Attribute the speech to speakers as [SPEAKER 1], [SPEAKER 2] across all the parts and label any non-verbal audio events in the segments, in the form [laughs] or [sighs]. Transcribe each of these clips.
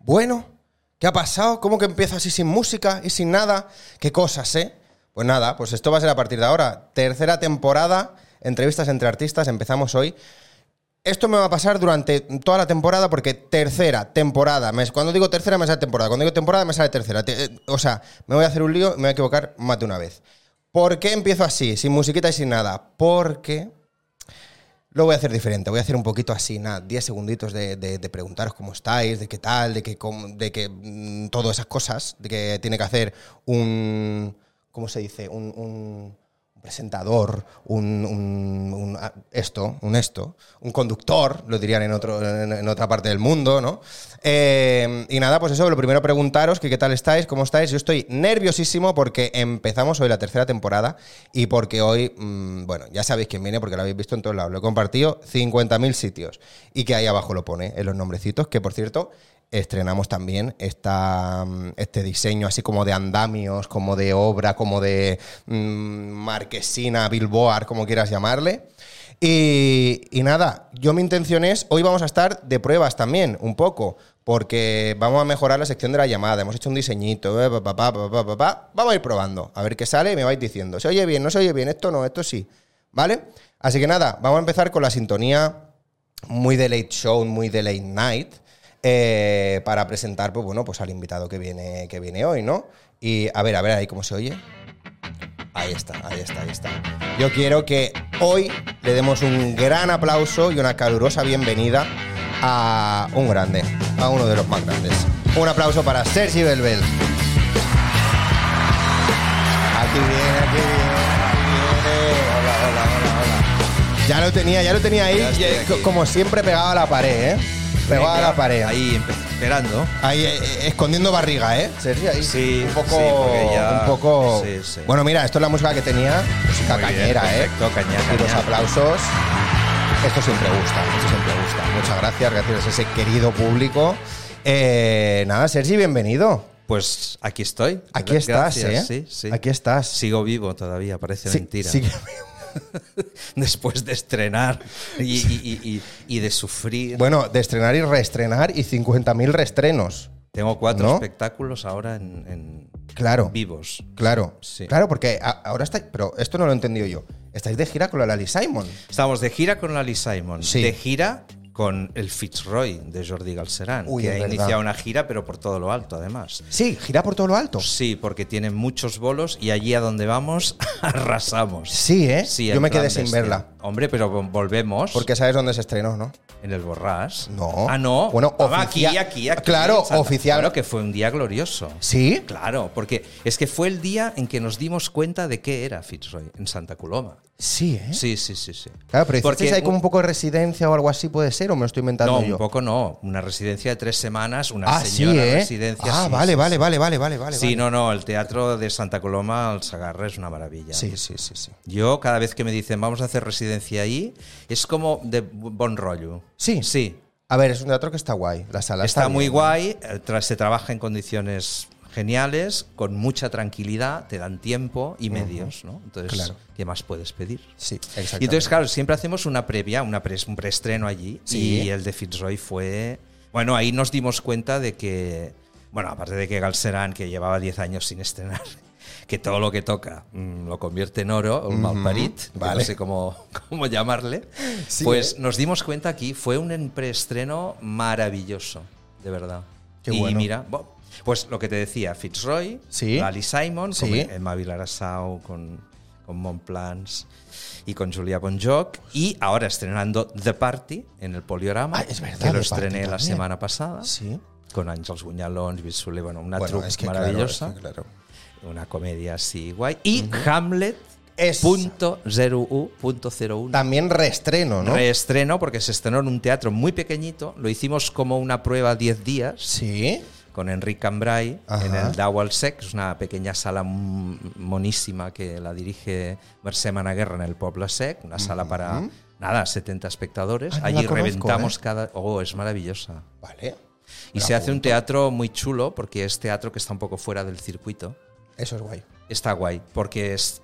[SPEAKER 1] bueno, ¿qué ha pasado? ¿Cómo que empiezo así sin música y sin nada? ¿Qué cosas, eh? Pues nada, pues esto va a ser a partir de ahora. Tercera temporada, entrevistas entre artistas, empezamos hoy. Esto me va a pasar durante toda la temporada porque tercera temporada, me- cuando digo tercera me sale temporada, cuando digo temporada me sale tercera. Te- eh, o sea, me voy a hacer un lío y me voy a equivocar más de una vez. ¿Por qué empiezo así, sin musiquita y sin nada? Porque lo voy a hacer diferente, voy a hacer un poquito así, nada, 10 segunditos de, de- de preguntaros cómo estáis, de qué tal, de que, cómo- de que mm, todas esas cosas, de que tiene que hacer un, ¿cómo se dice? Un, un presentador, un, un- un a- esto, un esto, un conductor, lo dirían en, otro, en, en otra parte del mundo, ¿no? Eh, y nada, pues eso, lo primero preguntaros que qué tal estáis, cómo estáis. Yo estoy nerviosísimo porque empezamos hoy la tercera temporada y porque hoy, mm, bueno, ya sabéis quién viene porque lo habéis visto en todos lados. Lo he compartido 50.000 sitios y que ahí abajo lo pone en los nombrecitos, que por cierto, estrenamos también esta, mm, este diseño así como de andamios, como de obra, como de mm, marquesina, billboard, como quieras llamarle. Y, y nada, yo mi intención es, hoy vamos a estar de pruebas también, un poco, porque vamos a mejorar la sección de la llamada, hemos hecho un diseñito, eh, pa, pa, pa, pa, pa, pa, pa. vamos a ir probando, a ver qué sale y me vais diciendo, se oye bien, no se oye bien, esto no, esto sí, ¿vale? Así que nada, vamos a empezar con la sintonía muy de late show, muy de late night, eh, para presentar, pues bueno, pues al invitado que viene, que viene hoy, ¿no? Y a ver, a ver ahí cómo se oye. Ahí está, ahí está, ahí está. Yo quiero que hoy le demos un gran aplauso y una calurosa bienvenida a un grande, a uno de los más grandes. Un aplauso para Sergi Belbel. Aquí viene, aquí viene, aquí viene. Hola, hola, hola, hola. Ya lo tenía, ya lo tenía ahí.
[SPEAKER 2] Ya estoy
[SPEAKER 1] y, eh, co-
[SPEAKER 2] aquí.
[SPEAKER 1] Como siempre pegado a la pared, ¿eh? Pegado a la pared. Ahí,
[SPEAKER 2] Ahí, empe- esperando.
[SPEAKER 1] eh, eh, escondiendo barriga, ¿eh? Sergi, ahí.
[SPEAKER 2] Sí,
[SPEAKER 1] un poco.
[SPEAKER 2] sí, porque ya-
[SPEAKER 1] un poco.
[SPEAKER 2] sí, sí.
[SPEAKER 1] Bueno, mira, esto es la música que tenía. Música
[SPEAKER 2] Muy bien,
[SPEAKER 1] cañera, ¿eh?
[SPEAKER 2] perfecto, caña,
[SPEAKER 1] Y los
[SPEAKER 2] caña.
[SPEAKER 1] aplausos. Esto siempre gusta, esto siempre gusta. Muchas gracias, gracias a ese querido público. Eh, nada, Sergi, bienvenido.
[SPEAKER 2] Pues aquí estoy.
[SPEAKER 1] Aquí estás,
[SPEAKER 2] Gracias,
[SPEAKER 1] ¿eh?
[SPEAKER 2] Sí, sí.
[SPEAKER 1] Aquí estás.
[SPEAKER 2] Sigo vivo todavía, parece
[SPEAKER 1] Sí,
[SPEAKER 2] mentira.
[SPEAKER 1] sí que-
[SPEAKER 2] [laughs] Después de estrenar y, y- y- y- y de sufrir.
[SPEAKER 1] Bueno, de estrenar y reestrenar y 50.000 reestrenos.
[SPEAKER 2] Tengo cuatro
[SPEAKER 1] ¿no?
[SPEAKER 2] espectáculos ahora en, en-
[SPEAKER 1] Claro.
[SPEAKER 2] vivos.
[SPEAKER 1] Claro.
[SPEAKER 2] Sí.
[SPEAKER 1] Claro, porque a- ahora estáis. Pero esto no lo he entendido yo. Estáis de gira con la Lali Simon.
[SPEAKER 2] Estamos de gira con Lali Simon,
[SPEAKER 1] Sí.
[SPEAKER 2] de gira con el Fitzroy de Jordi Galserán,
[SPEAKER 1] Uy,
[SPEAKER 2] que
[SPEAKER 1] es
[SPEAKER 2] ha
[SPEAKER 1] verdad.
[SPEAKER 2] iniciado una gira, pero por todo lo alto, además.
[SPEAKER 1] Sí, gira por todo lo alto.
[SPEAKER 2] Sí, porque tiene muchos bolos y allí a donde vamos [laughs] arrasamos.
[SPEAKER 1] Sí, ¿eh?
[SPEAKER 2] Sí,
[SPEAKER 1] Yo
[SPEAKER 2] en este.
[SPEAKER 1] me quedé
[SPEAKER 2] Flandes,
[SPEAKER 1] sin
[SPEAKER 2] sí.
[SPEAKER 1] verla.
[SPEAKER 2] Hombre, pero vol- volvemos.
[SPEAKER 1] Porque sabes dónde se estrenó, ¿no?
[SPEAKER 2] en el Borrás.
[SPEAKER 1] No.
[SPEAKER 2] Ah, no.
[SPEAKER 1] Bueno,
[SPEAKER 2] Ah, va,
[SPEAKER 1] oficia-
[SPEAKER 2] aquí, aquí, aquí.
[SPEAKER 1] Claro,
[SPEAKER 2] Exacto.
[SPEAKER 1] oficial.
[SPEAKER 2] Claro que fue un día glorioso.
[SPEAKER 1] Sí.
[SPEAKER 2] Claro, porque es que fue el día en que nos dimos cuenta de qué era Fitzroy en Santa Coloma.
[SPEAKER 1] Sí, ¿eh?
[SPEAKER 2] Sí, sí, sí, sí.
[SPEAKER 1] Claro, pero
[SPEAKER 2] Porque
[SPEAKER 1] porque hay como
[SPEAKER 2] un-
[SPEAKER 1] un poco de residencia o algo así, puede ser, o me lo estoy inventando
[SPEAKER 2] No,
[SPEAKER 1] yo.
[SPEAKER 2] un poco no. Una residencia de tres semanas, una
[SPEAKER 1] ah, sí,
[SPEAKER 2] señora
[SPEAKER 1] ¿eh?
[SPEAKER 2] residencia.
[SPEAKER 1] Ah,
[SPEAKER 2] sí,
[SPEAKER 1] vale,
[SPEAKER 2] sí,
[SPEAKER 1] vale,
[SPEAKER 2] sí.
[SPEAKER 1] vale, vale, vale, vale.
[SPEAKER 2] Sí, no, no, el teatro de Santa Coloma al Sagarra es una maravilla.
[SPEAKER 1] Sí, sí, sí, sí.
[SPEAKER 2] Yo cada vez que me dicen vamos a hacer residencia ahí, es como de buen rollo.
[SPEAKER 1] Sí.
[SPEAKER 2] Sí.
[SPEAKER 1] A ver, es un teatro que está guay. La sala
[SPEAKER 2] Está, muy
[SPEAKER 1] bien, ¿eh?
[SPEAKER 2] guay, eh, tra- se trabaja en condiciones geniales, con mucha tranquilidad, te dan tiempo y medios, ¿no? Entonces,
[SPEAKER 1] Claro.
[SPEAKER 2] ¿qué más puedes pedir?
[SPEAKER 1] Sí, exacto.
[SPEAKER 2] Y entonces, claro, siempre hacemos una previa, una pre- un preestreno allí.
[SPEAKER 1] Sí.
[SPEAKER 2] Y el de Fitzroy fue. Bueno, ahí nos dimos cuenta de que. Bueno, aparte de que Galserán, que llevaba 10 años sin estrenar, [laughs] que todo lo que toca mm, lo convierte en oro, un malparit, que
[SPEAKER 1] vale.
[SPEAKER 2] no sé cómo, [laughs] cómo llamarle,
[SPEAKER 1] Sí,
[SPEAKER 2] pues
[SPEAKER 1] ¿eh?
[SPEAKER 2] nos dimos cuenta aquí, fue un preestreno maravilloso, de verdad.
[SPEAKER 1] Qué
[SPEAKER 2] y
[SPEAKER 1] bueno.
[SPEAKER 2] mira, bo- pues lo que te decía, Fitzroy,
[SPEAKER 1] Sí.
[SPEAKER 2] Lali Simon, em
[SPEAKER 1] Sí.
[SPEAKER 2] con Emma Vilarasau, con, con Montplans y con Julia Bonjoc. Y ahora estrenando The Party en el Poliorama,
[SPEAKER 1] Ah, es verdad,
[SPEAKER 2] que
[SPEAKER 1] The
[SPEAKER 2] lo estrené
[SPEAKER 1] Party
[SPEAKER 2] la
[SPEAKER 1] también.
[SPEAKER 2] semana pasada,
[SPEAKER 1] Sí.
[SPEAKER 2] con Ángels Buñalón, Luis Sule, bueno, una
[SPEAKER 1] Bueno,
[SPEAKER 2] troupe
[SPEAKER 1] es que claro,
[SPEAKER 2] maravillosa,
[SPEAKER 1] es que Mhm. claro.
[SPEAKER 2] una comedia así guay. Y Hamlet
[SPEAKER 1] Es-
[SPEAKER 2] punto cero u punto cero uno.
[SPEAKER 1] También reestreno, ¿no?
[SPEAKER 2] Reestreno, porque se estrenó en un teatro muy pequeñito, lo hicimos como una prueba 10 días,
[SPEAKER 1] sí.
[SPEAKER 2] con Enric Cambrai
[SPEAKER 1] Ajá.
[SPEAKER 2] en el Dawal Sec, es una pequeña sala mm, monísima que la dirige Mercè Managuerra en el Poble Sec, una sala para nada, 70 espectadores.
[SPEAKER 1] Ah, no la
[SPEAKER 2] Allí
[SPEAKER 1] conozco,
[SPEAKER 2] reventamos
[SPEAKER 1] ¿eh?
[SPEAKER 2] cada oh, es maravillosa.
[SPEAKER 1] Vale.
[SPEAKER 2] Y
[SPEAKER 1] La
[SPEAKER 2] se hace un teatro muy chulo porque es teatro que está un poco fuera del circuito.
[SPEAKER 1] Eso es guay.
[SPEAKER 2] Está guay, porque es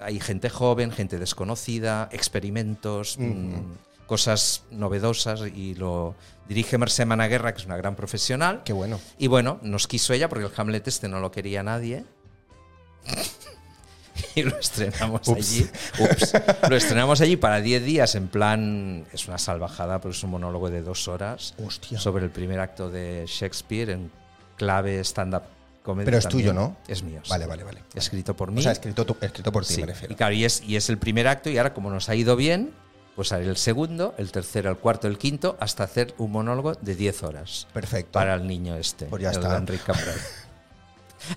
[SPEAKER 2] hay gente joven, gente desconocida, experimentos, mm, cosas novedosas y lo dirige Mercé Managuerra, que es una gran profesional.
[SPEAKER 1] Qué bueno.
[SPEAKER 2] Y bueno, nos quiso ella porque el Hamlet este no lo quería nadie. [laughs] Y lo estrenamos
[SPEAKER 1] Ups.
[SPEAKER 2] allí. Ups. Lo estrenamos allí para 10 días en plan. Es una salvajada, pero es un monólogo de dos horas
[SPEAKER 1] Hostia.
[SPEAKER 2] sobre el primer acto de Shakespeare en clave stand-up comedy.
[SPEAKER 1] Pero es
[SPEAKER 2] también.
[SPEAKER 1] tuyo, ¿no?
[SPEAKER 2] Es mío. sí.
[SPEAKER 1] Vale, vale, vale.
[SPEAKER 2] Escrito por mí.
[SPEAKER 1] O sea, escrito, tú- escrito por ti,
[SPEAKER 2] Sí.
[SPEAKER 1] me
[SPEAKER 2] Y
[SPEAKER 1] refiero.
[SPEAKER 2] claro, y es, y es el primer acto, y ahora, como nos ha ido bien, pues haré el segundo, el tercero, el cuarto, el quinto, hasta hacer un monólogo de 10 horas.
[SPEAKER 1] Perfecto.
[SPEAKER 2] Para el niño este.
[SPEAKER 1] Pues ya
[SPEAKER 2] el
[SPEAKER 1] está.
[SPEAKER 2] Enric
[SPEAKER 1] [laughs]
[SPEAKER 2] Cabral.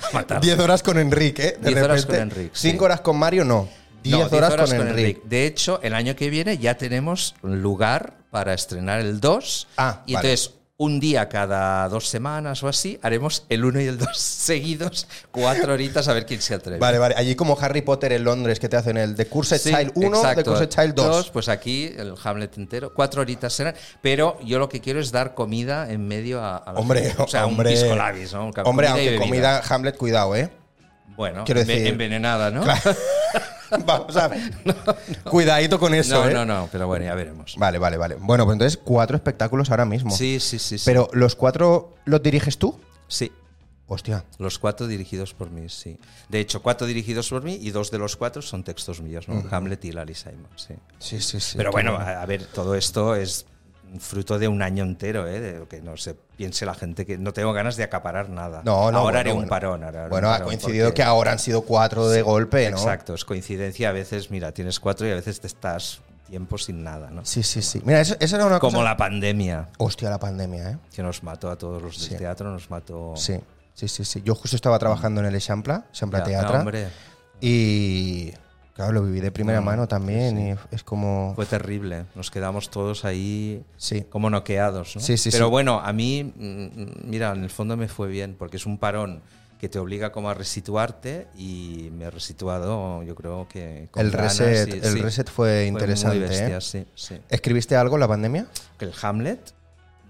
[SPEAKER 2] A matarlo.
[SPEAKER 1] 10 horas con Enrique, ¿eh? De
[SPEAKER 2] 10 horas
[SPEAKER 1] repente.
[SPEAKER 2] con Enric, sí.
[SPEAKER 1] 5 horas con Mario, no. 10
[SPEAKER 2] No,
[SPEAKER 1] horas, con, Enrique.
[SPEAKER 2] De hecho, el año que viene ya tenemos lugar para estrenar el 2.
[SPEAKER 1] Ah,
[SPEAKER 2] y
[SPEAKER 1] vale.
[SPEAKER 2] entonces, un día cada dos semanas o así, haremos el 1 y el 2 [laughs] seguidos, cuatro horitas, a ver quién se atreve.
[SPEAKER 1] Vale, vale. Allí como Harry Potter en Londres que te hacen el The Cursed
[SPEAKER 2] Sí,
[SPEAKER 1] Child 1, The
[SPEAKER 2] exacto.
[SPEAKER 1] Cursed Child 2.
[SPEAKER 2] Pues aquí el Hamlet entero, cuatro horitas serán. Pero yo lo que quiero es dar comida en medio a, a la
[SPEAKER 1] Hombre,
[SPEAKER 2] gente. o sea,
[SPEAKER 1] hombre.
[SPEAKER 2] un pisco labis, ¿no? Un ca-
[SPEAKER 1] Hombre,
[SPEAKER 2] y
[SPEAKER 1] aunque
[SPEAKER 2] bebida.
[SPEAKER 1] comida Hamlet, cuidado,
[SPEAKER 2] [laughs]
[SPEAKER 1] ¿eh?
[SPEAKER 2] bueno,
[SPEAKER 1] quiero
[SPEAKER 2] enve-
[SPEAKER 1] decir-
[SPEAKER 2] envenenada, ¿no?
[SPEAKER 1] Claro. Vamos a ver. Cuidadito con eso,
[SPEAKER 2] no,
[SPEAKER 1] ¿eh?
[SPEAKER 2] no, no, pero bueno, ya veremos.
[SPEAKER 1] Vale, vale, vale. Bueno, pues entonces cuatro espectáculos ahora mismo.
[SPEAKER 2] Sí, sí, sí, sí.
[SPEAKER 1] Pero los cuatro los diriges tú.
[SPEAKER 2] sí.
[SPEAKER 1] Hostia.
[SPEAKER 2] Los cuatro dirigidos por mí, sí. De hecho, cuatro dirigidos por mí y dos de los cuatro son textos míos, ¿no? Hamlet y Larry Simon, sí.
[SPEAKER 1] Sí, sí, sí.
[SPEAKER 2] Pero
[SPEAKER 1] qué
[SPEAKER 2] bueno, a a ver, todo esto es fruto de un año entero, ¿eh? De lo que no se piense la gente que no tengo ganas de acaparar nada.
[SPEAKER 1] No, no,
[SPEAKER 2] ahora
[SPEAKER 1] bueno,
[SPEAKER 2] haré un
[SPEAKER 1] bueno.
[SPEAKER 2] parón. Ahora haré un
[SPEAKER 1] Bueno, ha
[SPEAKER 2] parón
[SPEAKER 1] coincidido
[SPEAKER 2] porque-
[SPEAKER 1] que ahora han sido cuatro de golpe, ¿no?
[SPEAKER 2] Exacto, es coincidencia. A veces, mira, tienes cuatro y a veces te estás tiempo sin nada, ¿no?
[SPEAKER 1] Sí, sí, sí. Mira, eso, eso era una
[SPEAKER 2] Como
[SPEAKER 1] cosa.
[SPEAKER 2] la pandemia
[SPEAKER 1] Hostia, la pandemia, ¿eh?
[SPEAKER 2] que nos mató a todos los del
[SPEAKER 1] Sí.
[SPEAKER 2] teatro, nos mató.
[SPEAKER 1] Sí, sí, sí, sí. Yo justo estaba trabajando en el Echampla, Echampla
[SPEAKER 2] Ya,
[SPEAKER 1] Teatra.
[SPEAKER 2] no, hombre,
[SPEAKER 1] Y claro, lo viví de primera
[SPEAKER 2] Mm,
[SPEAKER 1] mano también.
[SPEAKER 2] sí,
[SPEAKER 1] Y es como.
[SPEAKER 2] fue terrible. Nos quedamos todos ahí
[SPEAKER 1] sí.
[SPEAKER 2] como noqueados. ¿no?
[SPEAKER 1] Sí, sí,
[SPEAKER 2] Pero
[SPEAKER 1] sí.
[SPEAKER 2] bueno, a mí, mm, mira, en el fondo me fue bien, porque es un parón que te obliga como a resituarte y me he resituado, yo creo que... con
[SPEAKER 1] El
[SPEAKER 2] ganas,
[SPEAKER 1] reset,
[SPEAKER 2] sí,
[SPEAKER 1] el
[SPEAKER 2] sí.
[SPEAKER 1] reset fue interesante.
[SPEAKER 2] muy bestia,
[SPEAKER 1] ¿eh?
[SPEAKER 2] sí, sí.
[SPEAKER 1] ¿Escribiste algo en la pandemia?
[SPEAKER 2] El Hamlet,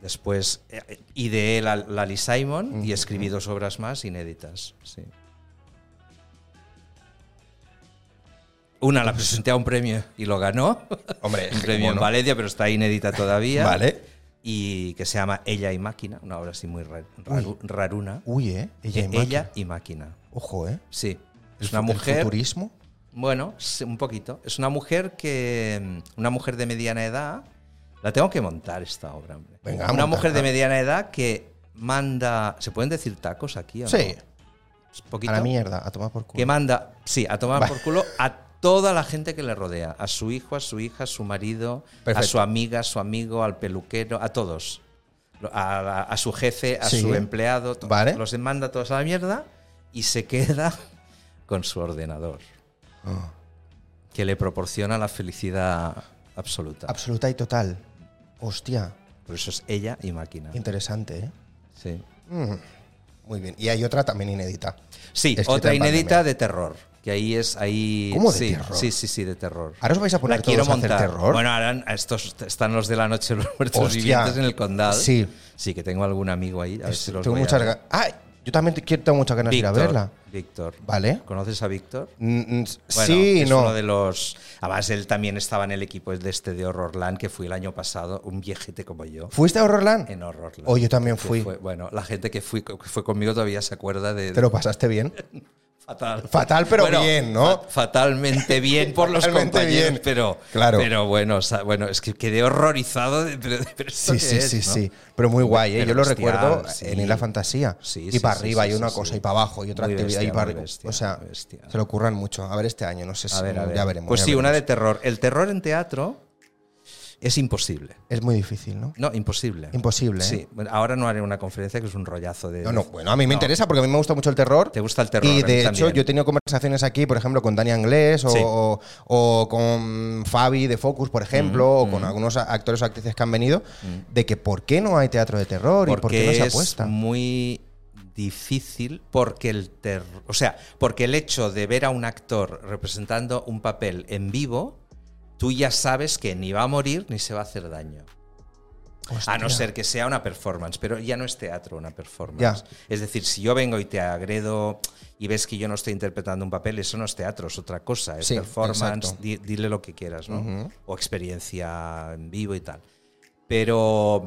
[SPEAKER 2] después eh, eh, ideé la Lali Simon y escribí dos obras más inéditas. sí. Una la presenté a un premio y lo ganó. [laughs]
[SPEAKER 1] Hombre,
[SPEAKER 2] Un premio en
[SPEAKER 1] ¿cómo no?
[SPEAKER 2] Valencia, pero está inédita
[SPEAKER 1] [laughs]
[SPEAKER 2] todavía.
[SPEAKER 1] Vale.
[SPEAKER 2] Y que se llama Ella y Máquina, una obra así muy ra- raru- raruna.
[SPEAKER 1] Uy, ¿eh? Ella,
[SPEAKER 2] Eh,
[SPEAKER 1] y
[SPEAKER 2] Ella
[SPEAKER 1] Máquina.
[SPEAKER 2] y Máquina,
[SPEAKER 1] Ojo, ¿eh?
[SPEAKER 2] sí.
[SPEAKER 1] El
[SPEAKER 2] Es una
[SPEAKER 1] fu- El
[SPEAKER 2] mujer.
[SPEAKER 1] futurismo.
[SPEAKER 2] Bueno, sí, un poquito. Es una mujer que. mm, Una mujer de mediana edad. La tengo que montar esta obra, hombre.
[SPEAKER 1] Venga,
[SPEAKER 2] una
[SPEAKER 1] montarla.
[SPEAKER 2] mujer de mediana edad que manda. ¿Se pueden decir tacos aquí o no?
[SPEAKER 1] Sí.
[SPEAKER 2] Es poquito.
[SPEAKER 1] A la mierda, a tomar por culo.
[SPEAKER 2] Que manda, sí, a tomar por culo a toda la gente que le rodea. A su hijo, a su hija, a su marido, a
[SPEAKER 1] Perfecto.
[SPEAKER 2] su amiga, a su amigo, al peluquero, a todos. Lo- A, a- a su jefe, a
[SPEAKER 1] Sí.
[SPEAKER 2] su empleado. to-
[SPEAKER 1] Vale.
[SPEAKER 2] Los manda a todos a la mierda y se queda [laughs] con su ordenador,
[SPEAKER 1] Ah.
[SPEAKER 2] que le proporciona la felicidad absoluta.
[SPEAKER 1] Absoluta y total. Hostia,
[SPEAKER 2] por eso es ella y máquina.
[SPEAKER 1] interesante, ¿eh?
[SPEAKER 2] Sí,
[SPEAKER 1] Mm. Muy bien. Y hay otra también inédita.
[SPEAKER 2] Sí,
[SPEAKER 1] Escrita
[SPEAKER 2] otra
[SPEAKER 1] en
[SPEAKER 2] inédita
[SPEAKER 1] pandemia.
[SPEAKER 2] de terror. Que ahí es ahí.
[SPEAKER 1] Este ¿Cómo de
[SPEAKER 2] sí,
[SPEAKER 1] terror?
[SPEAKER 2] Sí, sí, sí, de terror.
[SPEAKER 1] Ahora os vais a poner
[SPEAKER 2] La
[SPEAKER 1] todos
[SPEAKER 2] quiero
[SPEAKER 1] a hacer
[SPEAKER 2] montar.
[SPEAKER 1] terror.
[SPEAKER 2] Bueno, ahora estos están los de la noche [laughs] de los muertos
[SPEAKER 1] Hostia.
[SPEAKER 2] vivientes en el condado.
[SPEAKER 1] Sí.
[SPEAKER 2] Sí, que tengo algún amigo ahí. A ver
[SPEAKER 1] Es-
[SPEAKER 2] si los
[SPEAKER 1] tengo
[SPEAKER 2] voy a
[SPEAKER 1] muchas
[SPEAKER 2] ver.
[SPEAKER 1] ganas. Ah, yo también te quiero, tengo muchas ganas
[SPEAKER 2] Víctor,
[SPEAKER 1] de ir a verla.
[SPEAKER 2] Víctor.
[SPEAKER 1] Vale.
[SPEAKER 2] ¿Conoces a Víctor?
[SPEAKER 1] Mm, mm,
[SPEAKER 2] Bueno,
[SPEAKER 1] sí,
[SPEAKER 2] es
[SPEAKER 1] no.
[SPEAKER 2] uno de los. Además, él también estaba en el equipo de este de Horrorland que fui el año pasado, un viejete como yo.
[SPEAKER 1] ¿Fuiste a Horrorland?
[SPEAKER 2] En Horrorland.
[SPEAKER 1] Oh, yo también
[SPEAKER 2] Que
[SPEAKER 1] fui.
[SPEAKER 2] fue- bueno, la gente que, fui- que fue conmigo todavía se acuerda de,
[SPEAKER 1] ¿Te lo pasaste
[SPEAKER 2] [laughs]
[SPEAKER 1] bien?
[SPEAKER 2] Fatal.
[SPEAKER 1] Fatal, pero bien, ¿no?
[SPEAKER 2] fa- fatalmente bien por los
[SPEAKER 1] Fatalmente
[SPEAKER 2] compañeros,
[SPEAKER 1] bien.
[SPEAKER 2] pero
[SPEAKER 1] Claro.
[SPEAKER 2] Pero bueno, o sea, bueno, es que quedé horrorizado. de- pero, pero ¿esto
[SPEAKER 1] Sí,
[SPEAKER 2] qué
[SPEAKER 1] sí,
[SPEAKER 2] es,
[SPEAKER 1] sí,
[SPEAKER 2] no?
[SPEAKER 1] sí. Pero muy guay, ¿eh?
[SPEAKER 2] Pero
[SPEAKER 1] Yo lo
[SPEAKER 2] bestial,
[SPEAKER 1] recuerdo
[SPEAKER 2] sí.
[SPEAKER 1] en la Fantasía.
[SPEAKER 2] Sí,
[SPEAKER 1] y
[SPEAKER 2] sí,
[SPEAKER 1] para
[SPEAKER 2] sí,
[SPEAKER 1] arriba
[SPEAKER 2] sí,
[SPEAKER 1] y
[SPEAKER 2] sí,
[SPEAKER 1] una
[SPEAKER 2] sí.
[SPEAKER 1] cosa y para abajo y otra
[SPEAKER 2] Muy
[SPEAKER 1] actividad y
[SPEAKER 2] bestia,
[SPEAKER 1] para
[SPEAKER 2] muy
[SPEAKER 1] arriba.
[SPEAKER 2] bestia,
[SPEAKER 1] O sea,
[SPEAKER 2] muy bestia.
[SPEAKER 1] se lo curran mucho. A ver este año, no sé si
[SPEAKER 2] A ver, a ver.
[SPEAKER 1] ya veremos.
[SPEAKER 2] Pues
[SPEAKER 1] ya
[SPEAKER 2] sí, una de
[SPEAKER 1] veremos.
[SPEAKER 2] terror. El terror en teatro es imposible.
[SPEAKER 1] Es muy difícil, ¿no?
[SPEAKER 2] No, imposible.
[SPEAKER 1] Imposible, ¿eh?
[SPEAKER 2] Sí, bueno, ahora no haré una conferencia que es un rollazo de.
[SPEAKER 1] No, no, bueno, a mí me interesa porque a mí me gusta mucho el terror.
[SPEAKER 2] ¿Te gusta el terror?
[SPEAKER 1] Y
[SPEAKER 2] A mí
[SPEAKER 1] de hecho,
[SPEAKER 2] también.
[SPEAKER 1] yo he tenido conversaciones aquí, por ejemplo, con Dani Anglés o,
[SPEAKER 2] Sí.
[SPEAKER 1] o- o con Fabi de Focus, por ejemplo,
[SPEAKER 2] Mm,
[SPEAKER 1] o con algunos a- actores o actrices que han venido, de que por qué no hay teatro de terror y por qué no se apuesta.
[SPEAKER 2] es muy difícil porque el ter- o sea, porque el hecho de ver a un actor representando un papel en vivo, tú ya sabes que ni va a morir ni se va a hacer daño. a no ser que sea una performance, pero ya no es teatro una
[SPEAKER 1] Ya.
[SPEAKER 2] performance. Es decir, si yo vengo y te agredo y ves que yo no estoy interpretando un papel, eso no es teatro, es otra cosa, es
[SPEAKER 1] Sí,
[SPEAKER 2] performance,
[SPEAKER 1] exacto.
[SPEAKER 2] di- dile lo que quieras, ¿no? O experiencia en vivo y tal. Pero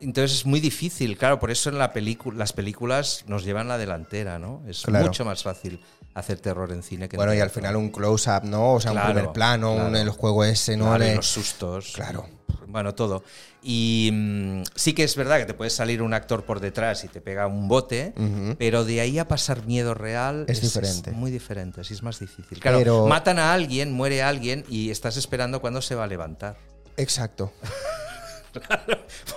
[SPEAKER 2] entonces es muy difícil, claro, por eso en la película las películas nos llevan la delantera, ¿no? Es
[SPEAKER 1] Claro.
[SPEAKER 2] mucho más fácil hacer terror en cine que en
[SPEAKER 1] Bueno, y al
[SPEAKER 2] teatro.
[SPEAKER 1] final un close-up, ¿no? O sea,
[SPEAKER 2] Claro,
[SPEAKER 1] un primer plano, un-
[SPEAKER 2] claro.
[SPEAKER 1] el juego ese, ¿no?
[SPEAKER 2] Claro, y
[SPEAKER 1] Le-
[SPEAKER 2] los sustos.
[SPEAKER 1] Claro.
[SPEAKER 2] Bueno, todo. Y mm, sí que es verdad que te puede salir un actor por detrás y te pega un bote, pero de ahí a pasar miedo real
[SPEAKER 1] Es diferente.
[SPEAKER 2] muy diferente, sí es más difícil. Claro,
[SPEAKER 1] Pero-
[SPEAKER 2] matan a alguien, muere alguien y estás esperando cuándo se va a levantar.
[SPEAKER 1] Exacto.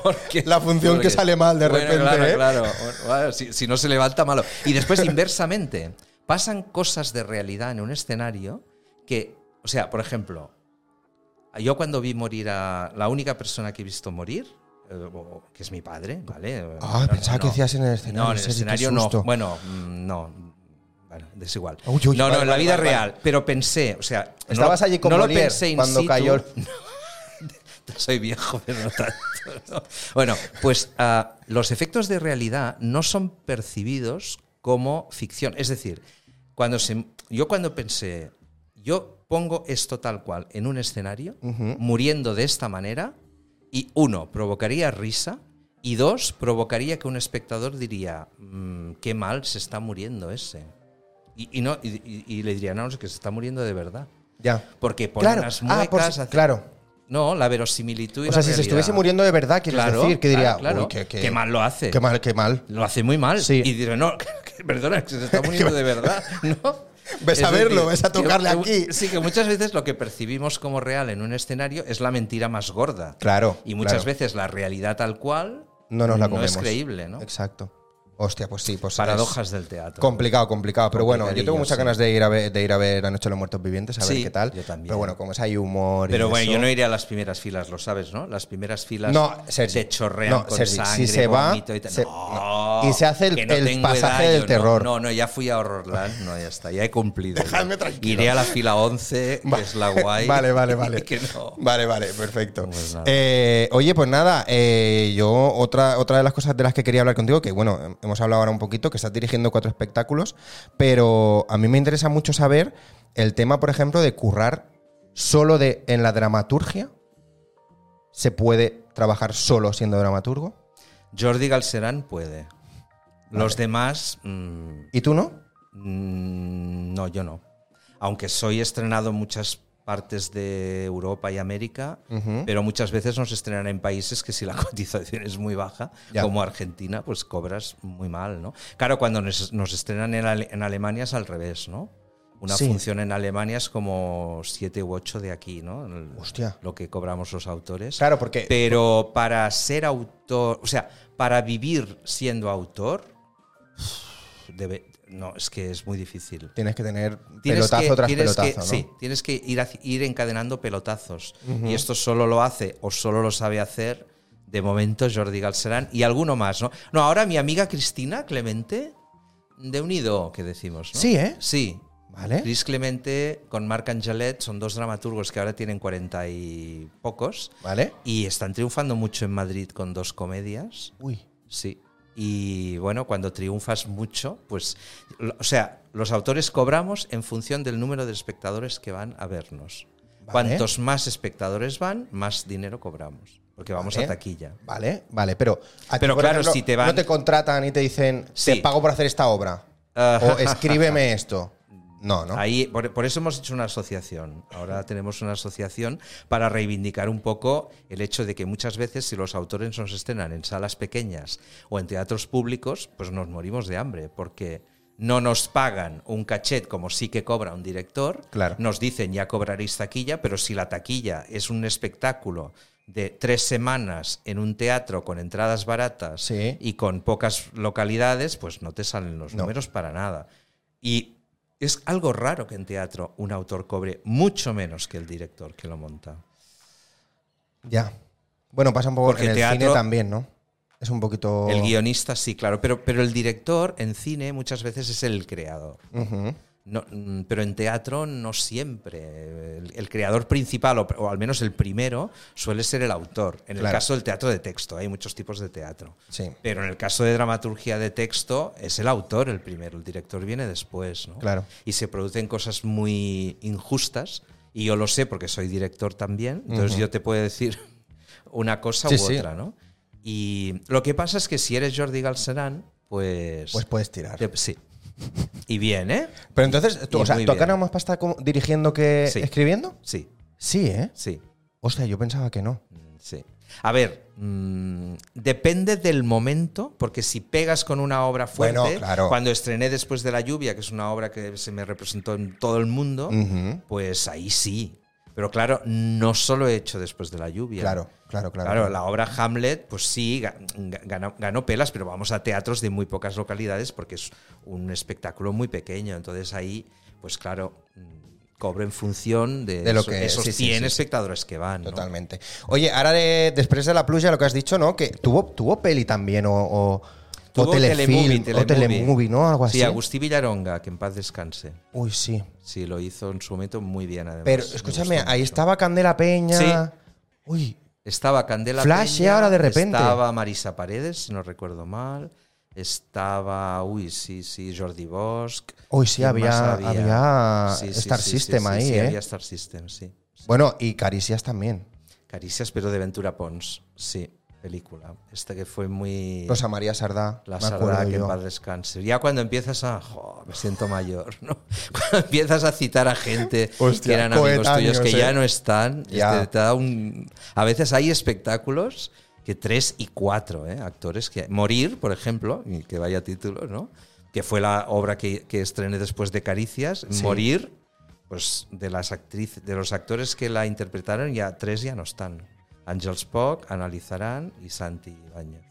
[SPEAKER 2] Porque-
[SPEAKER 1] La función que sale mal de
[SPEAKER 2] Bueno,
[SPEAKER 1] repente,
[SPEAKER 2] Claro,
[SPEAKER 1] ¿eh?
[SPEAKER 2] claro. Bueno, si, si no se levanta, malo. Y después, inversamente, pasan cosas de realidad en un escenario que, o sea, por ejemplo, yo cuando vi morir a la única persona que he visto morir, eh, o- que es mi padre, ¿vale?
[SPEAKER 1] Ah, pensaba que decías en el escenario,
[SPEAKER 2] No, en
[SPEAKER 1] en
[SPEAKER 2] el
[SPEAKER 1] serio, qué
[SPEAKER 2] escenario no.
[SPEAKER 1] susto.
[SPEAKER 2] Bueno, mm, no. Bueno, desigual.
[SPEAKER 1] Uy, uy,
[SPEAKER 2] no, no,
[SPEAKER 1] vale,
[SPEAKER 2] en la
[SPEAKER 1] vale,
[SPEAKER 2] vida
[SPEAKER 1] vale,
[SPEAKER 2] real. Pero pensé, o sea. no
[SPEAKER 1] Estabas
[SPEAKER 2] lo-
[SPEAKER 1] allí con
[SPEAKER 2] no lo
[SPEAKER 1] Molière
[SPEAKER 2] pensé in
[SPEAKER 1] cuando
[SPEAKER 2] situ.
[SPEAKER 1] cayó el-
[SPEAKER 2] [laughs] Soy viejo, pero no tanto. ¿no? Bueno, pues ah, los efectos de realidad no son percibidos como ficción. Es decir, cuando se, yo cuando pensé, yo pongo esto tal cual en un escenario, muriendo de esta manera, y uno, provocaría risa, y dos, provocaría que un espectador diría, "Mm, qué mal se está muriendo ese. Y, y no, y- y- y le diría, no, es que se está muriendo de verdad.
[SPEAKER 1] Ya.
[SPEAKER 2] Porque ponen
[SPEAKER 1] Claro.
[SPEAKER 2] las
[SPEAKER 1] Ah,
[SPEAKER 2] muecas...
[SPEAKER 1] por-
[SPEAKER 2] hace-
[SPEAKER 1] claro.
[SPEAKER 2] no, la verosimilitud. y
[SPEAKER 1] O sea,
[SPEAKER 2] la
[SPEAKER 1] si se
[SPEAKER 2] realidad.
[SPEAKER 1] estuviese muriendo de verdad, quieres
[SPEAKER 2] Claro,
[SPEAKER 1] decir, que diría,
[SPEAKER 2] claro, claro.
[SPEAKER 1] uy, qué, qué-
[SPEAKER 2] Qué mal lo hace.
[SPEAKER 1] Qué mal, qué mal.
[SPEAKER 2] Lo hace muy mal.
[SPEAKER 1] Sí.
[SPEAKER 2] Y diré, no, [laughs] que- perdona, que
[SPEAKER 1] [laughs]
[SPEAKER 2] se está muriendo de verdad, ¿no?
[SPEAKER 1] Ves a verlo, ves a tocarle aquí.
[SPEAKER 2] Sí, que muchas veces lo que percibimos como real en un escenario es la mentira más gorda.
[SPEAKER 1] Claro,
[SPEAKER 2] Y muchas
[SPEAKER 1] claro.
[SPEAKER 2] veces la realidad tal cual
[SPEAKER 1] No nos la comemos.
[SPEAKER 2] es creíble, ¿no?
[SPEAKER 1] Exacto. Hostia, pues sí, pues.
[SPEAKER 2] Paradojas
[SPEAKER 1] es
[SPEAKER 2] del teatro.
[SPEAKER 1] Complicado, complicado. Pero bueno, yo tengo
[SPEAKER 2] Complicadillo,
[SPEAKER 1] muchas
[SPEAKER 2] sí.
[SPEAKER 1] ganas de ir a ver, de ir a ver La Noche de los Muertos Vivientes, a ver
[SPEAKER 2] Sí,
[SPEAKER 1] qué tal.
[SPEAKER 2] yo también.
[SPEAKER 1] Pero bueno, como es hay humor. y
[SPEAKER 2] Pero bueno,
[SPEAKER 1] eso-
[SPEAKER 2] yo no iré a las primeras filas, lo sabes, ¿no? Las primeras filas
[SPEAKER 1] No, Sergi.
[SPEAKER 2] te chorrean
[SPEAKER 1] No,
[SPEAKER 2] con
[SPEAKER 1] Sergi, si
[SPEAKER 2] sangre,
[SPEAKER 1] se va,
[SPEAKER 2] vómito y tal.
[SPEAKER 1] se-
[SPEAKER 2] no,
[SPEAKER 1] no. Y se hace el-
[SPEAKER 2] que no
[SPEAKER 1] el
[SPEAKER 2] tengo
[SPEAKER 1] pasaje del
[SPEAKER 2] yo no-
[SPEAKER 1] terror.
[SPEAKER 2] No, no, ya fui a Horrorland, no, ya está, ya he cumplido.
[SPEAKER 1] Dejadme
[SPEAKER 2] Ya.
[SPEAKER 1] tranquilo.
[SPEAKER 2] Iré a la fila 11, que es la guay.
[SPEAKER 1] Vale, vale, vale.
[SPEAKER 2] [laughs] que no.
[SPEAKER 1] Vale, vale, perfecto.
[SPEAKER 2] Pues nada.
[SPEAKER 1] Eh, oye, pues nada, eh, yo otra, otra de las cosas de las que quería hablar contigo, que bueno, hem- hemos hablado ahora un poquito, que estás dirigiendo cuatro espectáculos, pero a mí me interesa mucho saber el tema, por ejemplo, de currar solo de, en la dramaturgia. ¿Se puede trabajar solo siendo dramaturgo?
[SPEAKER 2] Jordi Galserán puede. Los demás, mm,
[SPEAKER 1] ¿Y tú no?
[SPEAKER 2] Mm, No, yo no. Aunque soy estrenado en muchas partes de Europa y América, pero muchas veces nos estrenan en países que si la [laughs] cotización es muy baja,
[SPEAKER 1] Ya.
[SPEAKER 2] como Argentina, pues cobras muy mal, ¿no? Claro, cuando nos, nos estrenan en, Ale- en Alemania es al revés, ¿no? Una
[SPEAKER 1] Sí.
[SPEAKER 2] función en Alemania es como siete u ocho de aquí, ¿no? El-
[SPEAKER 1] Hostia.
[SPEAKER 2] Lo que cobramos los autores.
[SPEAKER 1] Claro, porque...
[SPEAKER 2] Pero para ser autor, o sea, para vivir siendo autor, [sighs] debe- no, es que es muy difícil.
[SPEAKER 1] Tienes que tener
[SPEAKER 2] Tienes
[SPEAKER 1] pelotazo
[SPEAKER 2] que-
[SPEAKER 1] tras
[SPEAKER 2] tienes
[SPEAKER 1] pelotazo,
[SPEAKER 2] que-
[SPEAKER 1] ¿no?
[SPEAKER 2] Sí, tienes que ir, haci- ir encadenando pelotazos. Y esto solo lo hace o solo lo sabe hacer, de momento, Jordi Galserán y alguno más, ¿no? No, ahora mi amiga Cristina Clemente, de Unido, que decimos, ¿no?
[SPEAKER 1] Sí, ¿eh?
[SPEAKER 2] Sí.
[SPEAKER 1] ¿Vale?
[SPEAKER 2] Chris Clemente con Marc Angelet son dos dramaturgos que ahora tienen cuarenta y pocos.
[SPEAKER 1] ¿Vale?
[SPEAKER 2] Y están triunfando mucho en Madrid con dos comedias.
[SPEAKER 1] Uy.
[SPEAKER 2] Sí. Y bueno, cuando triunfas mucho, pues. lo- O sea, los autores cobramos en función del número de espectadores que van a vernos.
[SPEAKER 1] Vale.
[SPEAKER 2] Cuantos más espectadores van, más dinero cobramos. Porque vamos
[SPEAKER 1] Vale.
[SPEAKER 2] a taquilla.
[SPEAKER 1] Vale, vale, pero. a ti,
[SPEAKER 2] Pero
[SPEAKER 1] por
[SPEAKER 2] claro, si te van-
[SPEAKER 1] No te contratan y te dicen, te
[SPEAKER 2] Sí.
[SPEAKER 1] pago por hacer esta obra.
[SPEAKER 2] Ah.
[SPEAKER 1] o escríbeme esto. No, ¿no?
[SPEAKER 2] Ahí, por, por eso hemos hecho una asociación. Ahora tenemos una asociación para reivindicar un poco el hecho de que muchas veces si los autores nos estrenan en salas pequeñas o en teatros públicos, pues nos morimos de hambre, porque no nos pagan un cachet como sí que cobra un director.
[SPEAKER 1] Claro.
[SPEAKER 2] Nos dicen ya cobraréis taquilla, pero si la taquilla es un espectáculo de tres semanas en un teatro con entradas baratas
[SPEAKER 1] Sí.
[SPEAKER 2] y con pocas localidades, pues no te salen los
[SPEAKER 1] No.
[SPEAKER 2] números para nada. Y es algo raro que en teatro un autor cobre mucho menos que el director que lo monta.
[SPEAKER 1] Ya. Bueno, pasa un poco
[SPEAKER 2] Porque
[SPEAKER 1] en el
[SPEAKER 2] teatro-
[SPEAKER 1] cine también, ¿no? Es un poquito.
[SPEAKER 2] El guionista sí, claro, pero, pero el director en cine muchas veces es el creador.
[SPEAKER 1] Ujú.
[SPEAKER 2] No, mm, pero en teatro no siempre. El, el creador principal, o, o al menos el primero, suele ser el autor. En el
[SPEAKER 1] Claro.
[SPEAKER 2] caso del teatro de texto, hay muchos tipos de teatro.
[SPEAKER 1] Sí.
[SPEAKER 2] Pero en el caso de dramaturgia de texto, es el autor el primero, el director viene después. ¿no?
[SPEAKER 1] Claro.
[SPEAKER 2] Y se producen cosas muy injustas, y yo lo sé porque soy director también, entonces yo te puedo decir [laughs] una cosa
[SPEAKER 1] Sí,
[SPEAKER 2] u
[SPEAKER 1] sí.
[SPEAKER 2] otra. ¿no? Y lo que pasa es que si eres Jordi Galserán, pues.
[SPEAKER 1] Pues puedes tirar.
[SPEAKER 2] te- sí. Y bien, ¿eh?
[SPEAKER 1] Pero entonces, tú,
[SPEAKER 2] Y
[SPEAKER 1] o sea,
[SPEAKER 2] muy
[SPEAKER 1] ¿tú
[SPEAKER 2] bien.
[SPEAKER 1] acá más pasta como dirigiendo que
[SPEAKER 2] Sí.
[SPEAKER 1] escribiendo?
[SPEAKER 2] Sí,
[SPEAKER 1] Sí, ¿eh?
[SPEAKER 2] sí.
[SPEAKER 1] Hostia, yo pensaba que no.
[SPEAKER 2] Sí. A ver, mm, depende del momento, porque si pegas con una obra fuerte,
[SPEAKER 1] Bueno, claro.
[SPEAKER 2] cuando estrené después de la lluvia, que es una obra que se me representó en todo el mundo,
[SPEAKER 1] Ujú.
[SPEAKER 2] pues ahí sí. Pero claro, no solo he hecho después de la lluvia.
[SPEAKER 1] Claro, claro, claro.
[SPEAKER 2] Claro, la obra Hamlet, pues sí, ga- ga- ganó, ganó pelas, pero vamos a teatros de muy pocas localidades porque es un espectáculo muy pequeño. Entonces ahí, pues claro, mm, cobro en función de,
[SPEAKER 1] De lo
[SPEAKER 2] eso-
[SPEAKER 1] que-
[SPEAKER 2] esos
[SPEAKER 1] sí,
[SPEAKER 2] 100
[SPEAKER 1] sí, sí, sí.
[SPEAKER 2] espectadores que van. ¿no?
[SPEAKER 1] Totalmente. Oye, ahora de- después de la pluja, lo que has dicho, ¿no? Que tuvo, tuvo peli también, o, o, o
[SPEAKER 2] Tuvo
[SPEAKER 1] telefilm,
[SPEAKER 2] Telemovie,
[SPEAKER 1] o telemovie, ¿no? Algo así.
[SPEAKER 2] Sí, Agustí Villaronga, que en paz descanse.
[SPEAKER 1] Uy, sí.
[SPEAKER 2] Sí, lo hizo en su momento muy bien, además.
[SPEAKER 1] Pero
[SPEAKER 2] Me
[SPEAKER 1] escúchame,
[SPEAKER 2] gustó
[SPEAKER 1] ahí
[SPEAKER 2] mucho.
[SPEAKER 1] estaba Candela Peña.
[SPEAKER 2] Sí.
[SPEAKER 1] Uy,
[SPEAKER 2] Estaba Candela
[SPEAKER 1] Flash,
[SPEAKER 2] Peña,
[SPEAKER 1] y ahora de repente.
[SPEAKER 2] Estaba Marisa Paredes, si no recuerdo mal. Estaba, uy, sí, sí, Jordi Bosch.
[SPEAKER 1] Uy, sí,
[SPEAKER 2] ¿Quién
[SPEAKER 1] había-
[SPEAKER 2] más
[SPEAKER 1] había Star System ahí,
[SPEAKER 2] sí,
[SPEAKER 1] ¿eh?
[SPEAKER 2] había Star System, sí.
[SPEAKER 1] bueno, y Caricias también.
[SPEAKER 2] Caricias, pero de Ventura Pons, sí, película. Esta que fue muy...
[SPEAKER 1] Rosa María Sardá.
[SPEAKER 2] [laughs] La
[SPEAKER 1] me
[SPEAKER 2] Sardá,
[SPEAKER 1] acuerdo
[SPEAKER 2] que
[SPEAKER 1] yo.
[SPEAKER 2] en paz descanse. Ya cuando empiezas a. jo, me siento mayor, [laughs] ¿no? Cuando empiezas a citar a gente
[SPEAKER 1] Hostia,
[SPEAKER 2] que eran amigos
[SPEAKER 1] coetáneos,
[SPEAKER 2] tuyos que ya
[SPEAKER 1] eh.
[SPEAKER 2] no están,
[SPEAKER 1] Ya.
[SPEAKER 2] este, te da un. A veces hay espectáculos que tres y cuatro, ¿eh? Actores que. Morir, por ejemplo, y que vaya título, ¿no? Que fue la obra que, que estrené después de Caricias.
[SPEAKER 1] Sí.
[SPEAKER 2] Morir, pues de las actrices, de los actores que la interpretaron, ya tres ya no están. Ángel Spock, Ana Lizarán y Santi Ibáñez.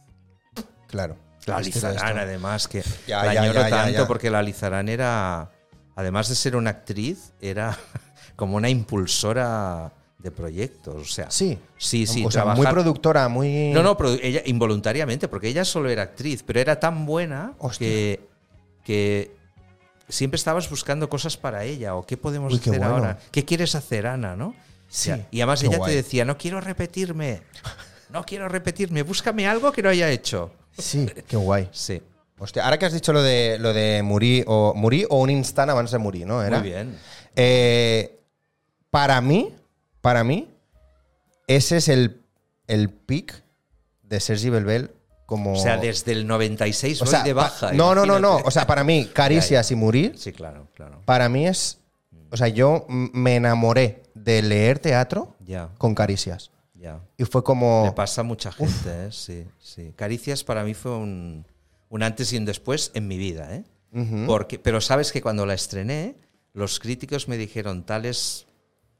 [SPEAKER 1] Claro.
[SPEAKER 2] La
[SPEAKER 1] Es que todo
[SPEAKER 2] Lizarán,
[SPEAKER 1] esto-
[SPEAKER 2] además, que
[SPEAKER 1] Ya,
[SPEAKER 2] la
[SPEAKER 1] ya,
[SPEAKER 2] añoro
[SPEAKER 1] ya, ya,
[SPEAKER 2] tanto
[SPEAKER 1] ya.
[SPEAKER 2] porque la Lizarán era, además de ser una actriz, era [laughs] como una impulsora de proyectos. O sea,
[SPEAKER 1] Sí.
[SPEAKER 2] sí, sí.
[SPEAKER 1] O sea, muy
[SPEAKER 2] trabajar-
[SPEAKER 1] productora, muy.
[SPEAKER 2] No, no, pero ella involuntariamente, porque ella solo era actriz, pero era tan buena
[SPEAKER 1] Hostia.
[SPEAKER 2] que, que siempre estabas buscando cosas para ella o qué podemos
[SPEAKER 1] Uy, qué
[SPEAKER 2] hacer
[SPEAKER 1] bueno.
[SPEAKER 2] ahora. ¿Qué quieres hacer, Ana? ¿no?
[SPEAKER 1] Sí,
[SPEAKER 2] Ya, Y además
[SPEAKER 1] qué
[SPEAKER 2] ella
[SPEAKER 1] guay.
[SPEAKER 2] te decía, no quiero repetirme, no quiero repetirme, búscame algo que no haya hecho.
[SPEAKER 1] Sí, qué guay.
[SPEAKER 2] Sí.
[SPEAKER 1] Hostia, ahora que has dicho lo de, lo de morir o, morir o un instant abans de morir, ¿no? Era.
[SPEAKER 2] Muy bien.
[SPEAKER 1] Eh, para mí, para mí, ese es el, el pick de Sergi Belbel como...
[SPEAKER 2] O sea, desde el 96
[SPEAKER 1] O
[SPEAKER 2] voy
[SPEAKER 1] sea,
[SPEAKER 2] de
[SPEAKER 1] pa-
[SPEAKER 2] baja.
[SPEAKER 1] No, no, no, no.
[SPEAKER 2] imagínate.
[SPEAKER 1] O sea, para mí, Caricias y morir,
[SPEAKER 2] sí, claro, claro.
[SPEAKER 1] para mí es... O sea, yo m- me enamoré de leer teatro
[SPEAKER 2] Ya,
[SPEAKER 1] con Caricias.
[SPEAKER 2] ya.
[SPEAKER 1] Y fue
[SPEAKER 2] Le
[SPEAKER 1] como...
[SPEAKER 2] pasa a mucha gente, ¿eh? Sí, sí. Caricias para mí fue un, un antes y un después en mi vida, ¿eh?
[SPEAKER 1] Ujú.
[SPEAKER 2] Porque, pero sabes que cuando la estrené, los críticos me dijeron tales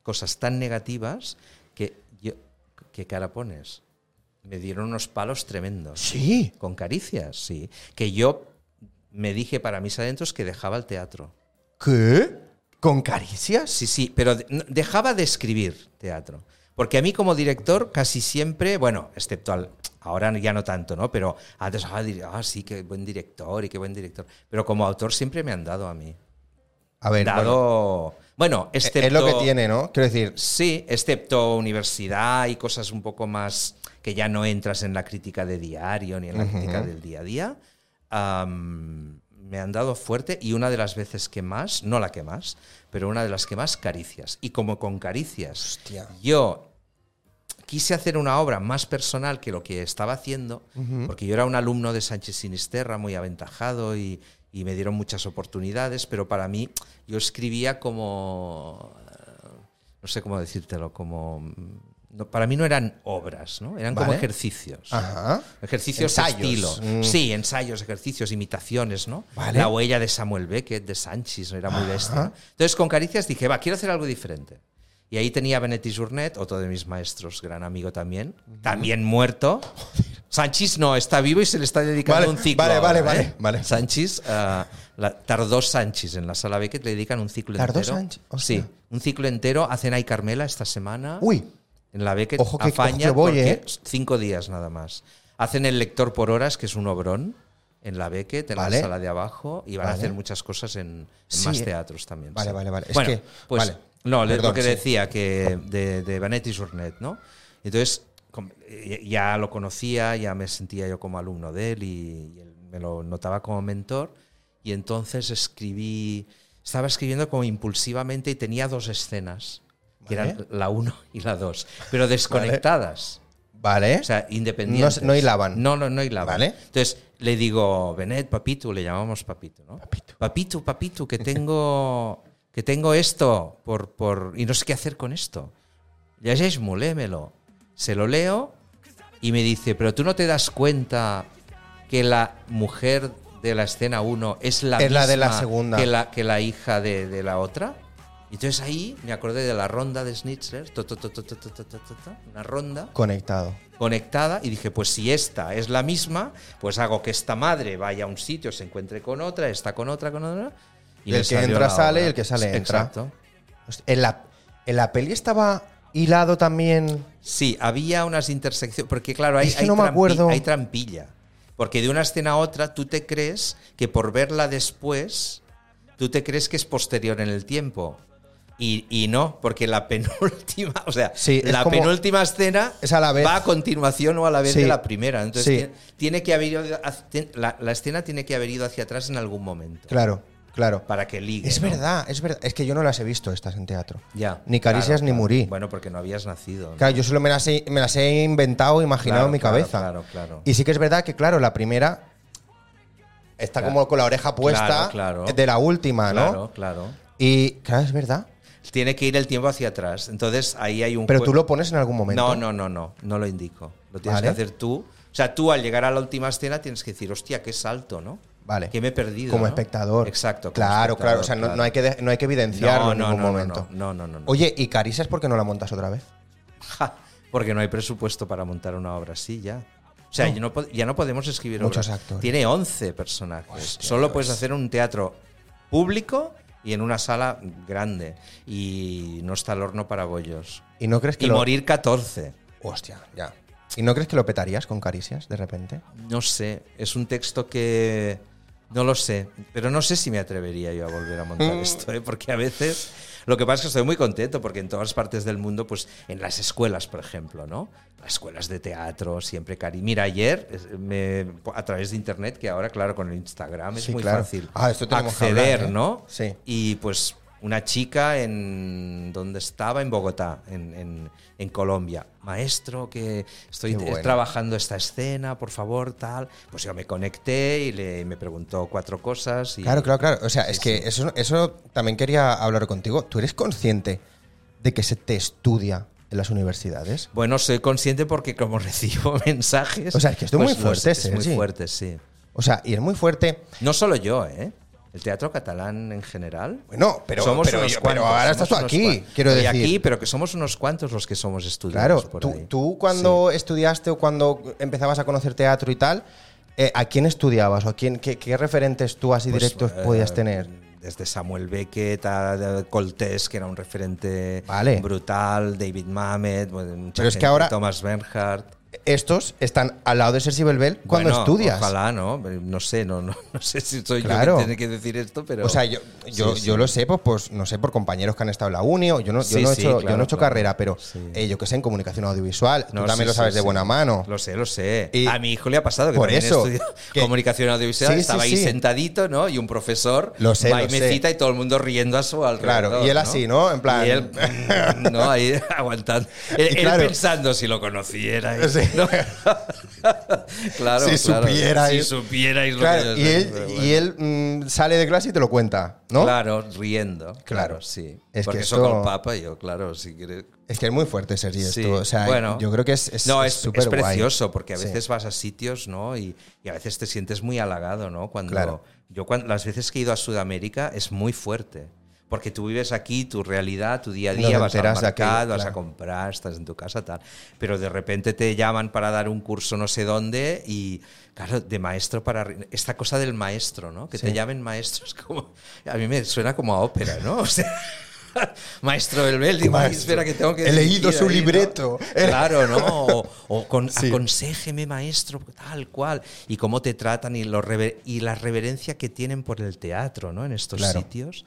[SPEAKER 2] cosas tan negativas que yo, ¿qué cara pones? Me dieron unos palos tremendos.
[SPEAKER 1] Sí.
[SPEAKER 2] Con caricias, sí. Que yo me dije para mis adentros que dejaba el teatro.
[SPEAKER 1] ¿Qué? ¿Con Caricias?
[SPEAKER 2] Sí, sí, pero de- no- dejaba de escribir teatro. Porque a mí como director casi siempre, bueno, excepto al, ahora ya no tanto, ¿no? Pero antes, ah, dir- ah, sí, qué buen director y qué buen director. Pero como autor siempre me han dado a mí.
[SPEAKER 1] A ver, bueno, e-,
[SPEAKER 2] dado, bueno, excepto...
[SPEAKER 1] es lo que tiene, ¿no? Quiero decir,
[SPEAKER 2] Sí, excepto universidad y cosas un poco más que ya no entras en la crítica de diario ni en la crítica del día a día. am, me han dado fuerte y una de las veces que más, no la que más, pero una de las que más, caricias. Y como con caricias,
[SPEAKER 1] Hostia.
[SPEAKER 2] yo quise hacer una obra más personal que lo que estaba haciendo, porque yo era un alumno de Sánchez Sinisterra, muy aventajado y, y me dieron muchas oportunidades, pero para mí yo escribía como, eh, no sé cómo decírtelo, como... mm, no, para mí no eran obras, ¿no? eran como
[SPEAKER 1] Vale. Ah,
[SPEAKER 2] ejercicios.
[SPEAKER 1] Ajá.
[SPEAKER 2] Ejercicios
[SPEAKER 1] Ensayos.
[SPEAKER 2] de estilo.
[SPEAKER 1] Mm.
[SPEAKER 2] Sí, ensayos, ejercicios, imitaciones, ¿no?
[SPEAKER 1] Vale.
[SPEAKER 2] La huella de Samuel Beckett, de Sánchez, era muy bestia. ¿no? Entonces, con Caricias dije, va, quiero hacer algo diferente. Y ahí tenía a Benetti Journet, otro de mis maestros, gran amigo también, también muerto. Sánchez no, está vivo y se le está dedicando
[SPEAKER 1] Vale,
[SPEAKER 2] un ciclo.
[SPEAKER 1] vale, vale,
[SPEAKER 2] ahora,
[SPEAKER 1] vale,
[SPEAKER 2] ¿eh?
[SPEAKER 1] vale.
[SPEAKER 2] Sánchez, ah, la- tardó Sánchez en la sala Beckett, le dedican un ciclo
[SPEAKER 1] Tardó
[SPEAKER 2] entero.
[SPEAKER 1] Sánchez, hostia.
[SPEAKER 2] Sí, un ciclo entero. Hacen ahí Carmela esta semana.
[SPEAKER 1] Uy,
[SPEAKER 2] En la Beckett
[SPEAKER 1] Ojo que- ojo
[SPEAKER 2] afaña
[SPEAKER 1] que voy,
[SPEAKER 2] porque
[SPEAKER 1] ¿eh?
[SPEAKER 2] cinco días nada más. Hacen el lector por horas, que es un obrón. en la Beckett, en
[SPEAKER 1] Vale.
[SPEAKER 2] la sala de abajo, y van a
[SPEAKER 1] Vale.
[SPEAKER 2] hacer muchas cosas en, en
[SPEAKER 1] Sí,
[SPEAKER 2] más
[SPEAKER 1] eh.
[SPEAKER 2] teatros también.
[SPEAKER 1] Vale,
[SPEAKER 2] sí.
[SPEAKER 1] vale, vale. Es
[SPEAKER 2] Bueno,
[SPEAKER 1] que-
[SPEAKER 2] pues,
[SPEAKER 1] vale.
[SPEAKER 2] no, le-
[SPEAKER 1] Perdón,
[SPEAKER 2] lo que
[SPEAKER 1] sí.
[SPEAKER 2] decía que de, de Vanetti Journet, ¿no? Entonces, com- eh, ya lo conocía, ya me sentía yo como alumno de él y, y él me lo notaba como mentor. Y entonces escribí, estaba escribiendo como impulsivamente y tenía dos escenas, que
[SPEAKER 1] Vale.
[SPEAKER 2] eran la 1 y la 2, pero desconectadas.
[SPEAKER 1] Vale.
[SPEAKER 2] O sea, independientes.
[SPEAKER 1] ¿eh? No- no hilaban.
[SPEAKER 2] No, no, no hilaban.
[SPEAKER 1] Vale.
[SPEAKER 2] Entonces le digo, Benet, papito, le llamamos papito, ¿no?
[SPEAKER 1] Papito.
[SPEAKER 2] Papito, papito, que tengo, que tengo esto por, por, y no sé qué hacer con esto. Ya es léemelo. Se lo leo y me dice, pero tú no te das cuenta que la mujer de la escena 1 es la
[SPEAKER 1] Es la de la
[SPEAKER 2] misma
[SPEAKER 1] segunda.
[SPEAKER 2] Que la, que la hija de, de la otra. Y entonces ahí me acordé de la ronda de Schnitzler, to, to, to, to, to, to, to, to, to, una ronda
[SPEAKER 1] Conectado.
[SPEAKER 2] conectada y dije, pues si esta es la misma, pues hago que esta madre vaya a un sitio, se encuentre con otra, esta con otra, con otra.
[SPEAKER 1] Y el
[SPEAKER 2] me
[SPEAKER 1] que
[SPEAKER 2] salió
[SPEAKER 1] entra
[SPEAKER 2] la
[SPEAKER 1] sale
[SPEAKER 2] obra.
[SPEAKER 1] y el que sale entra.
[SPEAKER 2] Exacto.
[SPEAKER 1] Hostia, En la, en la peli estaba hilado también.
[SPEAKER 2] Sí, había unas intersecciones, porque claro, hay,
[SPEAKER 1] Es que
[SPEAKER 2] hay
[SPEAKER 1] no me
[SPEAKER 2] trampi-
[SPEAKER 1] acuerdo.
[SPEAKER 2] hay trampilla. Porque de una escena a otra tú te crees que por verla después, tú te crees que es posterior en el tiempo. Y, y no, porque la [laughs] penúltima, o sea,
[SPEAKER 1] Sí, es
[SPEAKER 2] la
[SPEAKER 1] como-
[SPEAKER 2] penúltima escena
[SPEAKER 1] es a la vez.
[SPEAKER 2] va a continuación o a la vez
[SPEAKER 1] Sí,
[SPEAKER 2] de la primera. Entonces
[SPEAKER 1] sí.
[SPEAKER 2] tiene, tiene que haber ido hacia- tien- la, la escena tiene que haber ido hacia atrás en algún momento.
[SPEAKER 1] Claro, claro.
[SPEAKER 2] Para que ligue.
[SPEAKER 1] Es
[SPEAKER 2] ¿no?
[SPEAKER 1] verdad, es verdad. Es que yo no las he visto estas en teatro.
[SPEAKER 2] Ya.
[SPEAKER 1] Ni Caricias ni Murí.
[SPEAKER 2] Bueno, porque no habías nacido. ¿no?
[SPEAKER 1] Claro, yo solo me las he, me las he inventado, imaginado
[SPEAKER 2] Claro,
[SPEAKER 1] en mi
[SPEAKER 2] claro,
[SPEAKER 1] cabeza.
[SPEAKER 2] claro, claro.
[SPEAKER 1] Y sí que es verdad que, claro, la primera está
[SPEAKER 2] Claro.
[SPEAKER 1] como con la oreja puesta
[SPEAKER 2] claro.
[SPEAKER 1] de la última, ¿no?
[SPEAKER 2] Claro, claro.
[SPEAKER 1] Y, claro, es verdad.
[SPEAKER 2] Tiene que ir el tiempo hacia atrás. Entonces ahí hay un.
[SPEAKER 1] Pero
[SPEAKER 2] jue-
[SPEAKER 1] tú lo pones en algún momento.
[SPEAKER 2] No, no, no, no. No lo indico. Lo tienes
[SPEAKER 1] Vale.
[SPEAKER 2] que hacer tú. O sea, tú al llegar a la última escena tienes que decir, hostia, qué salto, ¿no?
[SPEAKER 1] Vale.
[SPEAKER 2] Que me he perdido.
[SPEAKER 1] Como
[SPEAKER 2] ¿no?".
[SPEAKER 1] espectador.
[SPEAKER 2] Exacto. como
[SPEAKER 1] Claro, claro.
[SPEAKER 2] espectador,
[SPEAKER 1] O sea, no,
[SPEAKER 2] claro.
[SPEAKER 1] no hay que de- no hay que evidenciarlo
[SPEAKER 2] No,
[SPEAKER 1] en
[SPEAKER 2] no,
[SPEAKER 1] ningún
[SPEAKER 2] no, no,
[SPEAKER 1] momento.
[SPEAKER 2] no, no, no, no.
[SPEAKER 1] Oye, ¿y Carisas por qué no la montas otra vez?
[SPEAKER 2] Ja, porque no hay presupuesto para montar una obra así ya. O sea,
[SPEAKER 1] No.
[SPEAKER 2] ya, no, pod- ya no podemos escribir
[SPEAKER 1] Muchos
[SPEAKER 2] obras.
[SPEAKER 1] actores.
[SPEAKER 2] Tiene 11 personajes.
[SPEAKER 1] Hostia,
[SPEAKER 2] Solo
[SPEAKER 1] Dios.
[SPEAKER 2] puedes hacer un teatro público y en una sala grande. Y no está el horno para bollos.
[SPEAKER 1] ¿Y no crees que
[SPEAKER 2] Y
[SPEAKER 1] lo-
[SPEAKER 2] morir 14.
[SPEAKER 1] Hostia, ya. ¿Y no crees que lo petarías con Caricias de repente?
[SPEAKER 2] No sé, es un texto que no lo sé, pero no sé si me atrevería yo a volver a
[SPEAKER 1] Mm.
[SPEAKER 2] montar esto, ¿eh? porque a veces lo que pasa es que estoy muy contento porque en todas partes del mundo, pues en las escuelas, por ejemplo, ¿no? Las escuelas de teatro, siempre cari. Mira, ayer eh, me, a través de internet, que ahora claro con el Instagram es
[SPEAKER 1] Sí,
[SPEAKER 2] muy
[SPEAKER 1] claro.
[SPEAKER 2] fácil
[SPEAKER 1] Ah, esto tenemos que
[SPEAKER 2] acceder,
[SPEAKER 1] hablar, ¿eh?
[SPEAKER 2] ¿no?
[SPEAKER 1] Sí.
[SPEAKER 2] Y pues una chica en donde estaba en Bogotá, en, en- en Colombia, maestro que estoy
[SPEAKER 1] Qué bueno.
[SPEAKER 2] eh, trabajando esta escena, por favor, tal. Pues yo me conecté y le, me preguntó cuatro cosas. Y,
[SPEAKER 1] Claro, claro, claro. O sea, es que Eso, eso también quería hablar contigo. ¿Tú eres consciente de que se te estudia en las universidades?
[SPEAKER 2] Bueno, soy consciente porque como [laughs] recibo mensajes.
[SPEAKER 1] O sea, es que esto es muy
[SPEAKER 2] los-
[SPEAKER 1] fuerte,
[SPEAKER 2] Es muy
[SPEAKER 1] Sergi.
[SPEAKER 2] fuerte, sí.
[SPEAKER 1] O sea, y es muy fuerte.
[SPEAKER 2] No solo yo, ¿eh? El teatro catalán en general.
[SPEAKER 1] Bueno, pero,
[SPEAKER 2] somos
[SPEAKER 1] pero,
[SPEAKER 2] unos
[SPEAKER 1] yo- pero
[SPEAKER 2] cuantos.
[SPEAKER 1] ahora
[SPEAKER 2] somos
[SPEAKER 1] estás tú
[SPEAKER 2] unos
[SPEAKER 1] aquí,
[SPEAKER 2] cuan-
[SPEAKER 1] quiero
[SPEAKER 2] Estoy
[SPEAKER 1] decir.
[SPEAKER 2] aquí, pero que somos unos cuantos los que somos estudiantes.
[SPEAKER 1] Claro,
[SPEAKER 2] por
[SPEAKER 1] tú,
[SPEAKER 2] ahí.
[SPEAKER 1] tú cuando estudiaste o cuando empezabas a conocer teatro y tal, eh, ¿a quién estudiabas o a quién, qué, qué referentes tú así
[SPEAKER 2] Pues,
[SPEAKER 1] directos
[SPEAKER 2] eh,
[SPEAKER 1] podías tener?
[SPEAKER 2] Desde Samuel Beckett a eh, Coltés, que era un referente
[SPEAKER 1] Vale.
[SPEAKER 2] brutal, David Mamet, bueno, mucha
[SPEAKER 1] Pero es que
[SPEAKER 2] gente,
[SPEAKER 1] ahora-
[SPEAKER 2] Thomas Bernhardt.
[SPEAKER 1] Estos están al lado de Sergi Belbel cuando
[SPEAKER 2] Bueno,
[SPEAKER 1] estudias.
[SPEAKER 2] Ojalá, ¿no? No sé, no, [laughs] no, no sé si soy
[SPEAKER 1] Claro.
[SPEAKER 2] yo quien tiene que decir esto, pero.
[SPEAKER 1] O sea, yo, yo,
[SPEAKER 2] Sí, sí.
[SPEAKER 1] yo lo sé, pues, pues, no sé, por compañeros que han estado en la uni, o yo no, yo
[SPEAKER 2] Sí,
[SPEAKER 1] no he
[SPEAKER 2] sí,
[SPEAKER 1] hecho, yo
[SPEAKER 2] claro,
[SPEAKER 1] no he hecho
[SPEAKER 2] claro.
[SPEAKER 1] carrera, pero
[SPEAKER 2] Sí.
[SPEAKER 1] eh, yo que sé, en comunicación audiovisual,
[SPEAKER 2] No,
[SPEAKER 1] tú también
[SPEAKER 2] sí,
[SPEAKER 1] lo sabes
[SPEAKER 2] sí,
[SPEAKER 1] de
[SPEAKER 2] sí.
[SPEAKER 1] buena mano.
[SPEAKER 2] Lo sé, lo sé.
[SPEAKER 1] Y-
[SPEAKER 2] a mi hijo le ha pasado que
[SPEAKER 1] Por
[SPEAKER 2] también
[SPEAKER 1] eso,
[SPEAKER 2] estudió
[SPEAKER 1] [laughs]
[SPEAKER 2] [laughs]
[SPEAKER 1] que-
[SPEAKER 2] comunicación audiovisual,
[SPEAKER 1] Sí, sí,
[SPEAKER 2] estaba ahí
[SPEAKER 1] sí.
[SPEAKER 2] sentadito, ¿no? Y un profesor
[SPEAKER 1] Lo sé,
[SPEAKER 2] va y
[SPEAKER 1] lo
[SPEAKER 2] me
[SPEAKER 1] sé.
[SPEAKER 2] cita y todo el mundo riendo a su alrededor.
[SPEAKER 1] Claro, y él así, ¿no? En plan- [laughs]
[SPEAKER 2] Y él, no, ahí [laughs] aguantando. Él,
[SPEAKER 1] Y
[SPEAKER 2] él
[SPEAKER 1] claro.
[SPEAKER 2] pensando si lo conociera.
[SPEAKER 1] Sí.
[SPEAKER 2] y-
[SPEAKER 1] [laughs]
[SPEAKER 2] ¿no? claro,
[SPEAKER 1] Si
[SPEAKER 2] claro.
[SPEAKER 1] supierais.
[SPEAKER 2] Si supierais lo que
[SPEAKER 1] Claro,
[SPEAKER 2] yo
[SPEAKER 1] y
[SPEAKER 2] sé,
[SPEAKER 1] él,
[SPEAKER 2] pero bueno.
[SPEAKER 1] y él mm, sale de clase y te lo cuenta, ¿no?
[SPEAKER 2] Claro, riendo. Claro, sí.
[SPEAKER 1] Es que
[SPEAKER 2] Porque
[SPEAKER 1] esto-
[SPEAKER 2] eso con el Papa, yo, claro, si quieres.
[SPEAKER 1] Es que es muy fuerte, Sergi, esto.
[SPEAKER 2] Sí,
[SPEAKER 1] O sea,
[SPEAKER 2] bueno.
[SPEAKER 1] yo creo que es es-
[SPEAKER 2] no,
[SPEAKER 1] es
[SPEAKER 2] es, es
[SPEAKER 1] súper guay.
[SPEAKER 2] precioso porque a
[SPEAKER 1] Sí.
[SPEAKER 2] veces vas a sitios, ¿no? Y, y a veces te sientes muy halagado, ¿no? Cuando
[SPEAKER 1] Claro.
[SPEAKER 2] yo cuando, las veces que he ido a Sudamérica es muy fuerte. Porque tú vives aquí, tu realidad, tu día a
[SPEAKER 1] No te
[SPEAKER 2] día, vas al
[SPEAKER 1] enteras de aquello,
[SPEAKER 2] mercado, vas
[SPEAKER 1] claro.
[SPEAKER 2] a comprar, estás en tu casa, tal. Pero de repente te llaman para dar un curso no sé dónde y, claro, de maestro para... arri- Esta cosa del maestro, ¿no? Que
[SPEAKER 1] Sí.
[SPEAKER 2] [laughs] te llamen maestro es como... A mí me suena como a ópera, ¿no? [laughs] O sea, Maestro del Bel, digo, "Ay,
[SPEAKER 1] Maestro,
[SPEAKER 2] espera que tengo que...
[SPEAKER 1] he leído
[SPEAKER 2] dirigir
[SPEAKER 1] su
[SPEAKER 2] ahí", ¿no?
[SPEAKER 1] libreto.
[SPEAKER 2] [laughs] Claro, ¿no? O, o con,
[SPEAKER 1] Sí.
[SPEAKER 2] aconséjeme, maestro, tal cual. Y cómo te tratan y, los rever- y la reverencia que tienen por el teatro, ¿no? En estos
[SPEAKER 1] Claro.
[SPEAKER 2] sitios.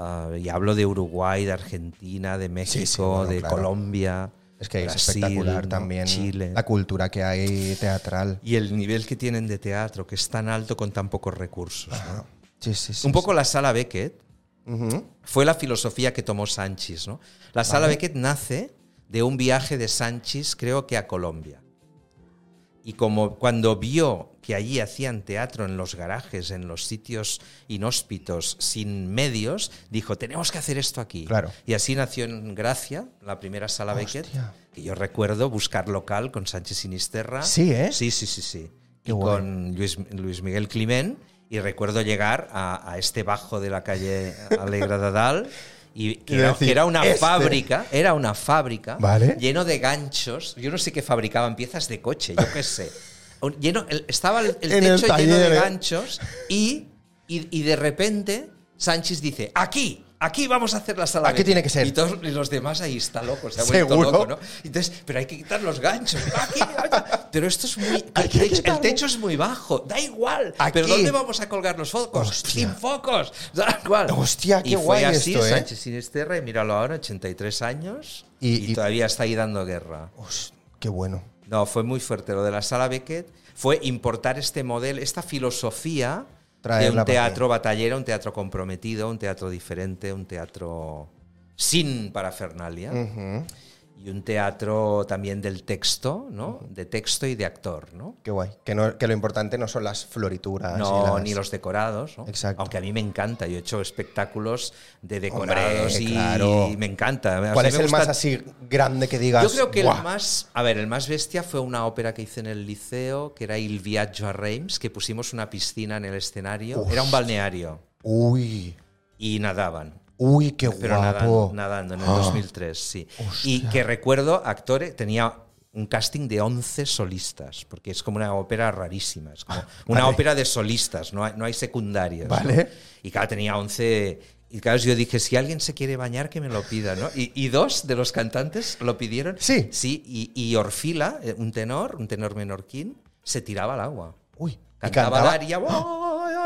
[SPEAKER 2] Ah, y hablo de Uruguay, de Argentina, de México,
[SPEAKER 1] bueno,
[SPEAKER 2] de
[SPEAKER 1] claro.
[SPEAKER 2] Colombia.
[SPEAKER 1] Es que es
[SPEAKER 2] Brasil,
[SPEAKER 1] espectacular
[SPEAKER 2] ¿no?
[SPEAKER 1] también
[SPEAKER 2] Chile.
[SPEAKER 1] la cultura que hay teatral.
[SPEAKER 2] Y el nivel que tienen de teatro, que es tan alto con tan pocos recursos. ¿no?
[SPEAKER 1] Sí, sí, Ah, sí.
[SPEAKER 2] Un poco la sala Beckett,
[SPEAKER 1] Ujú.
[SPEAKER 2] fue la filosofía que tomó Sánchez. ¿no? La sala Beckett nace de un viaje de Sánchez, creo que a Colombia. Y como cuando vio que allí hacían teatro en los garajes, en los sitios inhóspitos, sin medios, dijo, tenemos que hacer esto aquí.
[SPEAKER 1] Claro.
[SPEAKER 2] Y así nació en Gracia, la primera sala
[SPEAKER 1] Hostia.
[SPEAKER 2] Beckett, que yo recuerdo buscar local con Sánchez Sinisterra.
[SPEAKER 1] Sí, ¿eh?
[SPEAKER 2] Sí, sí, sí, sí.
[SPEAKER 1] Qué
[SPEAKER 2] y
[SPEAKER 1] guay.
[SPEAKER 2] con Luis, Luis Miguel Climent. Y recuerdo llegar a, a este bajo de la calle Alegra Dadal.
[SPEAKER 1] [laughs]
[SPEAKER 2] Y que
[SPEAKER 1] Y
[SPEAKER 2] era,
[SPEAKER 1] decir,
[SPEAKER 2] que era una
[SPEAKER 1] "Este".
[SPEAKER 2] fábrica, era una fábrica
[SPEAKER 1] Vale.
[SPEAKER 2] lleno de ganchos. Yo no sé qué fabricaban, piezas de coche, yo qué sé. Un- Lleno, el- estaba el, el
[SPEAKER 1] En el
[SPEAKER 2] techo lleno
[SPEAKER 1] taller,
[SPEAKER 2] de
[SPEAKER 1] ¿eh?
[SPEAKER 2] ganchos y, y, y de repente Sánchez dice, aquí, aquí vamos a hacer la sala.
[SPEAKER 1] Aquí
[SPEAKER 2] B".
[SPEAKER 1] tiene que ser.
[SPEAKER 2] Y todos y los demás ahí está loco, se ha vuelto
[SPEAKER 1] Seguro.
[SPEAKER 2] loco, ¿no? Entonces, pero hay que quitar los ganchos. Ah, Aquí, allá. pero esto es muy.
[SPEAKER 1] Hay
[SPEAKER 2] El
[SPEAKER 1] que
[SPEAKER 2] techo,
[SPEAKER 1] quitarlo.
[SPEAKER 2] el techo es muy bajo. Da igual.
[SPEAKER 1] Aquí.
[SPEAKER 2] Pero ¿dónde vamos a colgar los focos?
[SPEAKER 1] Hostia.
[SPEAKER 2] Sin focos. Da igual.
[SPEAKER 1] Hostia, qué
[SPEAKER 2] y fue
[SPEAKER 1] guay
[SPEAKER 2] así,
[SPEAKER 1] esto, ¿eh?
[SPEAKER 2] Sánchez Sinisterra, y míralo ahora, 83 años.
[SPEAKER 1] Y-
[SPEAKER 2] Y,
[SPEAKER 1] y-
[SPEAKER 2] todavía está ahí dando guerra.
[SPEAKER 1] Os- qué bueno.
[SPEAKER 2] No, fue muy fuerte. Lo de la sala Beckett fue importar este modelo, esta filosofía de
[SPEAKER 1] Traerla
[SPEAKER 2] un
[SPEAKER 1] para
[SPEAKER 2] teatro batallero, un teatro comprometido, un teatro diferente, un teatro sin parafernalia
[SPEAKER 1] Ujú.
[SPEAKER 2] y un teatro también del texto, ¿no? De texto y de actor, ¿no?
[SPEAKER 1] Qué guay. Que, no- que lo importante no son las florituras. y
[SPEAKER 2] No,
[SPEAKER 1] las-
[SPEAKER 2] ni los decorados, ¿no?
[SPEAKER 1] Exacto.
[SPEAKER 2] Aunque a mí me encanta, yo he hecho espectáculos de decorados y,
[SPEAKER 1] claro.
[SPEAKER 2] y me encanta. O sea,
[SPEAKER 1] ¿Cuál
[SPEAKER 2] me
[SPEAKER 1] es el
[SPEAKER 2] gusta-
[SPEAKER 1] más así grande que digas?
[SPEAKER 2] Yo creo que
[SPEAKER 1] "Buah"?
[SPEAKER 2] el más, a ver, el más bestia fue una ópera que hice en el liceo, que era Il Viaggio a Reims, que pusimos una piscina en el escenario,
[SPEAKER 1] Uf.
[SPEAKER 2] era un balneario
[SPEAKER 1] Uy,
[SPEAKER 2] y nadaban.
[SPEAKER 1] uy, qué
[SPEAKER 2] Pero
[SPEAKER 1] guapo.
[SPEAKER 2] nadando, nadando en el
[SPEAKER 1] Ah.
[SPEAKER 2] 2003, sí. Y
[SPEAKER 1] Hostia.
[SPEAKER 2] que recuerdo, actores, tenía un casting de 11 solistas, porque es como una ópera rarísima, es como una
[SPEAKER 1] Ah, vale.
[SPEAKER 2] ópera de solistas, no hay, no hay secundarias. ¿no?
[SPEAKER 1] Vale.
[SPEAKER 2] Y claro, tenía 11... Y claro, yo dije, si alguien se quiere bañar, que me lo pida, ¿no? Y, y dos de los cantantes lo pidieron.
[SPEAKER 1] Sí.
[SPEAKER 2] Sí, y, y Orfila, eh, un tenor, un tenor menorquín, se tiraba al agua.
[SPEAKER 1] Uy, y
[SPEAKER 2] Cantaba,
[SPEAKER 1] cantaba.
[SPEAKER 2] Daria, ¡oh!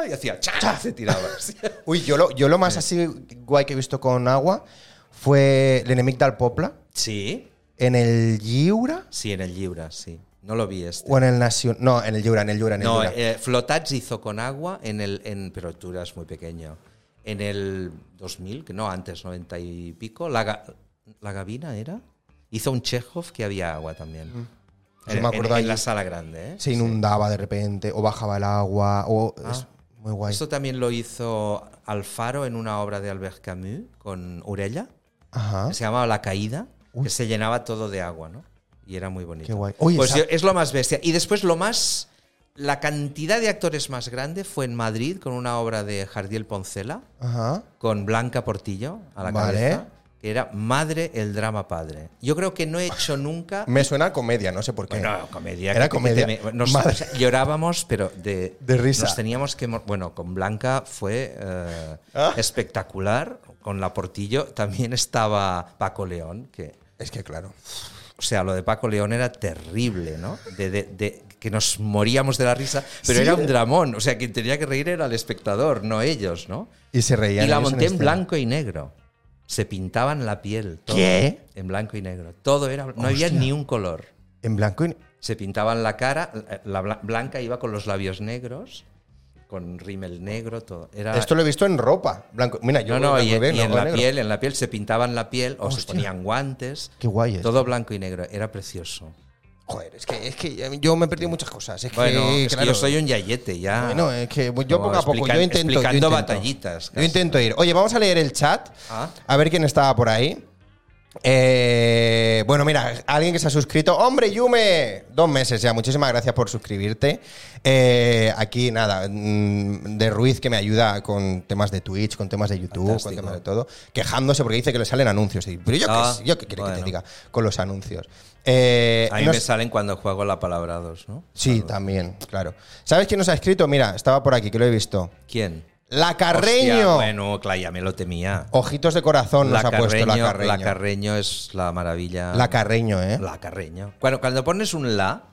[SPEAKER 2] y hacía, ¡cha! Se tiraba. [laughs] Sí.
[SPEAKER 1] Uy, yo lo, yo lo más así guay que he visto con agua fue l'enemic del poble
[SPEAKER 2] sí.
[SPEAKER 1] en el Lliura
[SPEAKER 2] Sí, en el Lliura, sí. No lo vi este.
[SPEAKER 1] o en el Nacional. No, en el Lliura, en el Lliura, en el
[SPEAKER 2] no,
[SPEAKER 1] Lliura.
[SPEAKER 2] eh, Flotats hizo con agua en el. En, pero tú eras muy pequeño. En el 2000, que no, antes, 90 y pico, la, ga- la Gavina era. Hizo un Chekhov que había agua también.
[SPEAKER 1] Sí, Mm. me acuerdo
[SPEAKER 2] en la
[SPEAKER 1] allí.
[SPEAKER 2] sala grande, ¿eh?
[SPEAKER 1] se inundaba de repente o bajaba el agua o
[SPEAKER 2] Ah.
[SPEAKER 1] es muy guay.
[SPEAKER 2] Esto también lo hizo Alfaro en una obra de Albert Camus con Urella,
[SPEAKER 1] Ajá.
[SPEAKER 2] que se llamaba La Caída, que se llenaba todo de agua, ¿no? Y era muy bonito.
[SPEAKER 1] Qué guay. Oye,
[SPEAKER 2] pues
[SPEAKER 1] esa-
[SPEAKER 2] yo- es lo más bestia. Y después lo más. La cantidad de actores más grande fue en Madrid con una obra de Jardiel Poncela,
[SPEAKER 1] Ajá.
[SPEAKER 2] con Blanca Portillo a la
[SPEAKER 1] Vale.
[SPEAKER 2] cabeza, que era Madre el drama padre. Yo creo que no he hecho nunca.
[SPEAKER 1] Me suena a comedia, no sé por Mm, qué.
[SPEAKER 2] Bueno, comedia.
[SPEAKER 1] Era
[SPEAKER 2] que te-
[SPEAKER 1] comedia.
[SPEAKER 2] que te me- nos-
[SPEAKER 1] Madre.
[SPEAKER 2] o sea, llorábamos, pero de,
[SPEAKER 1] De risa.
[SPEAKER 2] Nos teníamos que. mo- Bueno, con Blanca fue eh,
[SPEAKER 1] Ah.
[SPEAKER 2] espectacular. Con la Portillo también estaba Paco León, que
[SPEAKER 1] Es que claro.
[SPEAKER 2] o sea, lo de Paco León era terrible, ¿no? De, de- de- que nos moríamos de la risa, pero
[SPEAKER 1] Sí.
[SPEAKER 2] era un dramón. O sea, quien tenía que reír era el espectador, no ellos, ¿no?
[SPEAKER 1] Y se
[SPEAKER 2] Y,
[SPEAKER 1] reían.
[SPEAKER 2] la
[SPEAKER 1] ellos
[SPEAKER 2] monté en
[SPEAKER 1] escena.
[SPEAKER 2] blanco y negro. Se pintaban la piel. todo,
[SPEAKER 1] ¿Qué?
[SPEAKER 2] En blanco y negro. Todo era. No había
[SPEAKER 1] Hostia.
[SPEAKER 2] ni un color.
[SPEAKER 1] En blanco y.
[SPEAKER 2] Se pintaban la cara, la bla- blanca iba con los labios negros, con rímel negro, todo. Era,
[SPEAKER 1] Esto lo he visto en ropa. Blanco. Mira, yo
[SPEAKER 2] Ah. no, no,
[SPEAKER 1] blanco
[SPEAKER 2] y,
[SPEAKER 1] y negro,
[SPEAKER 2] y en
[SPEAKER 1] blanco
[SPEAKER 2] la
[SPEAKER 1] y negro.
[SPEAKER 2] piel, en la piel se pintaban la piel o se
[SPEAKER 1] Hostia.
[SPEAKER 2] ponían guantes.
[SPEAKER 1] Qué guay es.
[SPEAKER 2] Todo blanco y negro. Era precioso.
[SPEAKER 1] Joder, es que, es que yo me he perdido muchas cosas. Es que,
[SPEAKER 2] Bueno, es que
[SPEAKER 1] claro,
[SPEAKER 2] yo soy un yayete ya.
[SPEAKER 1] Bueno, es que yo
[SPEAKER 2] No,
[SPEAKER 1] poco a poco, yo
[SPEAKER 2] Ah, explican-
[SPEAKER 1] intento. yo
[SPEAKER 2] explicando
[SPEAKER 1] intento.
[SPEAKER 2] batallitas,
[SPEAKER 1] Yo
[SPEAKER 2] casi.
[SPEAKER 1] intento ir. Oye, vamos a leer el chat,
[SPEAKER 2] Ah.
[SPEAKER 1] a ver quién estaba por ahí. Eh, bueno, mira, alguien que se ha suscrito. ¡Hombre, Yume! Dos meses ya, muchísimas gracias por suscribirte. Eh, aquí, nada, mm, de Ruiz que me ayuda con temas de Twitch, con temas de YouTube, con
[SPEAKER 2] Fantástico.
[SPEAKER 1] temas de todo. Quejándose porque dice que le salen anuncios. Y, Pero yo,
[SPEAKER 2] Ah,
[SPEAKER 1] qué, sé, yo qué quiere que te
[SPEAKER 2] bueno.
[SPEAKER 1] diga con los anuncios. Eh,
[SPEAKER 2] A mí
[SPEAKER 1] no
[SPEAKER 2] me
[SPEAKER 1] sé-
[SPEAKER 2] salen cuando juego la palabra 2, ¿no?
[SPEAKER 1] Sí, también, claro. ¿Sabes quién nos ha escrito? Mira, estaba por aquí, que lo he visto.
[SPEAKER 2] ¿Quién?
[SPEAKER 1] Lacarreño.
[SPEAKER 2] Hostia, bueno, claro, ya me lo temía.
[SPEAKER 1] Ojitos de corazón nos ha puesto la
[SPEAKER 2] Lacarreño,
[SPEAKER 1] carreño.
[SPEAKER 2] Lacarreño es la maravilla.
[SPEAKER 1] La carreño, ¿eh?
[SPEAKER 2] La Carreño. Cuando, cuando pones un la,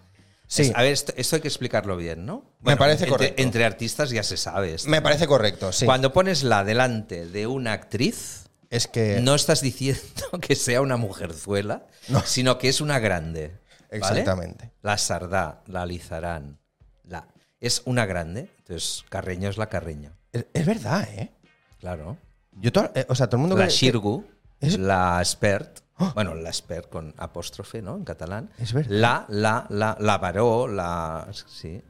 [SPEAKER 1] Sí.
[SPEAKER 2] es- a ver, esto, esto hay que explicarlo bien, ¿no?
[SPEAKER 1] Me parece
[SPEAKER 2] entre,
[SPEAKER 1] correcto.
[SPEAKER 2] Entre artistas ya se sabe esto.
[SPEAKER 1] Me parece correcto, sí.
[SPEAKER 2] Cuando pones la delante de una actriz,
[SPEAKER 1] es que.
[SPEAKER 2] no estás diciendo [laughs] que sea una mujerzuela,
[SPEAKER 1] No.
[SPEAKER 2] sino que es una grande. ¿vale?
[SPEAKER 1] Exactamente.
[SPEAKER 2] La Sardá, la Lizarán, la. Es una grande, entonces Carreño es la Carreño,
[SPEAKER 1] Es, es verdad, ¿eh?
[SPEAKER 2] claro.
[SPEAKER 1] Yo to- eh, o sea, todo el mundo.
[SPEAKER 2] La
[SPEAKER 1] que-
[SPEAKER 2] Xirgu,
[SPEAKER 1] es- ¡Ah!
[SPEAKER 2] la Expert, bueno, la Expert con apóstrofe, ¿no? En catalán.
[SPEAKER 1] Es verdad.
[SPEAKER 2] La, la, la, la Baró, la. Sí.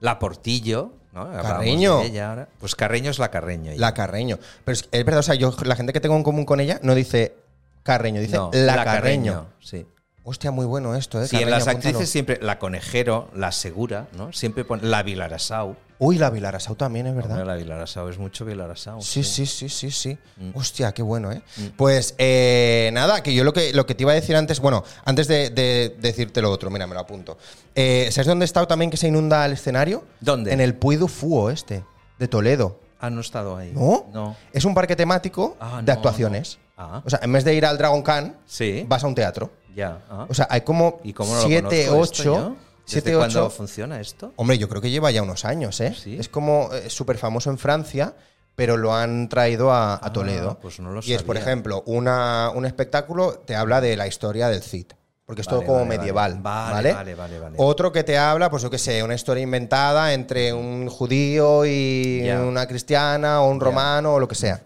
[SPEAKER 2] La Portillo, ¿no? Hablábamos
[SPEAKER 1] Carreño.
[SPEAKER 2] de ella ahora. Pues Carreño es la Carreño. ya.
[SPEAKER 1] la carreño. Pero es, es verdad, o sea, yo, la gente que tengo en común con ella no dice carreño, dice
[SPEAKER 2] No,
[SPEAKER 1] la, carreño.
[SPEAKER 2] Carreño, Sí.
[SPEAKER 1] Hostia, muy bueno esto, ¿eh?
[SPEAKER 2] Sí, en
[SPEAKER 1] Carreño,
[SPEAKER 2] las
[SPEAKER 1] apúntalo.
[SPEAKER 2] actrices siempre la Conejero, la Segura, ¿no? Siempre ponen la Vilarasau.
[SPEAKER 1] Uy, la Vilarasau también, es verdad.
[SPEAKER 2] Hombre, La Vilarasau es mucho Vilarasau.
[SPEAKER 1] Sí, sí, sí, sí, sí.
[SPEAKER 2] Mm.
[SPEAKER 1] Hostia, qué bueno, ¿eh? Pues eh, nada, que yo lo que, lo que te iba a decir antes, bueno, antes de, de decirte lo otro, mira, me lo apunto. Eh, ¿Sabes dónde he estado también que se inunda el escenario?
[SPEAKER 2] ¿Dónde?
[SPEAKER 1] En el Puy du Fúo este, de Toledo.
[SPEAKER 2] Ah, no he estado ahí.
[SPEAKER 1] ¿No?
[SPEAKER 2] No.
[SPEAKER 1] Es un parque temático
[SPEAKER 2] Ah,
[SPEAKER 1] de
[SPEAKER 2] no,
[SPEAKER 1] actuaciones.
[SPEAKER 2] no. Ah.
[SPEAKER 1] O sea, en vez de ir al Dragon Khan,
[SPEAKER 2] Sí.
[SPEAKER 1] vas a un teatro.
[SPEAKER 2] Ya. ah.
[SPEAKER 1] O sea, hay como
[SPEAKER 2] ¿Y cómo no lo
[SPEAKER 1] 7,
[SPEAKER 2] conozco esto
[SPEAKER 1] 8...
[SPEAKER 2] yo? ¿Desde cuándo funciona esto?
[SPEAKER 1] Hombre, yo creo que lleva ya unos años, ¿eh?
[SPEAKER 2] Sí.
[SPEAKER 1] Es como eh, súper famoso en Francia, pero lo han traído a, a
[SPEAKER 2] Ah,
[SPEAKER 1] Toledo.
[SPEAKER 2] pues no lo
[SPEAKER 1] y es, por
[SPEAKER 2] sabía.
[SPEAKER 1] ejemplo, una, un espectáculo te habla de la historia del Cid. Porque es
[SPEAKER 2] Vale,
[SPEAKER 1] todo como
[SPEAKER 2] vale, vale.
[SPEAKER 1] medieval. Vale
[SPEAKER 2] Vale,
[SPEAKER 1] ¿vale?
[SPEAKER 2] vale, vale, vale.
[SPEAKER 1] Otro que te habla, pues yo qué sé, una historia inventada entre un judío y
[SPEAKER 2] Ya.
[SPEAKER 1] una cristiana o un romano o lo que
[SPEAKER 2] [laughs]
[SPEAKER 1] sea.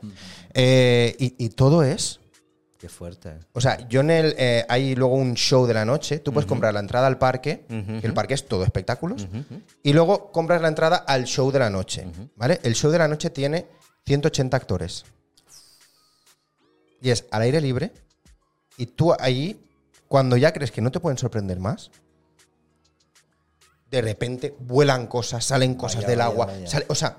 [SPEAKER 1] Eh, y- y todo es
[SPEAKER 2] Qué fuerte.
[SPEAKER 1] o sea, yo en el. eh, hay luego un show de la noche. Tú puedes comprar la entrada al parque, que el parque es todo espectáculos. Y luego compras la entrada al show de la noche. ¿Vale? El show de la noche tiene 180 actores. Y es al aire libre. Y tú ahí, cuando ya crees que no te pueden sorprender más, de repente vuelan cosas, salen cosas
[SPEAKER 2] Vaya,
[SPEAKER 1] del
[SPEAKER 2] vaya,
[SPEAKER 1] agua.
[SPEAKER 2] vaya.
[SPEAKER 1] sale- o sea,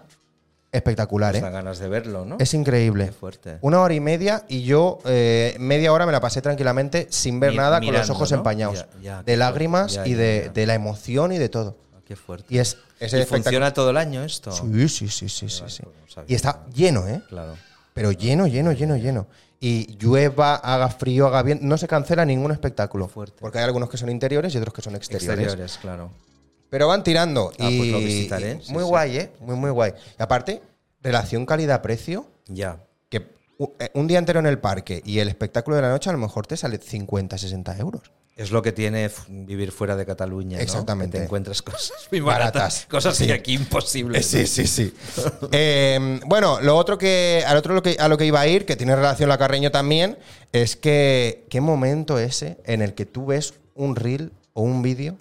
[SPEAKER 1] espectacular,
[SPEAKER 2] Nos
[SPEAKER 1] ¿eh?
[SPEAKER 2] da ganas de verlo, ¿no?
[SPEAKER 1] Es increíble.
[SPEAKER 2] Qué fuerte.
[SPEAKER 1] Una hora y media y yo eh, media hora me la pasé tranquilamente sin ver
[SPEAKER 2] Mi-
[SPEAKER 1] nada, con los
[SPEAKER 2] mirando,
[SPEAKER 1] ojos
[SPEAKER 2] ¿no?
[SPEAKER 1] empañados.
[SPEAKER 2] Ya, ya,
[SPEAKER 1] de
[SPEAKER 2] qué
[SPEAKER 1] lágrimas
[SPEAKER 2] fuerte.
[SPEAKER 1] y
[SPEAKER 2] Ya,
[SPEAKER 1] de,
[SPEAKER 2] ya, ya.
[SPEAKER 1] de la emoción y de todo.
[SPEAKER 2] Ah, Qué fuerte.
[SPEAKER 1] Y es, es
[SPEAKER 2] ¿Y
[SPEAKER 1] espectacular.
[SPEAKER 2] funciona todo el año esto?
[SPEAKER 1] Sí, sí, sí, sí, sí, sí.
[SPEAKER 2] pues no sabía.
[SPEAKER 1] Y está lleno, ¿eh?
[SPEAKER 2] Claro.
[SPEAKER 1] Pero lleno, lleno, lleno, lleno. Y llueva, haga frío, haga bien, no se cancela ningún espectáculo.
[SPEAKER 2] fuerte.
[SPEAKER 1] Porque hay algunos que son interiores y otros que son exteriores.
[SPEAKER 2] Exteriores, claro.
[SPEAKER 1] Pero van tirando.
[SPEAKER 2] Ah,
[SPEAKER 1] y,
[SPEAKER 2] pues lo visitaré,
[SPEAKER 1] y
[SPEAKER 2] sí,
[SPEAKER 1] muy
[SPEAKER 2] sí.
[SPEAKER 1] guay, ¿eh? Muy, muy guay. Y aparte, relación calidad-precio,
[SPEAKER 2] Ya.
[SPEAKER 1] que u- eh, un día entero en el parque y el espectáculo de la noche a lo mejor te sale 50, 60 euros.
[SPEAKER 2] Es lo que tiene f- vivir fuera de Cataluña. ¿no?
[SPEAKER 1] Exactamente.
[SPEAKER 2] Que te encuentras cosas muy
[SPEAKER 1] Baratas,
[SPEAKER 2] baratas. Cosas
[SPEAKER 1] sí.
[SPEAKER 2] que aquí imposibles.
[SPEAKER 1] sí, [laughs] sí. Em, bueno, lo otro que, al otro lo que, a lo que iba a ir, que tiene relación la Carreño también, es que qué momento ese en el que tú ves un reel o un vídeo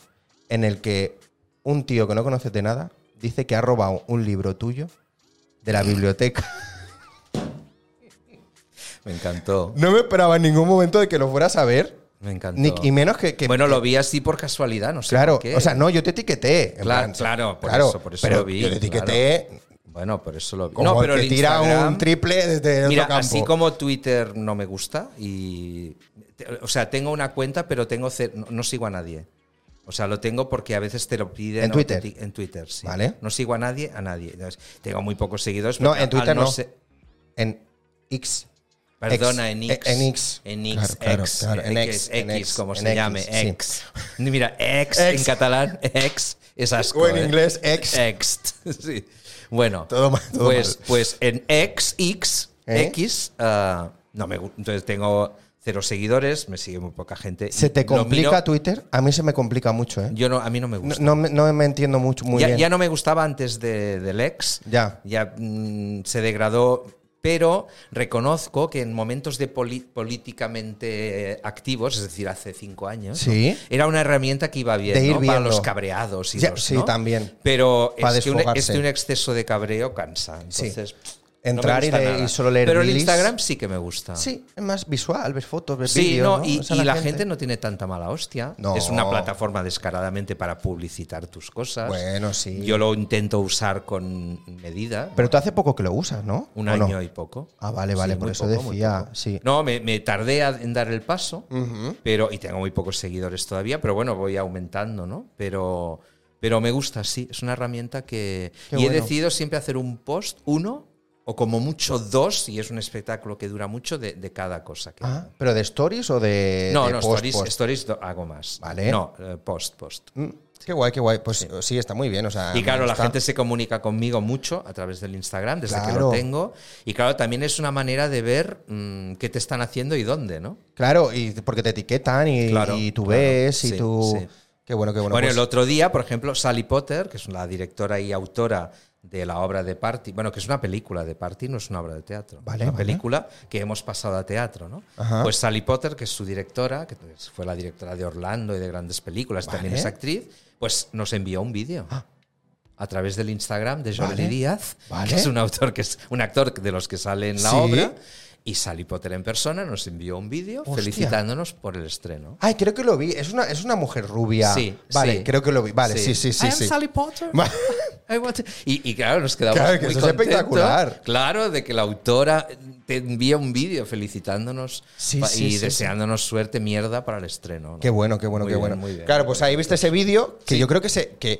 [SPEAKER 1] en el que un tío que no conoces de nada dice que ha robado un libro tuyo de la [laughs] biblioteca.
[SPEAKER 2] Me encantó.
[SPEAKER 1] No me esperaba en ningún momento de que lo fueras a ver.
[SPEAKER 2] Me encantó.
[SPEAKER 1] Ni, y menos que, que
[SPEAKER 2] bueno, lo vi así por casualidad, no sé.
[SPEAKER 1] Claro,
[SPEAKER 2] por qué.
[SPEAKER 1] o sea, no, yo te etiqueté. en
[SPEAKER 2] Claro, claro, por eso- por eso
[SPEAKER 1] pero
[SPEAKER 2] lo vi,
[SPEAKER 1] Yo te etiqueté
[SPEAKER 2] Bueno, por eso lo vi.
[SPEAKER 1] como
[SPEAKER 2] no, pero
[SPEAKER 1] el que
[SPEAKER 2] el
[SPEAKER 1] tira
[SPEAKER 2] Instagram-
[SPEAKER 1] un triple desde
[SPEAKER 2] Mira,
[SPEAKER 1] otro campo.
[SPEAKER 2] así como Twitter no me gusta y te- o sea, tengo una cuenta, pero tengo ce- no, no sigo a nadie. O sea, lo tengo porque a veces te lo piden
[SPEAKER 1] ¿En
[SPEAKER 2] o
[SPEAKER 1] Twitter?
[SPEAKER 2] te- en Twitter, sí.
[SPEAKER 1] Vale.
[SPEAKER 2] No sigo a nadie, a nadie. Entonces, tengo muy pocos seguidores.
[SPEAKER 1] No,
[SPEAKER 2] porque
[SPEAKER 1] en
[SPEAKER 2] al
[SPEAKER 1] Twitter no.
[SPEAKER 2] ser-
[SPEAKER 1] en X.
[SPEAKER 2] Perdona, en
[SPEAKER 1] Ex-
[SPEAKER 2] X.
[SPEAKER 1] e, en X.
[SPEAKER 2] En X,
[SPEAKER 1] Claro, claro,
[SPEAKER 2] X,
[SPEAKER 1] claro, en
[SPEAKER 2] en
[SPEAKER 1] X,
[SPEAKER 2] X,
[SPEAKER 1] en X,
[SPEAKER 2] X, como
[SPEAKER 1] en
[SPEAKER 2] se
[SPEAKER 1] X,
[SPEAKER 2] llame,
[SPEAKER 1] sí.
[SPEAKER 2] X. [laughs] Mira, X,
[SPEAKER 1] Ex.
[SPEAKER 2] en catalán, [laughs] X es asco.
[SPEAKER 1] O en
[SPEAKER 2] ¿eh?
[SPEAKER 1] inglés, ex.
[SPEAKER 2] Ext, [laughs] sí. Bueno,
[SPEAKER 1] Todo mal, todo
[SPEAKER 2] pues,
[SPEAKER 1] mal.
[SPEAKER 2] pues en X, X,
[SPEAKER 1] ¿Eh?
[SPEAKER 2] X, ah, no me gu- entonces tengo cero seguidores, me sigue muy poca gente.
[SPEAKER 1] ¿Se te
[SPEAKER 2] Lo
[SPEAKER 1] complica
[SPEAKER 2] miro-
[SPEAKER 1] Twitter? A mí se me complica mucho, ¿eh?
[SPEAKER 2] Yo no, a mí no me
[SPEAKER 1] No,
[SPEAKER 2] gusta.
[SPEAKER 1] no me, no me entiendo mucho, muy
[SPEAKER 2] ya,
[SPEAKER 1] bien.
[SPEAKER 2] ya no me gustaba antes de- del ex.
[SPEAKER 1] Ya.
[SPEAKER 2] Ya mm, se degradó. Pero reconozco que en momentos de poli- políticamente eh, activos, es decir, hace cinco años,
[SPEAKER 1] Sí.
[SPEAKER 2] ¿no? era una herramienta que iba bien
[SPEAKER 1] De ir
[SPEAKER 2] ¿no? para
[SPEAKER 1] viendo.
[SPEAKER 2] los cabreados. Y
[SPEAKER 1] Ya,
[SPEAKER 2] los,
[SPEAKER 1] sí,
[SPEAKER 2] ¿no?
[SPEAKER 1] también.
[SPEAKER 2] Pero
[SPEAKER 1] Para
[SPEAKER 2] es que, un,
[SPEAKER 1] desfogarse.
[SPEAKER 2] es que un exceso de cabreo cansa.
[SPEAKER 1] Sí.
[SPEAKER 2] Entonces, no me
[SPEAKER 1] Entrar y
[SPEAKER 2] gusta
[SPEAKER 1] de-
[SPEAKER 2] nada.
[SPEAKER 1] y solo leer
[SPEAKER 2] Pero el
[SPEAKER 1] reels.
[SPEAKER 2] Instagram sí que me gusta.
[SPEAKER 1] Sí, es más visual, ves fotos, ves
[SPEAKER 2] Ah. Sí,
[SPEAKER 1] vídeos.
[SPEAKER 2] no,
[SPEAKER 1] ¿no?
[SPEAKER 2] y,
[SPEAKER 1] O sea,
[SPEAKER 2] y la, gente. no tiene tanta mala hostia.
[SPEAKER 1] No.
[SPEAKER 2] Es una plataforma descaradamente para publicitar tus cosas.
[SPEAKER 1] Bueno, sí.
[SPEAKER 2] Yo lo intento usar con medida.
[SPEAKER 1] Pero tú hace poco que lo usas, ¿no?
[SPEAKER 2] un
[SPEAKER 1] ¿O no?
[SPEAKER 2] año y poco.
[SPEAKER 1] Ah, vale, vale,
[SPEAKER 2] Sí,
[SPEAKER 1] por
[SPEAKER 2] muy
[SPEAKER 1] eso
[SPEAKER 2] poco, muy
[SPEAKER 1] decía.
[SPEAKER 2] poco.
[SPEAKER 1] Sí.
[SPEAKER 2] No, me, me tardé a- en dar el paso,
[SPEAKER 1] Ujú.
[SPEAKER 2] pero y tengo muy pocos seguidores todavía, pero bueno, voy aumentando, ¿no? Pero Pero me gusta, sí, es una herramienta que...
[SPEAKER 1] Qué
[SPEAKER 2] y he
[SPEAKER 1] bueno.
[SPEAKER 2] decidido siempre hacer un post, uno, o como mucho dos, y es un espectáculo que dura mucho, de, de cada cosa. Que
[SPEAKER 1] Ah, ¿Pero de stories o de.?
[SPEAKER 2] no,
[SPEAKER 1] de
[SPEAKER 2] no,
[SPEAKER 1] post,
[SPEAKER 2] stories,
[SPEAKER 1] post?
[SPEAKER 2] stories do- hago más.
[SPEAKER 1] Vale.
[SPEAKER 2] No, eh, post, post.
[SPEAKER 1] Mm, Qué guay, qué guay. Pues sí, está muy bien. O sea,
[SPEAKER 2] Y
[SPEAKER 1] Ah,
[SPEAKER 2] claro,
[SPEAKER 1] me
[SPEAKER 2] la
[SPEAKER 1] gusta.
[SPEAKER 2] gente se comunica conmigo mucho a través del Instagram, desde que
[SPEAKER 1] Claro.
[SPEAKER 2] lo tengo. Y claro, también es una manera de ver mm, qué te están haciendo y dónde, ¿no?
[SPEAKER 1] Claro, y porque te etiquetan y,
[SPEAKER 2] Claro,
[SPEAKER 1] y tú
[SPEAKER 2] claro,
[SPEAKER 1] ves y
[SPEAKER 2] sí,
[SPEAKER 1] tú.
[SPEAKER 2] sí.
[SPEAKER 1] Qué bueno, qué bueno.
[SPEAKER 2] Bueno,
[SPEAKER 1] pues-
[SPEAKER 2] el otro día, por ejemplo, Sally Potter, que es la directora y autora de la obra de Party, bueno, que es una película de Party, no es una obra de teatro.
[SPEAKER 1] Vale,
[SPEAKER 2] es una
[SPEAKER 1] vale.
[SPEAKER 2] película que hemos pasado a teatro, ¿no?
[SPEAKER 1] Ajá.
[SPEAKER 2] Pues Sally Potter, que es su directora, que fue la directora de Orlando y de grandes películas, también
[SPEAKER 1] Vale. Ah.
[SPEAKER 2] es actriz, pues nos envió un vídeo. A través del Instagram de Jordi
[SPEAKER 1] Vale.
[SPEAKER 2] Díaz,
[SPEAKER 1] Vale.
[SPEAKER 2] que es un autor que es un actor de los que sale en la
[SPEAKER 1] Sí.
[SPEAKER 2] obra, y Sally Potter en persona nos envió un vídeo
[SPEAKER 1] Hostia.
[SPEAKER 2] felicitándonos por el estreno.
[SPEAKER 1] Ay, creo que lo vi. Es una, es una mujer rubia.
[SPEAKER 2] Sí,
[SPEAKER 1] Vale,
[SPEAKER 2] sí.
[SPEAKER 1] creo que lo vi. Vale, sí, sí, sí.
[SPEAKER 2] I am
[SPEAKER 1] sí.
[SPEAKER 2] Sally Potter.
[SPEAKER 1] Va-
[SPEAKER 2] [laughs] I want to- Y, y claro, nos quedamos
[SPEAKER 1] Claro, que
[SPEAKER 2] muy
[SPEAKER 1] eso es
[SPEAKER 2] contentos,
[SPEAKER 1] espectacular.
[SPEAKER 2] Claro, de que la autora te envía un vídeo felicitándonos
[SPEAKER 1] Sí,
[SPEAKER 2] pa-
[SPEAKER 1] sí,
[SPEAKER 2] y
[SPEAKER 1] sí, sí. pues eh,
[SPEAKER 2] [laughs]
[SPEAKER 1] Ah, ¿eh? ¿eh?
[SPEAKER 2] mm,
[SPEAKER 1] Pues Eh, Pues,
[SPEAKER 2] Eh, pues Ah,
[SPEAKER 1] eh, Em,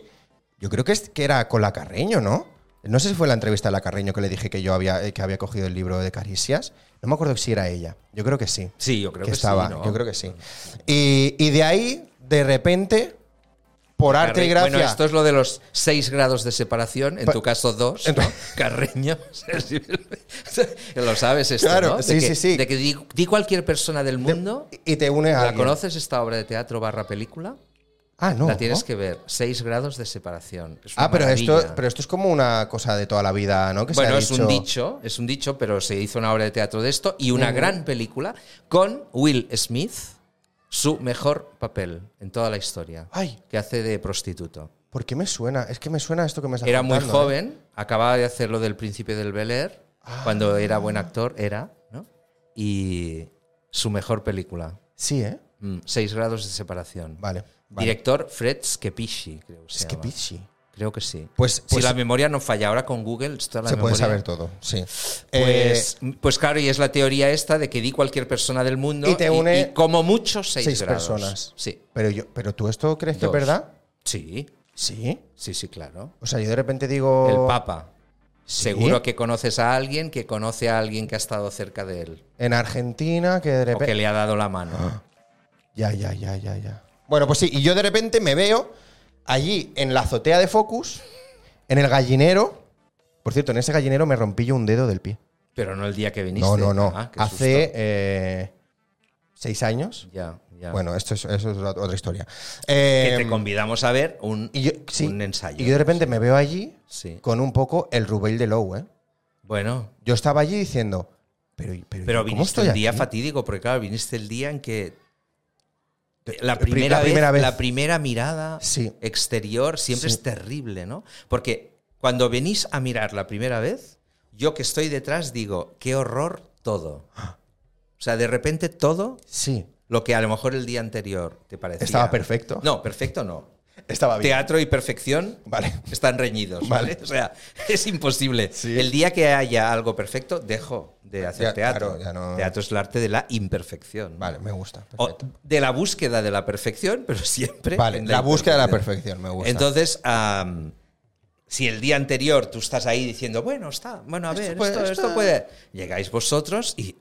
[SPEAKER 1] ¿eh? ¿eh? Eh, "Ah", Ah,
[SPEAKER 2] [laughs] ¿Ah, Mm. Ah, eh, Ah, eh, eh, [laughs] Me dice, no, ehm,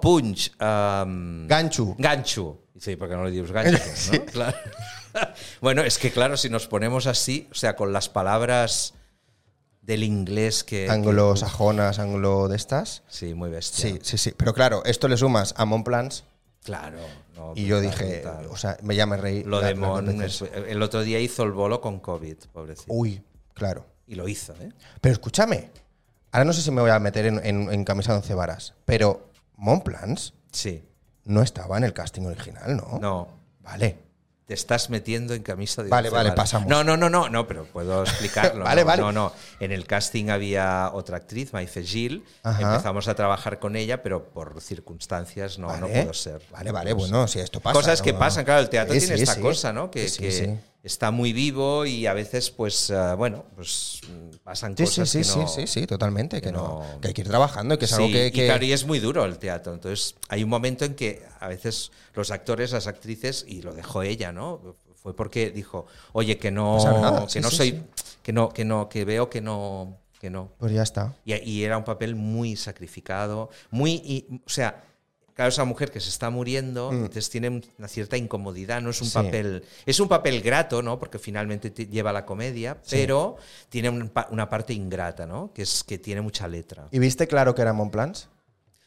[SPEAKER 2] punch. am,
[SPEAKER 1] Ganchu.
[SPEAKER 2] Ganchu. Sí, porque no le
[SPEAKER 1] [laughs]
[SPEAKER 2] dices gancho, ¿no? Claro. [laughs] bueno, es que claro, si nos ponemos así, o sea, con las palabras del inglés que...
[SPEAKER 1] Anglosajonas, anglo de estas.
[SPEAKER 2] Sí, muy bestia.
[SPEAKER 1] Sí, sí, sí. Pero claro, esto le sumas a Montplans
[SPEAKER 2] Claro. no,
[SPEAKER 1] y yo
[SPEAKER 2] brutal,
[SPEAKER 1] dije,
[SPEAKER 2] brutal.
[SPEAKER 1] o sea, me ya me reí.
[SPEAKER 2] Lo
[SPEAKER 1] la-
[SPEAKER 2] de
[SPEAKER 1] las dos
[SPEAKER 2] Mon,
[SPEAKER 1] veces.
[SPEAKER 2] es- el otro día hizo el bolo con COVID, pobrecito.
[SPEAKER 1] Uy, claro.
[SPEAKER 2] Y lo hizo, ¿eh?
[SPEAKER 1] Pero escúchame, ahora no sé si me voy a meter en, en, en camisa de once varas, pero Montplans
[SPEAKER 2] Sí.
[SPEAKER 1] no estaba en el casting original, ¿no?
[SPEAKER 2] No.
[SPEAKER 1] Vale.
[SPEAKER 2] Te estás metiendo en camisa de
[SPEAKER 1] Vale,
[SPEAKER 2] once
[SPEAKER 1] vale,
[SPEAKER 2] varas.
[SPEAKER 1] pasamos.
[SPEAKER 2] No, no, no, no, no, pero puedo
[SPEAKER 1] [laughs]
[SPEAKER 2] explicarlo.
[SPEAKER 1] Vale,
[SPEAKER 2] no,
[SPEAKER 1] vale.
[SPEAKER 2] No, no. En el casting había otra actriz, Maife Gil.
[SPEAKER 1] Ajá.
[SPEAKER 2] Empezamos a trabajar con ella, pero por circunstancias no,
[SPEAKER 1] vale.
[SPEAKER 2] no puedo ser.
[SPEAKER 1] Vale, vale, bueno, si esto pasa.
[SPEAKER 2] Cosas que
[SPEAKER 1] ¿no?
[SPEAKER 2] pasan, claro, el teatro
[SPEAKER 1] Sí,
[SPEAKER 2] tiene
[SPEAKER 1] sí,
[SPEAKER 2] esta
[SPEAKER 1] sí.
[SPEAKER 2] cosa, ¿no? Que,
[SPEAKER 1] Sí,
[SPEAKER 2] que
[SPEAKER 1] sí.
[SPEAKER 2] está muy vivo y a veces, pues, ah, bueno, pues mm, pasan
[SPEAKER 1] Sí, sí,
[SPEAKER 2] cosas
[SPEAKER 1] sí,
[SPEAKER 2] que
[SPEAKER 1] sí,
[SPEAKER 2] no-
[SPEAKER 1] sí, sí, totalmente. Que,
[SPEAKER 2] que
[SPEAKER 1] no,
[SPEAKER 2] no-
[SPEAKER 1] que hay que ir trabajando y que es algo
[SPEAKER 2] Sí,
[SPEAKER 1] que. que-
[SPEAKER 2] y claro, y es muy duro el teatro. Entonces, hay un momento en que a veces los actores, las actrices, y lo dejó ella, ¿no? Fue porque dijo, oye, que no,
[SPEAKER 1] pasa nada,
[SPEAKER 2] que
[SPEAKER 1] sí,
[SPEAKER 2] no
[SPEAKER 1] sí,
[SPEAKER 2] soy,
[SPEAKER 1] sí.
[SPEAKER 2] que no, que no, que veo que no, que no.
[SPEAKER 1] Pues ya está.
[SPEAKER 2] Y, y era un papel muy sacrificado, muy, y- o sea, claro, esa mujer que se está muriendo, entonces tiene una cierta incomodidad, no es un
[SPEAKER 1] Mm. Sí.
[SPEAKER 2] papel, es un papel grato, ¿no? Porque finalmente te lleva la comedia, pero tiene un pa- una parte ingrata, ¿no? Que es que tiene mucha letra.
[SPEAKER 1] ¿Y viste claro que era Montplans?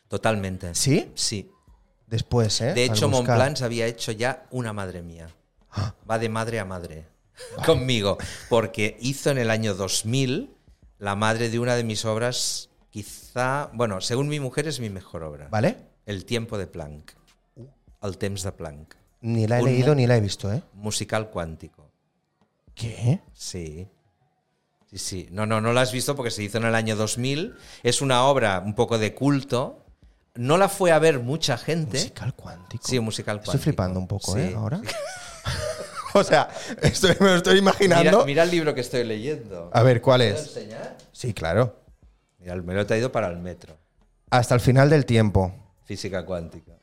[SPEAKER 2] Totalmente.
[SPEAKER 1] ¿Sí?
[SPEAKER 2] Sí.
[SPEAKER 1] Después, ¿eh?
[SPEAKER 2] De
[SPEAKER 1] Al
[SPEAKER 2] hecho,
[SPEAKER 1] buscar. Ah.
[SPEAKER 2] Montplans había hecho ya una madre mía. Va de madre a madre conmigo, porque hizo en el año 2000 la madre de una de mis obras, quizá, bueno, según mi mujer es mi mejor obra.
[SPEAKER 1] ¿Vale? Uh.
[SPEAKER 2] El tiempo de Planck. El temps de Planck.
[SPEAKER 1] Ni la he
[SPEAKER 2] Un
[SPEAKER 1] leído
[SPEAKER 2] mu-
[SPEAKER 1] ni la he visto, ¿eh?
[SPEAKER 2] Musical cuántico.
[SPEAKER 1] ¿Qué?
[SPEAKER 2] Sí. Sí, sí. No, no, no la has visto porque se hizo en el año 2000. Es una obra un poco de culto. No la fue a ver mucha gente.
[SPEAKER 1] Musical cuántico.
[SPEAKER 2] Sí, un musical
[SPEAKER 1] Estoy
[SPEAKER 2] cuántico.
[SPEAKER 1] flipando un poco, ¿eh?
[SPEAKER 2] Sí.
[SPEAKER 1] Ahora. [laughs] o sea, estoy- me lo estoy imaginando.
[SPEAKER 2] Mira, mira el libro que estoy leyendo.
[SPEAKER 1] A ver, ¿cuál
[SPEAKER 2] ¿Te puedo
[SPEAKER 1] es?
[SPEAKER 2] enseñar?
[SPEAKER 1] Sí, claro.
[SPEAKER 2] Mira, me lo he traído para el metro.
[SPEAKER 1] Hasta el final del tiempo.
[SPEAKER 2] Física cuántica.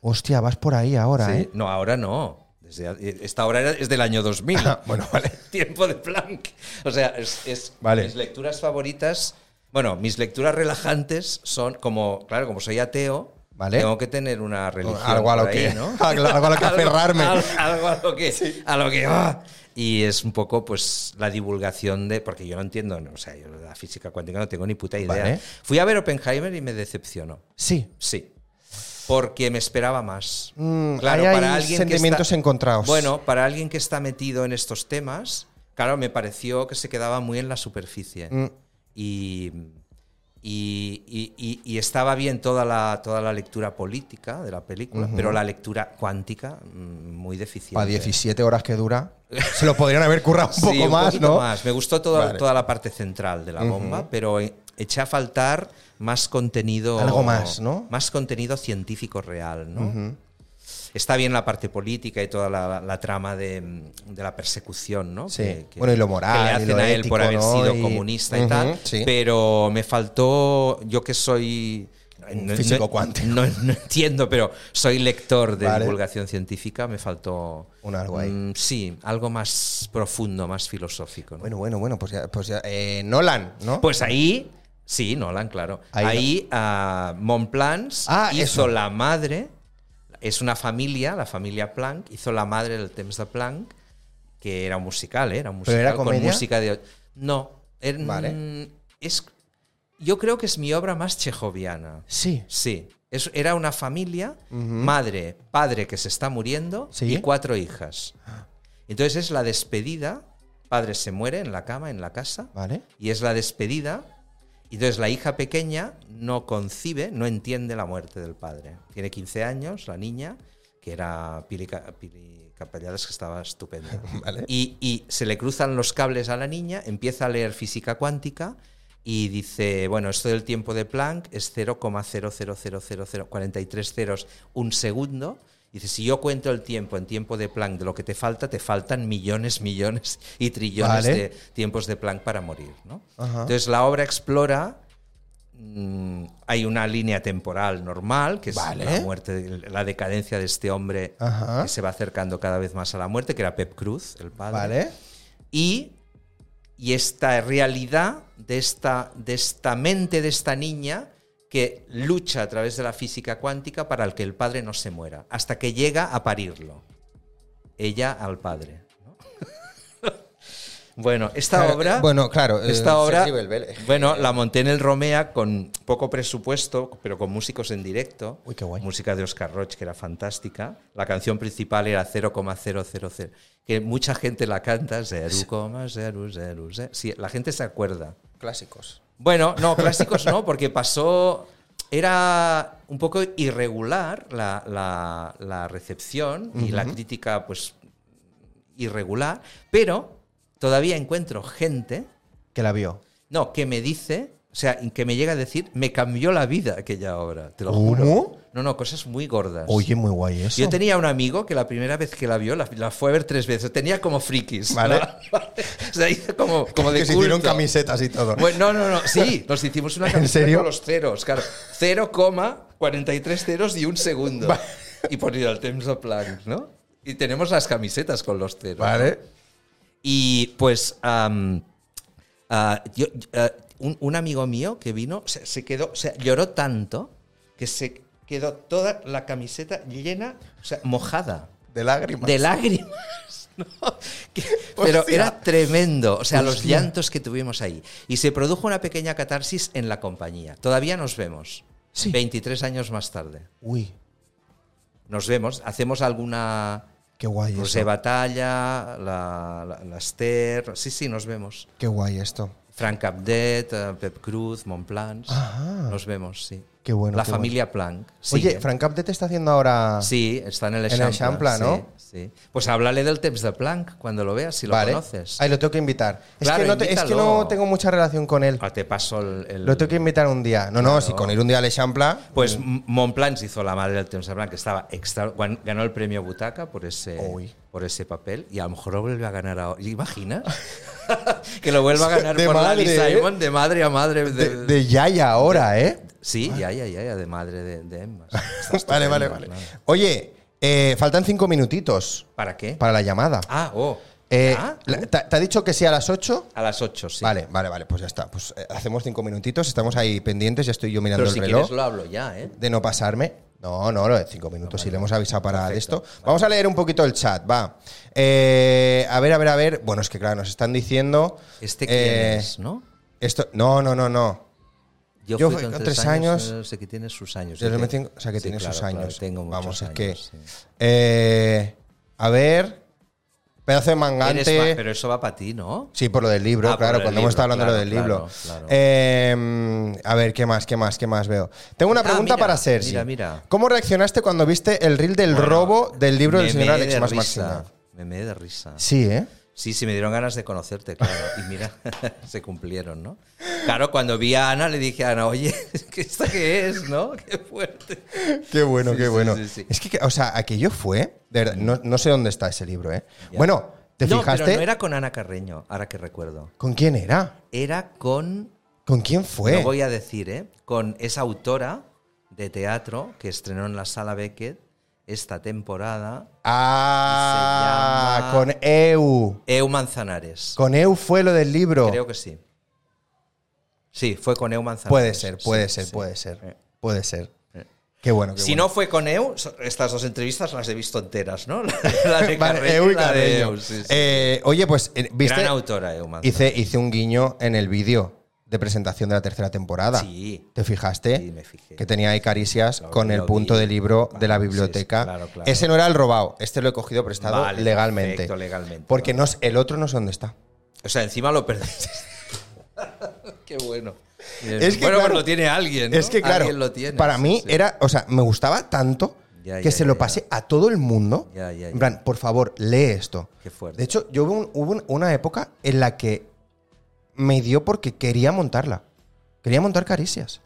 [SPEAKER 1] Hostia, vas por ahí ahora,
[SPEAKER 2] Sí.
[SPEAKER 1] ¿eh? [laughs]
[SPEAKER 2] No, ahora no. Desde a- eh, esta obra era- es del
[SPEAKER 1] [laughs]
[SPEAKER 2] año 2000.
[SPEAKER 1] Ah, bueno, vale.
[SPEAKER 2] [laughs] Tiempo de Planck. O sea, es, es-
[SPEAKER 1] Vale.
[SPEAKER 2] mis lecturas favoritas. Bueno, mis lecturas relajantes son como, claro, como soy ateo,
[SPEAKER 1] Vale.
[SPEAKER 2] tengo que tener una religión.
[SPEAKER 1] Algo a lo
[SPEAKER 2] por ahí,
[SPEAKER 1] que,
[SPEAKER 2] ¿no?
[SPEAKER 1] [laughs] algo a lo que
[SPEAKER 2] [laughs] Algo-
[SPEAKER 1] aferrarme.
[SPEAKER 2] al- Algo, a lo que. A lo que ¡ah! Y es un poco, pues, la divulgación de. Porque yo no entiendo, no, o sea, yo de la física cuántica no tengo ni puta idea.
[SPEAKER 1] Vale.
[SPEAKER 2] Fui a ver Oppenheimer y me decepcionó.
[SPEAKER 1] Sí.
[SPEAKER 2] Sí. Porque me esperaba más.
[SPEAKER 1] Mm, ahí hay sentimientos encontrados.
[SPEAKER 2] Bueno, para alguien que está metido en estos temas, claro, me pareció que se quedaba muy en la superficie.
[SPEAKER 1] Mm.
[SPEAKER 2] Y, y- y- y- y estaba bien toda la, toda la lectura política de la película, pero la lectura cuántica, mm, muy deficiente.
[SPEAKER 1] Para 17 horas que
[SPEAKER 2] [laughs]
[SPEAKER 1] dura. Se lo podrían haber currado un
[SPEAKER 2] Sí,
[SPEAKER 1] poco más,
[SPEAKER 2] poquito
[SPEAKER 1] ¿no?
[SPEAKER 2] más. Me gustó toda,
[SPEAKER 1] Vale.
[SPEAKER 2] toda la parte central de la bomba, pero eh, eché a faltar más contenido.
[SPEAKER 1] Algo más, ¿no?
[SPEAKER 2] Más contenido científico real, ¿no? Está bien la parte política y toda la, la trama de, mm, de la persecución, ¿no?
[SPEAKER 1] Sí. Bueno, y lo moral,
[SPEAKER 2] que le
[SPEAKER 1] y
[SPEAKER 2] hacen
[SPEAKER 1] lo
[SPEAKER 2] a él
[SPEAKER 1] ético,
[SPEAKER 2] por haber
[SPEAKER 1] ¿no?
[SPEAKER 2] sido
[SPEAKER 1] Y-
[SPEAKER 2] comunista
[SPEAKER 1] Ujú,
[SPEAKER 2] y tal.
[SPEAKER 1] sí.
[SPEAKER 2] Pero me faltó, yo que soy. no- no-
[SPEAKER 1] físico cuántico.
[SPEAKER 2] No, no entiendo, pero soy lector de
[SPEAKER 1] Vale.
[SPEAKER 2] divulgación científica, me faltó.
[SPEAKER 1] Un algo ahí.
[SPEAKER 2] Mm, sí, algo más profundo, más filosófico. ¿no?
[SPEAKER 1] Bueno, bueno, bueno, pues ya. Pues ya eh, Nolan, ¿no?
[SPEAKER 2] Pues ahí, sí, Nolan, claro.
[SPEAKER 1] Ahí-
[SPEAKER 2] Ahí, ah, Montplans
[SPEAKER 1] Ah,
[SPEAKER 2] hizo
[SPEAKER 1] eso.
[SPEAKER 2] la madre, es una familia, la familia Planck, hizo la madre del Temps de Planck, que era un musical, ¿eh? Era un
[SPEAKER 1] ¿Pero
[SPEAKER 2] musical
[SPEAKER 1] era
[SPEAKER 2] con
[SPEAKER 1] comedia?
[SPEAKER 2] música de... No, er-
[SPEAKER 1] Vale.
[SPEAKER 2] es, yo creo que es mi obra más chejoviana.
[SPEAKER 1] Sí.
[SPEAKER 2] Sí. Es- era una familia, madre, padre que se está muriendo
[SPEAKER 1] Sí.
[SPEAKER 2] y cuatro hijas. Entonces es la despedida, padre se muere en la cama, en la casa,
[SPEAKER 1] Vale.
[SPEAKER 2] y es la despedida. Y entonces la hija pequeña no concibe, no entiende la muerte del padre. Tiene 15 años, la niña, que era Pili, Ca- Pili Capelladas, que estaba estupenda.
[SPEAKER 1] [laughs] Vale.
[SPEAKER 2] Y, y se le cruzan los cables a la niña, empieza a leer física cuántica y dice, bueno, esto del tiempo de Planck es 0,0000043 ceros un segundo. Dice, si yo cuento el tiempo en tiempo de Planck de lo que te falta, te faltan millones, millones y trillones
[SPEAKER 1] Vale.
[SPEAKER 2] de tiempos de Planck para morir. ¿no?
[SPEAKER 1] Ajá.
[SPEAKER 2] Entonces la obra explora mm, hay una línea temporal normal, que es
[SPEAKER 1] Vale.
[SPEAKER 2] la muerte, la decadencia de este hombre
[SPEAKER 1] Ajá.
[SPEAKER 2] que se va acercando cada vez más a la muerte, que era Pep Cruz, el padre.
[SPEAKER 1] Vale.
[SPEAKER 2] Y, y esta realidad de esta, de esta mente de esta niña que lucha a través de la física cuántica para que el padre no se muera, hasta que llega a parirlo. Ella al padre. ¿no? [laughs] bueno, esta
[SPEAKER 1] Claro,
[SPEAKER 2] obra.
[SPEAKER 1] eh, bueno, claro, eh,
[SPEAKER 2] Esta obra.
[SPEAKER 1] Sergi Belbele.
[SPEAKER 2] Bueno, la monté en el Romea con poco presupuesto, pero con músicos en directo.
[SPEAKER 1] Uy, qué guay.
[SPEAKER 2] Música de Oscar Roch, que era fantástica. La canción principal era 0,000, que mucha gente la canta. 0,000. Sí, la gente se acuerda.
[SPEAKER 1] Clásicos.
[SPEAKER 2] Bueno, no, clásicos no, porque pasó. Era un poco irregular la, la- la recepción y la crítica, pues irregular, pero todavía encuentro gente,
[SPEAKER 1] Que la vio.
[SPEAKER 2] no, que me dice, o sea, que me llega a decir, me cambió la vida aquella obra, te lo
[SPEAKER 1] ¿Cómo?
[SPEAKER 2] juro. No, no, cosas muy gordas.
[SPEAKER 1] muy guay eso.
[SPEAKER 2] Yo tenía un amigo que la primera vez que la vio, la, la fue a ver tres veces, tenía como frikis.
[SPEAKER 1] Vale.
[SPEAKER 2] ¿no? [laughs] o sea, hizo
[SPEAKER 1] [laughs]
[SPEAKER 2] como, como de
[SPEAKER 1] que se hicieron
[SPEAKER 2] culto.
[SPEAKER 1] camisetas y todo.
[SPEAKER 2] Bueno, no, no, no, sí, nos hicimos
[SPEAKER 1] [laughs]
[SPEAKER 2] una camiseta
[SPEAKER 1] serio?
[SPEAKER 2] con los ceros, claro. 0,43 ceros y
[SPEAKER 1] [laughs]
[SPEAKER 2] un segundo. Y ponía el Temps of Planck, ¿no? Y tenemos las camisetas con los ceros.
[SPEAKER 1] vale.
[SPEAKER 2] Y pues am, ah, yo- ah, un, un amigo mío que vino se, se quedó, o sea, lloró tanto que se quedó toda la camiseta llena, o sea, mojada
[SPEAKER 1] De lágrimas.
[SPEAKER 2] de lágrimas. [laughs] ¿no? Que-
[SPEAKER 1] [laughs]
[SPEAKER 2] pero
[SPEAKER 1] Hostia.
[SPEAKER 2] era tremendo, o sea, los
[SPEAKER 1] Hostia.
[SPEAKER 2] llantos que tuvimos ahí. Y se produjo una pequeña catarsis en la compañía. Todavía nos vemos,
[SPEAKER 1] Sí.
[SPEAKER 2] 23 años más tarde.
[SPEAKER 1] Uy,
[SPEAKER 2] Nos vemos, hacemos alguna
[SPEAKER 1] qué guay
[SPEAKER 2] Rosé Batalla, la, la- la Esther, sí, sí, nos vemos.
[SPEAKER 1] Qué guay esto.
[SPEAKER 2] Frank Abdet, eh, Pep Cruz, Montplans,
[SPEAKER 1] Ajá.
[SPEAKER 2] nos vemos, sí.
[SPEAKER 1] Ah. Qué bueno,
[SPEAKER 2] La
[SPEAKER 1] qué
[SPEAKER 2] familia Planck.
[SPEAKER 1] Oye,
[SPEAKER 2] sigue.
[SPEAKER 1] Frank Capde te está haciendo ahora.
[SPEAKER 2] eh. Sí, está en el
[SPEAKER 1] el
[SPEAKER 2] Eixample.
[SPEAKER 1] Eixample, ¿no?
[SPEAKER 2] Sí, sí. Pues háblale del Temps de Planck cuando lo veas, si lo
[SPEAKER 1] vale.
[SPEAKER 2] conoces.
[SPEAKER 1] Ahí lo tengo que invitar. Es,
[SPEAKER 2] Claro,
[SPEAKER 1] que no te- es que
[SPEAKER 2] invítalo.
[SPEAKER 1] no tengo mucha relación con él.
[SPEAKER 2] Ah, te paso el. el-
[SPEAKER 1] Lo tengo que invitar un día. No, no, si con ir un día a Lechampla.
[SPEAKER 2] Pues M- Montplans hizo la madre del Temps de Planck, que estaba extra- guan- ganó el premio Butaca por ese,
[SPEAKER 1] Uy.
[SPEAKER 2] por ese papel y a lo mejor lo vuelve a ganar ahora. ¿Imaginas? [laughs] que lo vuelva a
[SPEAKER 1] [laughs]
[SPEAKER 2] ganar
[SPEAKER 1] De
[SPEAKER 2] por
[SPEAKER 1] madre,
[SPEAKER 2] Lali
[SPEAKER 1] ¿eh?
[SPEAKER 2] Simon de madre a madre. De,
[SPEAKER 1] De, de Yaya ahora, ¿eh?
[SPEAKER 2] sí, ya, ya, ya, ya, de madre de, de
[SPEAKER 1] [laughs]
[SPEAKER 2] Emma.
[SPEAKER 1] vale, vale, vale.
[SPEAKER 2] estupendo, claro.
[SPEAKER 1] Oye, eh, faltan cinco minutitos
[SPEAKER 2] ¿Para qué?
[SPEAKER 1] para la llamada.
[SPEAKER 2] Ah, oh.
[SPEAKER 1] Eh,
[SPEAKER 2] ¿ya?
[SPEAKER 1] la- ¿te, te ha dicho que sí a las 8?
[SPEAKER 2] A las 8, sí.
[SPEAKER 1] Vale, vale, vale, pues ya está. Pues eh, hacemos cinco minutitos, estamos ahí pendientes, ya estoy yo mirando
[SPEAKER 2] Pero
[SPEAKER 1] el
[SPEAKER 2] si
[SPEAKER 1] reloj
[SPEAKER 2] quieres lo hablo ya, ¿eh?
[SPEAKER 1] de no pasarme. No, no, lo de cinco minutos, si le hemos avisado para de
[SPEAKER 2] Perfecto,
[SPEAKER 1] esto. Vamos a leer un poquito el chat, va. Eh, a ver, a ver, a ver. Bueno, es que claro, nos están diciendo.
[SPEAKER 2] Este quién
[SPEAKER 1] eh,
[SPEAKER 2] es, ¿no?
[SPEAKER 1] Esto, no, no, no, no. yo fui
[SPEAKER 2] con
[SPEAKER 1] con tres años,
[SPEAKER 2] no sé que tiene sus años.
[SPEAKER 1] Yo
[SPEAKER 2] Sí,
[SPEAKER 1] le metí-
[SPEAKER 2] tengo-
[SPEAKER 1] o sea, que
[SPEAKER 2] ¿Este sí,
[SPEAKER 1] tiene
[SPEAKER 2] claro,
[SPEAKER 1] sus
[SPEAKER 2] claro,
[SPEAKER 1] años.
[SPEAKER 2] tengo muchos
[SPEAKER 1] Vamos, es
[SPEAKER 2] años,
[SPEAKER 1] que.
[SPEAKER 2] sí.
[SPEAKER 1] eh, a ver. Pedazo de
[SPEAKER 2] Eres
[SPEAKER 1] mangante.
[SPEAKER 2] ma- pero eso va para ti, ¿no?
[SPEAKER 1] Sí, por lo del libro,
[SPEAKER 2] Ah, por
[SPEAKER 1] claro,
[SPEAKER 2] el
[SPEAKER 1] cuando hemos
[SPEAKER 2] libro,
[SPEAKER 1] estado hablando de lo del
[SPEAKER 2] claro,
[SPEAKER 1] libro.
[SPEAKER 2] claro, claro.
[SPEAKER 1] Eh, a ver, ¿qué más, qué más, qué más veo? Tengo una
[SPEAKER 2] Ah,
[SPEAKER 1] pregunta
[SPEAKER 2] mira,
[SPEAKER 1] para Sergi.
[SPEAKER 2] mira, mira.
[SPEAKER 1] ¿Cómo reaccionaste cuando viste el reel del
[SPEAKER 2] Bueno,
[SPEAKER 1] robo del libro del
[SPEAKER 2] me
[SPEAKER 1] señor
[SPEAKER 2] meé
[SPEAKER 1] Alex
[SPEAKER 2] de
[SPEAKER 1] Más
[SPEAKER 2] risa,
[SPEAKER 1] Máxima?
[SPEAKER 2] Me meé de risa.
[SPEAKER 1] Sí, ¿eh?
[SPEAKER 2] Sí, sí, me dieron ganas de conocerte, claro. Y mira, [laughs] se cumplieron, ¿no? Claro, cuando vi a Ana le dije a Ana, oye, [laughs] ¿qué ¿esta qué es, no? Qué fuerte.
[SPEAKER 1] Qué bueno,
[SPEAKER 2] Sí,
[SPEAKER 1] qué
[SPEAKER 2] sí,
[SPEAKER 1] bueno.
[SPEAKER 2] sí, sí.
[SPEAKER 1] Es que, o sea, aquello fue. De verdad, no, no sé dónde está ese libro, ¿eh? Bueno, ¿te
[SPEAKER 2] no,
[SPEAKER 1] fijaste?
[SPEAKER 2] Pero no era con Ana Carreño, ahora que recuerdo.
[SPEAKER 1] ¿Con quién era?
[SPEAKER 2] Era con,
[SPEAKER 1] ¿Con quién fue?
[SPEAKER 2] lo voy a decir, ¿eh? Con esa autora de teatro que estrenó en la sala Beckett esta temporada,
[SPEAKER 1] Ah,
[SPEAKER 2] Se llama-
[SPEAKER 1] con EU.
[SPEAKER 2] Eu Manzanares.
[SPEAKER 1] Con EU fue lo del libro.
[SPEAKER 2] Creo que sí. Sí, fue con Eu Manzanares.
[SPEAKER 1] Puede ser, puede
[SPEAKER 2] Sí,
[SPEAKER 1] ser,
[SPEAKER 2] sí.
[SPEAKER 1] puede ser.
[SPEAKER 2] Eh.
[SPEAKER 1] Puede ser.
[SPEAKER 2] Eh.
[SPEAKER 1] Qué bueno. Qué
[SPEAKER 2] Si
[SPEAKER 1] bueno.
[SPEAKER 2] no fue con Eu, so- estas dos entrevistas las he visto enteras, ¿no? [laughs] La de
[SPEAKER 1] Eh, Vale,
[SPEAKER 2] Carreño
[SPEAKER 1] EU y
[SPEAKER 2] y la de
[SPEAKER 1] Carreño.
[SPEAKER 2] Eu, sí, sí.
[SPEAKER 1] Eh, oye, pues, eh, ¿viste?
[SPEAKER 2] Gran autora, Eu Manzanares.
[SPEAKER 1] Hice, hice un guiño en el vídeo de presentación de la tercera temporada.
[SPEAKER 2] Sí.
[SPEAKER 1] ¿Te fijaste?
[SPEAKER 2] Sí, me fijé.
[SPEAKER 1] Que tenía ahí caricias
[SPEAKER 2] Claro,
[SPEAKER 1] con
[SPEAKER 2] que
[SPEAKER 1] el
[SPEAKER 2] lo
[SPEAKER 1] punto
[SPEAKER 2] vi.
[SPEAKER 1] de libro de la
[SPEAKER 2] Vale, sí, sí,
[SPEAKER 1] biblioteca.
[SPEAKER 2] claro, claro.
[SPEAKER 1] Ese no era el robado, este lo he cogido prestado
[SPEAKER 2] Vale,
[SPEAKER 1] legalmente.
[SPEAKER 2] perfecto, legalmente,
[SPEAKER 1] Porque no, sé- el otro no sé dónde está.
[SPEAKER 2] O sea, encima lo perdiste. [laughs] Qué bueno. Bien.
[SPEAKER 1] Es que,
[SPEAKER 2] bueno,
[SPEAKER 1] claro,
[SPEAKER 2] pues lo tiene alguien. ¿no?
[SPEAKER 1] Es que claro,
[SPEAKER 2] Alguien lo tiene,
[SPEAKER 1] para
[SPEAKER 2] sí,
[SPEAKER 1] mí
[SPEAKER 2] sí.
[SPEAKER 1] era, o sea, me gustaba tanto
[SPEAKER 2] Ya,
[SPEAKER 1] que
[SPEAKER 2] ya,
[SPEAKER 1] se
[SPEAKER 2] ya,
[SPEAKER 1] lo
[SPEAKER 2] ya.
[SPEAKER 1] pasé a todo el mundo.
[SPEAKER 2] Ya, ya,
[SPEAKER 1] En
[SPEAKER 2] ya.
[SPEAKER 1] plan, por favor, lee esto.
[SPEAKER 2] Qué fuerte.
[SPEAKER 1] De hecho, yo hubo, un- hubo un- una época en la que me dio porque quería montarla. Quería montar caricias.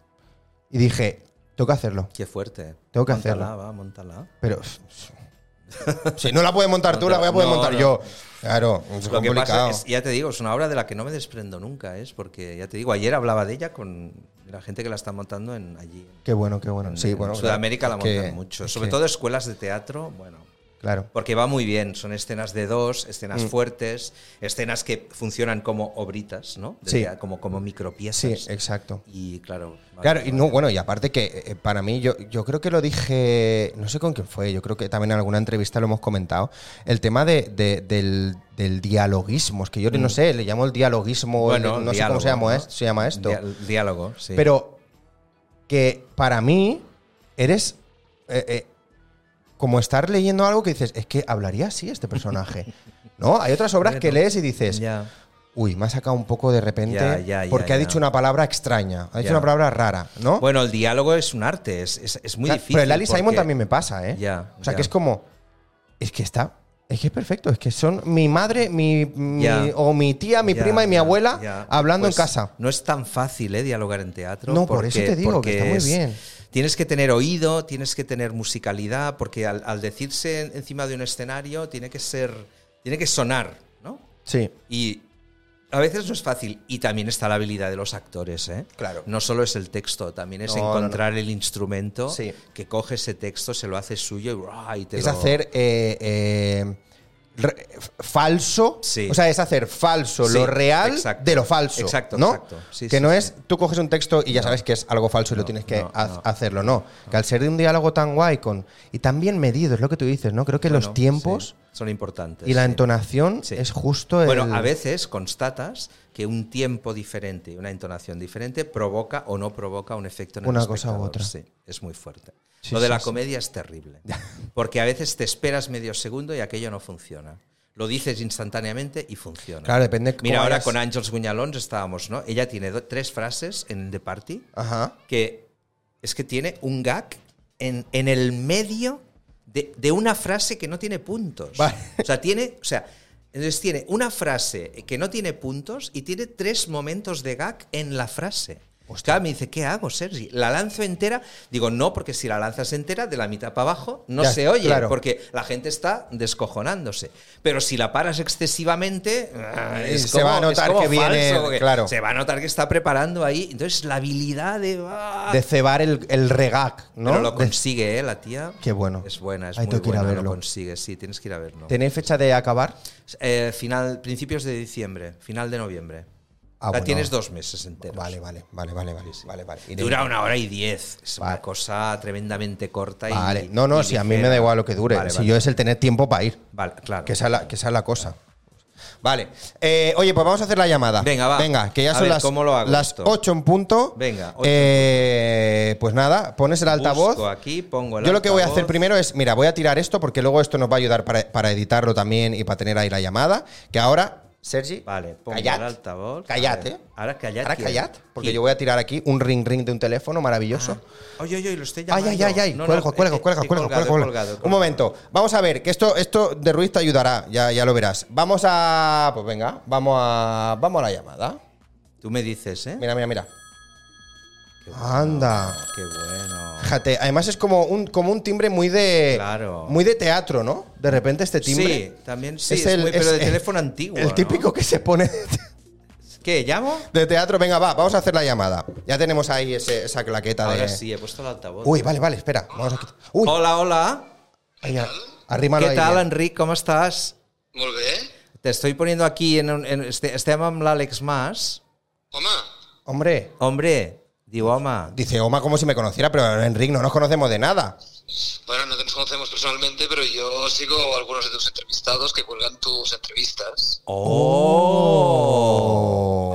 [SPEAKER 1] Y dije, tengo que hacerlo.
[SPEAKER 2] Qué fuerte.
[SPEAKER 1] Tengo que
[SPEAKER 2] Móntala,
[SPEAKER 1] hacerlo.
[SPEAKER 2] va, móntala.
[SPEAKER 1] Pero. [laughs] si no la puedes montar tú, la voy a poder
[SPEAKER 2] No,
[SPEAKER 1] montar
[SPEAKER 2] no.
[SPEAKER 1] yo. Claro, es
[SPEAKER 2] Lo que
[SPEAKER 1] complicado.
[SPEAKER 2] pasa es, ya te digo, es una obra de la que no me desprendo nunca, ¿eh? es porque, ya te digo, ayer hablaba de ella con la gente que la está montando en, allí.
[SPEAKER 1] Qué bueno, qué bueno.
[SPEAKER 2] En,
[SPEAKER 1] Sí,
[SPEAKER 2] en
[SPEAKER 1] bueno. claro,
[SPEAKER 2] Sudamérica la
[SPEAKER 1] es que-
[SPEAKER 2] montan mucho.
[SPEAKER 1] es
[SPEAKER 2] Sobre
[SPEAKER 1] que-
[SPEAKER 2] todo escuelas de teatro, bueno.
[SPEAKER 1] Claro.
[SPEAKER 2] Porque va muy bien, son escenas de dos,
[SPEAKER 1] Mm.
[SPEAKER 2] escenas fuertes, escenas que funcionan como obritas, ¿no? De
[SPEAKER 1] Sí.
[SPEAKER 2] día, como, como
[SPEAKER 1] Sí,
[SPEAKER 2] micropiezas.
[SPEAKER 1] exacto.
[SPEAKER 2] y claro. vale,
[SPEAKER 1] Claro, y
[SPEAKER 2] vale.
[SPEAKER 1] no, bueno, y aparte que eh, para mí, yo, yo creo que lo dije, no sé con quién fue, yo creo que también en alguna entrevista lo hemos comentado, el tema de, de- del, del dialoguismo, es que yo no sé, le llamo el dialoguismo,
[SPEAKER 2] Mm. Bueno,
[SPEAKER 1] el- no sé
[SPEAKER 2] diálogo,
[SPEAKER 1] cómo se llama,
[SPEAKER 2] ¿no?
[SPEAKER 1] es- se llama esto,
[SPEAKER 2] Dia- diálogo, sí.
[SPEAKER 1] pero que para mí eres eh, eh, como estar leyendo algo que dices, es que hablaría así este
[SPEAKER 2] [laughs]
[SPEAKER 1] personaje. ¿No? Hay otras obras que
[SPEAKER 2] Bueno.
[SPEAKER 1] lees y dices,
[SPEAKER 2] Ya.
[SPEAKER 1] uy, me ha sacado un poco de repente
[SPEAKER 2] Ya, ya, ya,
[SPEAKER 1] porque ha
[SPEAKER 2] ya.
[SPEAKER 1] dicho una palabra extraña, ha dicho
[SPEAKER 2] Ya.
[SPEAKER 1] una palabra rara, ¿no?
[SPEAKER 2] Bueno, el diálogo es un arte, es, es- es muy
[SPEAKER 1] Claro,
[SPEAKER 2] difícil.
[SPEAKER 1] Pero el Ali
[SPEAKER 2] porque-
[SPEAKER 1] Simon también me pasa, ¿eh?
[SPEAKER 2] Ya,
[SPEAKER 1] o sea,
[SPEAKER 2] ya.
[SPEAKER 1] que es como. Es que está. Es que es perfecto. Es que son mi madre, mi. mi-
[SPEAKER 2] Ya.
[SPEAKER 1] o mi tía, mi
[SPEAKER 2] Ya,
[SPEAKER 1] prima y mi
[SPEAKER 2] ya,
[SPEAKER 1] abuela
[SPEAKER 2] ya.
[SPEAKER 1] hablando
[SPEAKER 2] Pues
[SPEAKER 1] en casa.
[SPEAKER 2] No es tan fácil eh, dialogar en teatro.
[SPEAKER 1] No, por eso te digo que
[SPEAKER 2] porque
[SPEAKER 1] está muy
[SPEAKER 2] es-
[SPEAKER 1] bien.
[SPEAKER 2] Tienes que tener oído, tienes que tener musicalidad, porque al, al decirse en- encima de un escenario tiene que ser, tiene que sonar, ¿no?
[SPEAKER 1] Sí.
[SPEAKER 2] Y a veces no es fácil. Y también está la habilidad de los actores, ¿eh?
[SPEAKER 1] Claro.
[SPEAKER 2] No solo es el texto, también
[SPEAKER 1] No,
[SPEAKER 2] es
[SPEAKER 1] no, no.
[SPEAKER 2] encontrar el instrumento
[SPEAKER 1] Sí.
[SPEAKER 2] que coge ese texto, se lo hace suyo y, ¡guau! y te
[SPEAKER 1] es
[SPEAKER 2] lo-
[SPEAKER 1] hacer. eh, eh, re- f- falso.
[SPEAKER 2] Sí.
[SPEAKER 1] O sea, es hacer falso
[SPEAKER 2] Sí,
[SPEAKER 1] lo real
[SPEAKER 2] exacto.
[SPEAKER 1] de lo falso.
[SPEAKER 2] Exacto,
[SPEAKER 1] ¿no?
[SPEAKER 2] exacto. Sí,
[SPEAKER 1] que
[SPEAKER 2] sí,
[SPEAKER 1] no
[SPEAKER 2] sí.
[SPEAKER 1] es tú coges un texto y ya sabes que es algo falso y lo
[SPEAKER 2] no,
[SPEAKER 1] tienes que
[SPEAKER 2] no,
[SPEAKER 1] ha-
[SPEAKER 2] no.
[SPEAKER 1] hacerlo. No. Que al ser de un diálogo tan guay con. Y tan bien medido, es lo que tú dices, ¿no? Creo que
[SPEAKER 2] Bueno,
[SPEAKER 1] los tiempos.
[SPEAKER 2] sí, son importantes.
[SPEAKER 1] Y la
[SPEAKER 2] sí.
[SPEAKER 1] entonación
[SPEAKER 2] Sí.
[SPEAKER 1] es justo el.
[SPEAKER 2] Bueno, a veces constatas que un tiempo diferente, y una entonación diferente, provoca o no provoca un efecto en el
[SPEAKER 1] Una cosa u
[SPEAKER 2] espectador.
[SPEAKER 1] otra.
[SPEAKER 2] Sí, es muy fuerte.
[SPEAKER 1] Sí,
[SPEAKER 2] Lo de
[SPEAKER 1] sí,
[SPEAKER 2] la
[SPEAKER 1] sí.
[SPEAKER 2] comedia es terrible, porque a veces te esperas medio segundo y aquello no funciona. Lo dices instantáneamente y funciona.
[SPEAKER 1] Claro, depende cómo
[SPEAKER 2] Mira, ahora
[SPEAKER 1] hayas-
[SPEAKER 2] con Ángels Guñalons estábamos, ¿no? Ella tiene do- tres frases en The Party
[SPEAKER 1] Ajá.
[SPEAKER 2] que es que tiene un gag en, en el medio de, de una frase que no tiene puntos.
[SPEAKER 1] Vale.
[SPEAKER 2] O sea, tiene. O sea, entonces tiene una frase que no tiene puntos y tiene tres momentos de gag en la frase. Claro, me dice, ¿qué hago, Sergi? ¿La lanzo entera? Digo, no, porque si la lanzas entera, de la mitad para abajo, no
[SPEAKER 1] Ya,
[SPEAKER 2] se oye,
[SPEAKER 1] claro.
[SPEAKER 2] porque la gente está descojonándose. Pero si la paras excesivamente, ah, es
[SPEAKER 1] Eh, Se va a
[SPEAKER 2] como- es
[SPEAKER 1] notar
[SPEAKER 2] como
[SPEAKER 1] que viene-
[SPEAKER 2] falso, porque
[SPEAKER 1] claro.
[SPEAKER 2] Se va a notar que está preparando ahí. Entonces, la habilidad de... ah,
[SPEAKER 1] De cebar el, el regac, ¿no?
[SPEAKER 2] pero lo
[SPEAKER 1] De-
[SPEAKER 2] consigue, ¿eh? La tía.
[SPEAKER 1] Qué bueno.
[SPEAKER 2] Es buena, es
[SPEAKER 1] Ahí
[SPEAKER 2] muy
[SPEAKER 1] tengo que ir a
[SPEAKER 2] buena. Lo
[SPEAKER 1] verlo.
[SPEAKER 2] consigue, sí, tienes que ir a verlo.
[SPEAKER 1] ¿Tenéis fecha de acabar?
[SPEAKER 2] Eh, final, principios de diciembre, final de noviembre.
[SPEAKER 1] Ah,
[SPEAKER 2] o sea,
[SPEAKER 1] bueno.
[SPEAKER 2] tienes dos meses enteros.
[SPEAKER 1] Vale, vale, vale, vale, vale. vale, vale. Iré.
[SPEAKER 2] Dura una hora y diez. Es
[SPEAKER 1] Vale.
[SPEAKER 2] una cosa tremendamente corta y.
[SPEAKER 1] Vale. No, no,
[SPEAKER 2] y
[SPEAKER 1] si a mí me
[SPEAKER 2] ligera.
[SPEAKER 1] da igual lo que dure.
[SPEAKER 2] Vale,
[SPEAKER 1] si
[SPEAKER 2] vale.
[SPEAKER 1] yo es el tener tiempo para ir.
[SPEAKER 2] Vale, claro.
[SPEAKER 1] Que esa es la, que esa es la cosa. Vale. Eh, oye, pues vamos a hacer la llamada.
[SPEAKER 2] Venga, va.
[SPEAKER 1] Venga, que ya
[SPEAKER 2] A
[SPEAKER 1] son
[SPEAKER 2] ver,
[SPEAKER 1] las,
[SPEAKER 2] ¿cómo lo hago
[SPEAKER 1] las
[SPEAKER 2] esto?
[SPEAKER 1] 8 en punto.
[SPEAKER 2] Venga, ocho
[SPEAKER 1] Eh, pues nada, pones el altavoz.
[SPEAKER 2] Busco aquí, pongo el
[SPEAKER 1] Yo lo que voy a hacer
[SPEAKER 2] altavoz.
[SPEAKER 1] primero es, mira, voy a tirar esto porque luego esto nos va a ayudar para, para editarlo también y para tener ahí la llamada. Que ahora, Sergi,
[SPEAKER 2] Vale, pongo
[SPEAKER 1] callad,
[SPEAKER 2] el altavoz.
[SPEAKER 1] callad,
[SPEAKER 2] A ver,
[SPEAKER 1] ¿eh?
[SPEAKER 2] Ahora callad.
[SPEAKER 1] Ahora
[SPEAKER 2] ¿quién?
[SPEAKER 1] callad, porque
[SPEAKER 2] ¿Quién?
[SPEAKER 1] yo voy a tirar aquí un ring ring de un teléfono maravilloso.
[SPEAKER 2] Oye, oye, lo estoy
[SPEAKER 1] Ay,
[SPEAKER 2] llamando.
[SPEAKER 1] ay, ay, ay.
[SPEAKER 2] Ah. No, no,
[SPEAKER 1] cuelgo,
[SPEAKER 2] eh,
[SPEAKER 1] cuelgo,
[SPEAKER 2] eh,
[SPEAKER 1] cuelgo,
[SPEAKER 2] he
[SPEAKER 1] cuelgo,
[SPEAKER 2] colgado, he
[SPEAKER 1] cuelgo.
[SPEAKER 2] colgado, he
[SPEAKER 1] Un
[SPEAKER 2] colgado.
[SPEAKER 1] momento. Vamos a ver, que esto, esto de Ruiz te ayudará, ya, ya lo verás. Vamos a. Pues venga, vamos a. Vamos a la llamada.
[SPEAKER 2] Tú me dices, ¿eh?
[SPEAKER 1] Mira, mira, mira.
[SPEAKER 2] Qué bueno,
[SPEAKER 1] Anda.
[SPEAKER 2] Qué bueno.
[SPEAKER 1] Fíjate, además es como un, como un timbre muy de.
[SPEAKER 2] Claro.
[SPEAKER 1] Muy de teatro, ¿no? De repente este timbre.
[SPEAKER 2] Sí, también sí,
[SPEAKER 1] Es
[SPEAKER 2] es
[SPEAKER 1] el-
[SPEAKER 2] muy- pero de
[SPEAKER 1] es-
[SPEAKER 2] teléfono antiguo.
[SPEAKER 1] El
[SPEAKER 2] ¿no?
[SPEAKER 1] típico que se pone
[SPEAKER 2] ¿Qué? ¿Llamo?
[SPEAKER 1] de teatro. Venga, va, vamos a hacer la llamada. Ya tenemos ahí ese- esa claqueta
[SPEAKER 2] Ahora
[SPEAKER 1] de.
[SPEAKER 2] sí, he puesto el altavoz.
[SPEAKER 1] Uy, vale, vale, espera. Vamos a quitar- Uy,
[SPEAKER 2] Hola, hola.
[SPEAKER 1] ahí, arrímalo
[SPEAKER 2] ¿Qué
[SPEAKER 1] ahí eh.
[SPEAKER 2] tal,
[SPEAKER 1] bien.
[SPEAKER 2] Enric? ¿Cómo estás?
[SPEAKER 3] Molt bé.
[SPEAKER 2] Te estoy poniendo aquí en, un, en este, estem amb l'Àlex Mas.
[SPEAKER 3] Home,
[SPEAKER 1] Hombre.
[SPEAKER 2] Hombre, diu home.
[SPEAKER 1] Dice Oma como si me conociera, pero Enric, no nos conocemos de nada.
[SPEAKER 3] bueno, no nos conocemos personalmente, pero yo sigo algunos de tus entrevistados que cuelgan tus entrevistas.
[SPEAKER 2] Oh.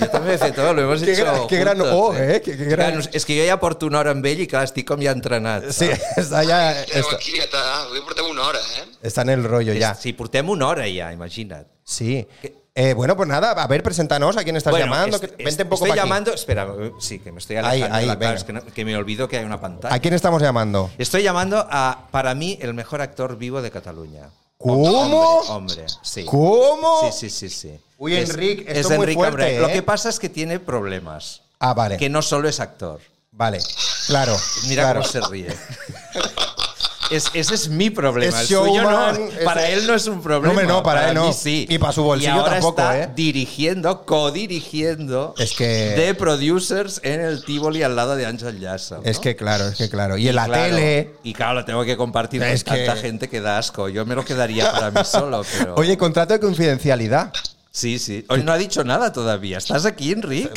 [SPEAKER 2] Jo també he fet, oh, lo hemos
[SPEAKER 1] Que
[SPEAKER 2] hecho
[SPEAKER 1] gran- que gran
[SPEAKER 2] juntos,
[SPEAKER 1] oh, eh? Que- que gran-
[SPEAKER 2] Clar, és que jo ja porto una hora amb ell i clar, estic com ja entrenat.
[SPEAKER 1] Sí, [laughs] está ya.
[SPEAKER 3] Esteu
[SPEAKER 1] Está,
[SPEAKER 3] aquí, ja està. Avui portem una hora, eh?
[SPEAKER 1] está en el rollo ya.
[SPEAKER 2] Si portem una hora ja, imagina't.
[SPEAKER 1] Sí. Eh, bueno, pues nada, a ver, preséntanos a quién estás llamando.
[SPEAKER 2] est-
[SPEAKER 1] que-
[SPEAKER 2] est-
[SPEAKER 1] Vente un poco
[SPEAKER 2] estoy
[SPEAKER 1] para
[SPEAKER 2] llamando, espera, eh, sí, que me estoy
[SPEAKER 1] Ahí,
[SPEAKER 2] alejando
[SPEAKER 1] ahí,
[SPEAKER 2] de la cara,
[SPEAKER 1] venga.
[SPEAKER 2] es que, no- que me olvido que hay una
[SPEAKER 1] aquí.
[SPEAKER 2] pantalla.
[SPEAKER 1] ¿A quién estamos llamando?
[SPEAKER 2] Estoy llamando a, para mí, el mejor actor vivo de Cataluña.
[SPEAKER 1] ¿Cómo?
[SPEAKER 2] Hombre, sí.
[SPEAKER 1] ¿Cómo?
[SPEAKER 2] Sí, sí, sí, sí.
[SPEAKER 1] Uy, Enric, esto es
[SPEAKER 2] es
[SPEAKER 1] muy
[SPEAKER 2] Enric
[SPEAKER 1] fuerte,
[SPEAKER 2] Abreu. Lo
[SPEAKER 1] ¿eh?
[SPEAKER 2] que pasa es que tiene problemas,
[SPEAKER 1] Ah, vale.
[SPEAKER 2] que no solo es actor.
[SPEAKER 1] Vale. Claro.
[SPEAKER 2] Mira
[SPEAKER 1] claro.
[SPEAKER 2] cómo se ríe. Es- ese es mi problema.
[SPEAKER 1] Es
[SPEAKER 2] el suyo
[SPEAKER 1] showman,
[SPEAKER 2] no.
[SPEAKER 1] es-
[SPEAKER 2] Para él no es un problema.
[SPEAKER 1] hombre, no, para él no.
[SPEAKER 2] mí sí.
[SPEAKER 1] Y para su bolsillo
[SPEAKER 2] Y ahora
[SPEAKER 1] tampoco,
[SPEAKER 2] está
[SPEAKER 1] ¿eh?
[SPEAKER 2] Dirigiendo, codirigiendo
[SPEAKER 1] Es que-
[SPEAKER 2] de producers en el Tivoli al lado de Ángel Yasa. ¿no?
[SPEAKER 1] Es que claro, es que claro. Y en la
[SPEAKER 2] Claro.
[SPEAKER 1] tele.
[SPEAKER 2] Y claro, lo tengo que compartir
[SPEAKER 1] Es
[SPEAKER 2] con tanta
[SPEAKER 1] que-
[SPEAKER 2] gente que da asco. Yo me lo quedaría para mí solo, pero.
[SPEAKER 1] [laughs] Oye, contrato de confidencialidad. [laughs]
[SPEAKER 2] Sí, sí. Hoy no ha dicho nada todavía. ¿Estás aquí, Enric?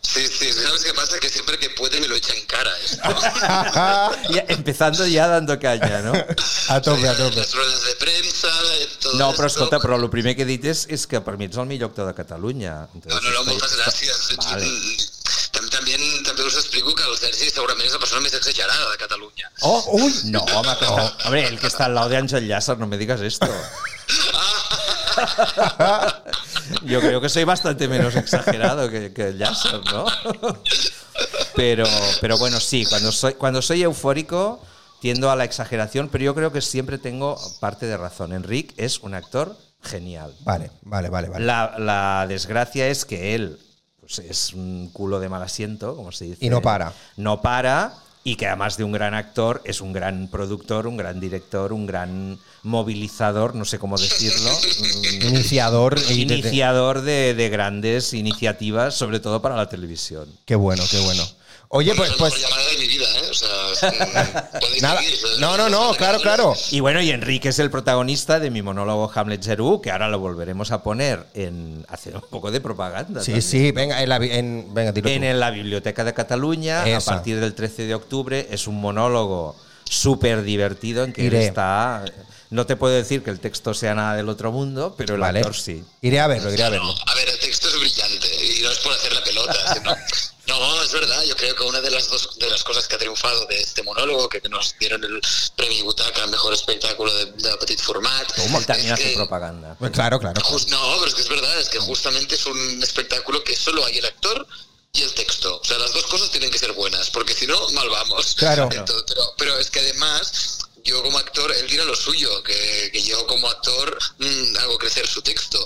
[SPEAKER 3] Sí, sí, ¿sabes qué pasa? Que siempre que puede me lo echa en cara esto.
[SPEAKER 2] Ya- empezando ya dando caña,
[SPEAKER 3] [laughs]
[SPEAKER 2] ¿no?
[SPEAKER 1] A tope, a tope.
[SPEAKER 3] Las ruedas de prensa, todo
[SPEAKER 2] No, però
[SPEAKER 3] esto.
[SPEAKER 2] escolta, però el primer que he dit és, és que per mi ets el millor actor de Catalunya.
[SPEAKER 3] No, no, no, moltes gràcies.
[SPEAKER 2] Vale.
[SPEAKER 3] Tam- També, també us explico que el Sergi segurament és la persona més exagerada de Catalunya.
[SPEAKER 2] Oh, uy, no, home, que està, a veure, el que està al lado de Ángel Llázaro, no me digas esto. Yo creo que soy bastante menos exagerado que, que Llázaro, ¿no? Pero, pero bueno, sí, cuando soy, cuando soy eufórico tiendo a la exageración, pero yo creo que siempre tengo parte de razón. Enric es un actor genial.
[SPEAKER 1] Vale, vale, vale, vale.
[SPEAKER 2] La, la desgracia es que él pues, es un culo de mal asiento, como se dice.
[SPEAKER 1] Y no para.
[SPEAKER 2] No para y que además de un gran actor, es un gran productor, un gran director, un gran movilizador, no sé cómo decirlo. mm,
[SPEAKER 1] Iniciador. e y te- te-
[SPEAKER 2] Iniciador de, de grandes iniciativas, sobre todo para la televisión.
[SPEAKER 1] Qué bueno, qué bueno. Oye, pues,
[SPEAKER 3] És la
[SPEAKER 1] pues.
[SPEAKER 3] mejor llamada de mi vida, ¿eh? O sea,
[SPEAKER 1] [laughs]
[SPEAKER 3] mm, podéis
[SPEAKER 1] Nada.
[SPEAKER 3] seguir, ¿sabes?
[SPEAKER 1] No, no, no, claro, claro.
[SPEAKER 2] Y bueno, y Enrique es el protagonista de mi monólogo Hamlet Zerú, que ahora lo volveremos a poner en hacer un poco de propaganda.
[SPEAKER 1] Sí,
[SPEAKER 2] también.
[SPEAKER 1] sí, venga, en la, bi- en, venga, dilo tú.
[SPEAKER 2] en la Biblioteca de Cataluña
[SPEAKER 1] Esa.
[SPEAKER 2] a partir del 13 de octubre. Es un monólogo súper divertido en que él
[SPEAKER 1] Iré.
[SPEAKER 2] está... No te puedo decir que el texto sea nada del otro mundo, pero el
[SPEAKER 1] Vale.
[SPEAKER 2] actor sí.
[SPEAKER 1] Iré a verlo, iré a verlo.
[SPEAKER 3] No, a ver, el texto es brillante y no es por hacer la pelota.
[SPEAKER 2] [laughs]
[SPEAKER 3] sino- no, es verdad. Yo creo que una de las dos de las cosas que ha triunfado de este monólogo, que nos dieron el premio Butaca al mejor espectáculo de, de Petit Format,
[SPEAKER 2] Él también
[SPEAKER 3] es
[SPEAKER 2] Pues hace
[SPEAKER 3] que-
[SPEAKER 2] propaganda.
[SPEAKER 1] Pues claro, claro.
[SPEAKER 3] Jus- no, pero es que es verdad, es que justamente es un espectáculo que solo hay el actor y el texto. O sea, las dos cosas tienen que ser buenas, porque si no, mal vamos. [laughs] Eh,
[SPEAKER 1] Claro.
[SPEAKER 3] Entonces, pero, pero es que además, yo como actor, él dirá lo suyo, que, que yo como actor mm, hago crecer su texto.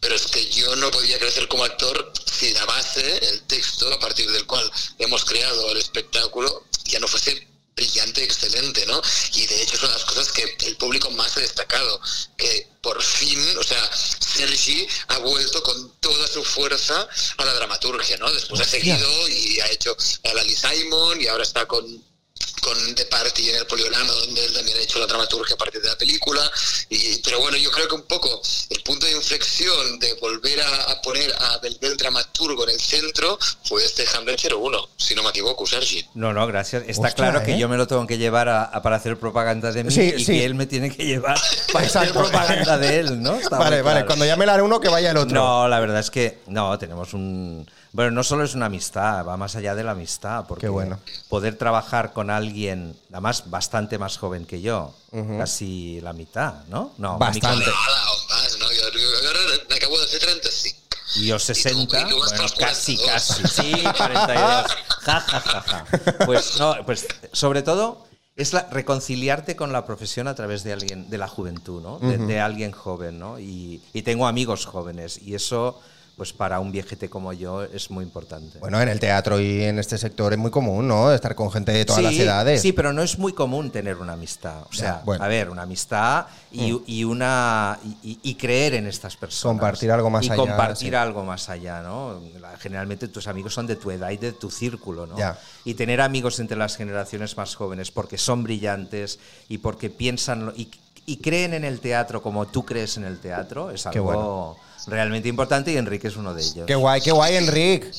[SPEAKER 3] Pero es que yo no podía crecer como actor si la base, el texto a partir del cual hemos creado el espectáculo, ya no fuese brillante, excelente, ¿no? Y de hecho es una de las cosas que el público más ha destacado, que por fin, o sea, Sergi ha vuelto con toda su fuerza a la dramaturgia, ¿no? Después ha seguido y ha hecho a Lali Simon y ahora está con con The Party en el Poliorama, donde él también ha hecho la dramaturgia a partir de la película. Y, pero bueno, yo creo que un poco el punto de inflexión de volver a, a poner a Belbel dramaturgo en el centro fue este Hamlet 01, si no me equivoco, Sergi.
[SPEAKER 2] No, no, gracias. Está
[SPEAKER 1] Ostras,
[SPEAKER 2] claro que
[SPEAKER 1] ¿eh?
[SPEAKER 2] yo me lo tengo que llevar a, a para hacer propagandas de mí
[SPEAKER 1] Sí,
[SPEAKER 2] y
[SPEAKER 1] sí.
[SPEAKER 2] que él me tiene
[SPEAKER 1] [laughs]
[SPEAKER 2] que llevar para hacer
[SPEAKER 1] Exacto.
[SPEAKER 2] propaganda de
[SPEAKER 1] [laughs]
[SPEAKER 2] él, ¿no? Está muy
[SPEAKER 1] Vale, vale,
[SPEAKER 2] claro.
[SPEAKER 1] cuando ya me la haré uno que vaya el otro.
[SPEAKER 2] No, la verdad es que no, tenemos un... Bueno, no solo es una amistad, va más allá de la amistad, porque
[SPEAKER 1] Qué bueno.
[SPEAKER 2] poder trabajar con alguien, además bastante más joven que yo, casi la mitad, ¿no? No, una mitad.
[SPEAKER 1] Bastante.
[SPEAKER 3] Nada, o más, ¿no? Yo, yo- yo ahora me acabo de hacer 35.
[SPEAKER 2] Y yo 60,
[SPEAKER 3] Y tú vas
[SPEAKER 2] bueno,
[SPEAKER 3] calculando.
[SPEAKER 2] casi, casi, sí, 42. Ja, ja, ja, ja. Pues no, pues sobre todo es la, reconciliarte con la profesión a través de alguien, de la juventud, ¿no? De, de alguien joven, ¿no? Y, y tengo amigos jóvenes y eso, pues para un viejete como yo es muy importante.
[SPEAKER 1] Bueno, en el teatro y en este sector es muy común, ¿no? Estar con gente de todas
[SPEAKER 2] sí,
[SPEAKER 1] las edades.
[SPEAKER 2] Sí, pero no es muy común tener una amistad. O sea,
[SPEAKER 1] Ya, bueno. Mm.
[SPEAKER 2] a ver, una amistad y, y una y, y- y creer en estas personas.
[SPEAKER 1] Compartir algo más
[SPEAKER 2] y
[SPEAKER 1] allá,
[SPEAKER 2] Compartir
[SPEAKER 1] sí.
[SPEAKER 2] algo más allá, ¿no? La- Generalmente tus amigos son de tu edad y de tu círculo, ¿no?
[SPEAKER 1] Ya.
[SPEAKER 2] Y tener amigos entre las generaciones más jóvenes porque son brillantes y porque piensan lo- y, y creen en el teatro como tú crees en el teatro es
[SPEAKER 1] Qué
[SPEAKER 2] algo realmente importante y Enrique es uno de ellos.
[SPEAKER 1] Qué guay, qué guay, Enric.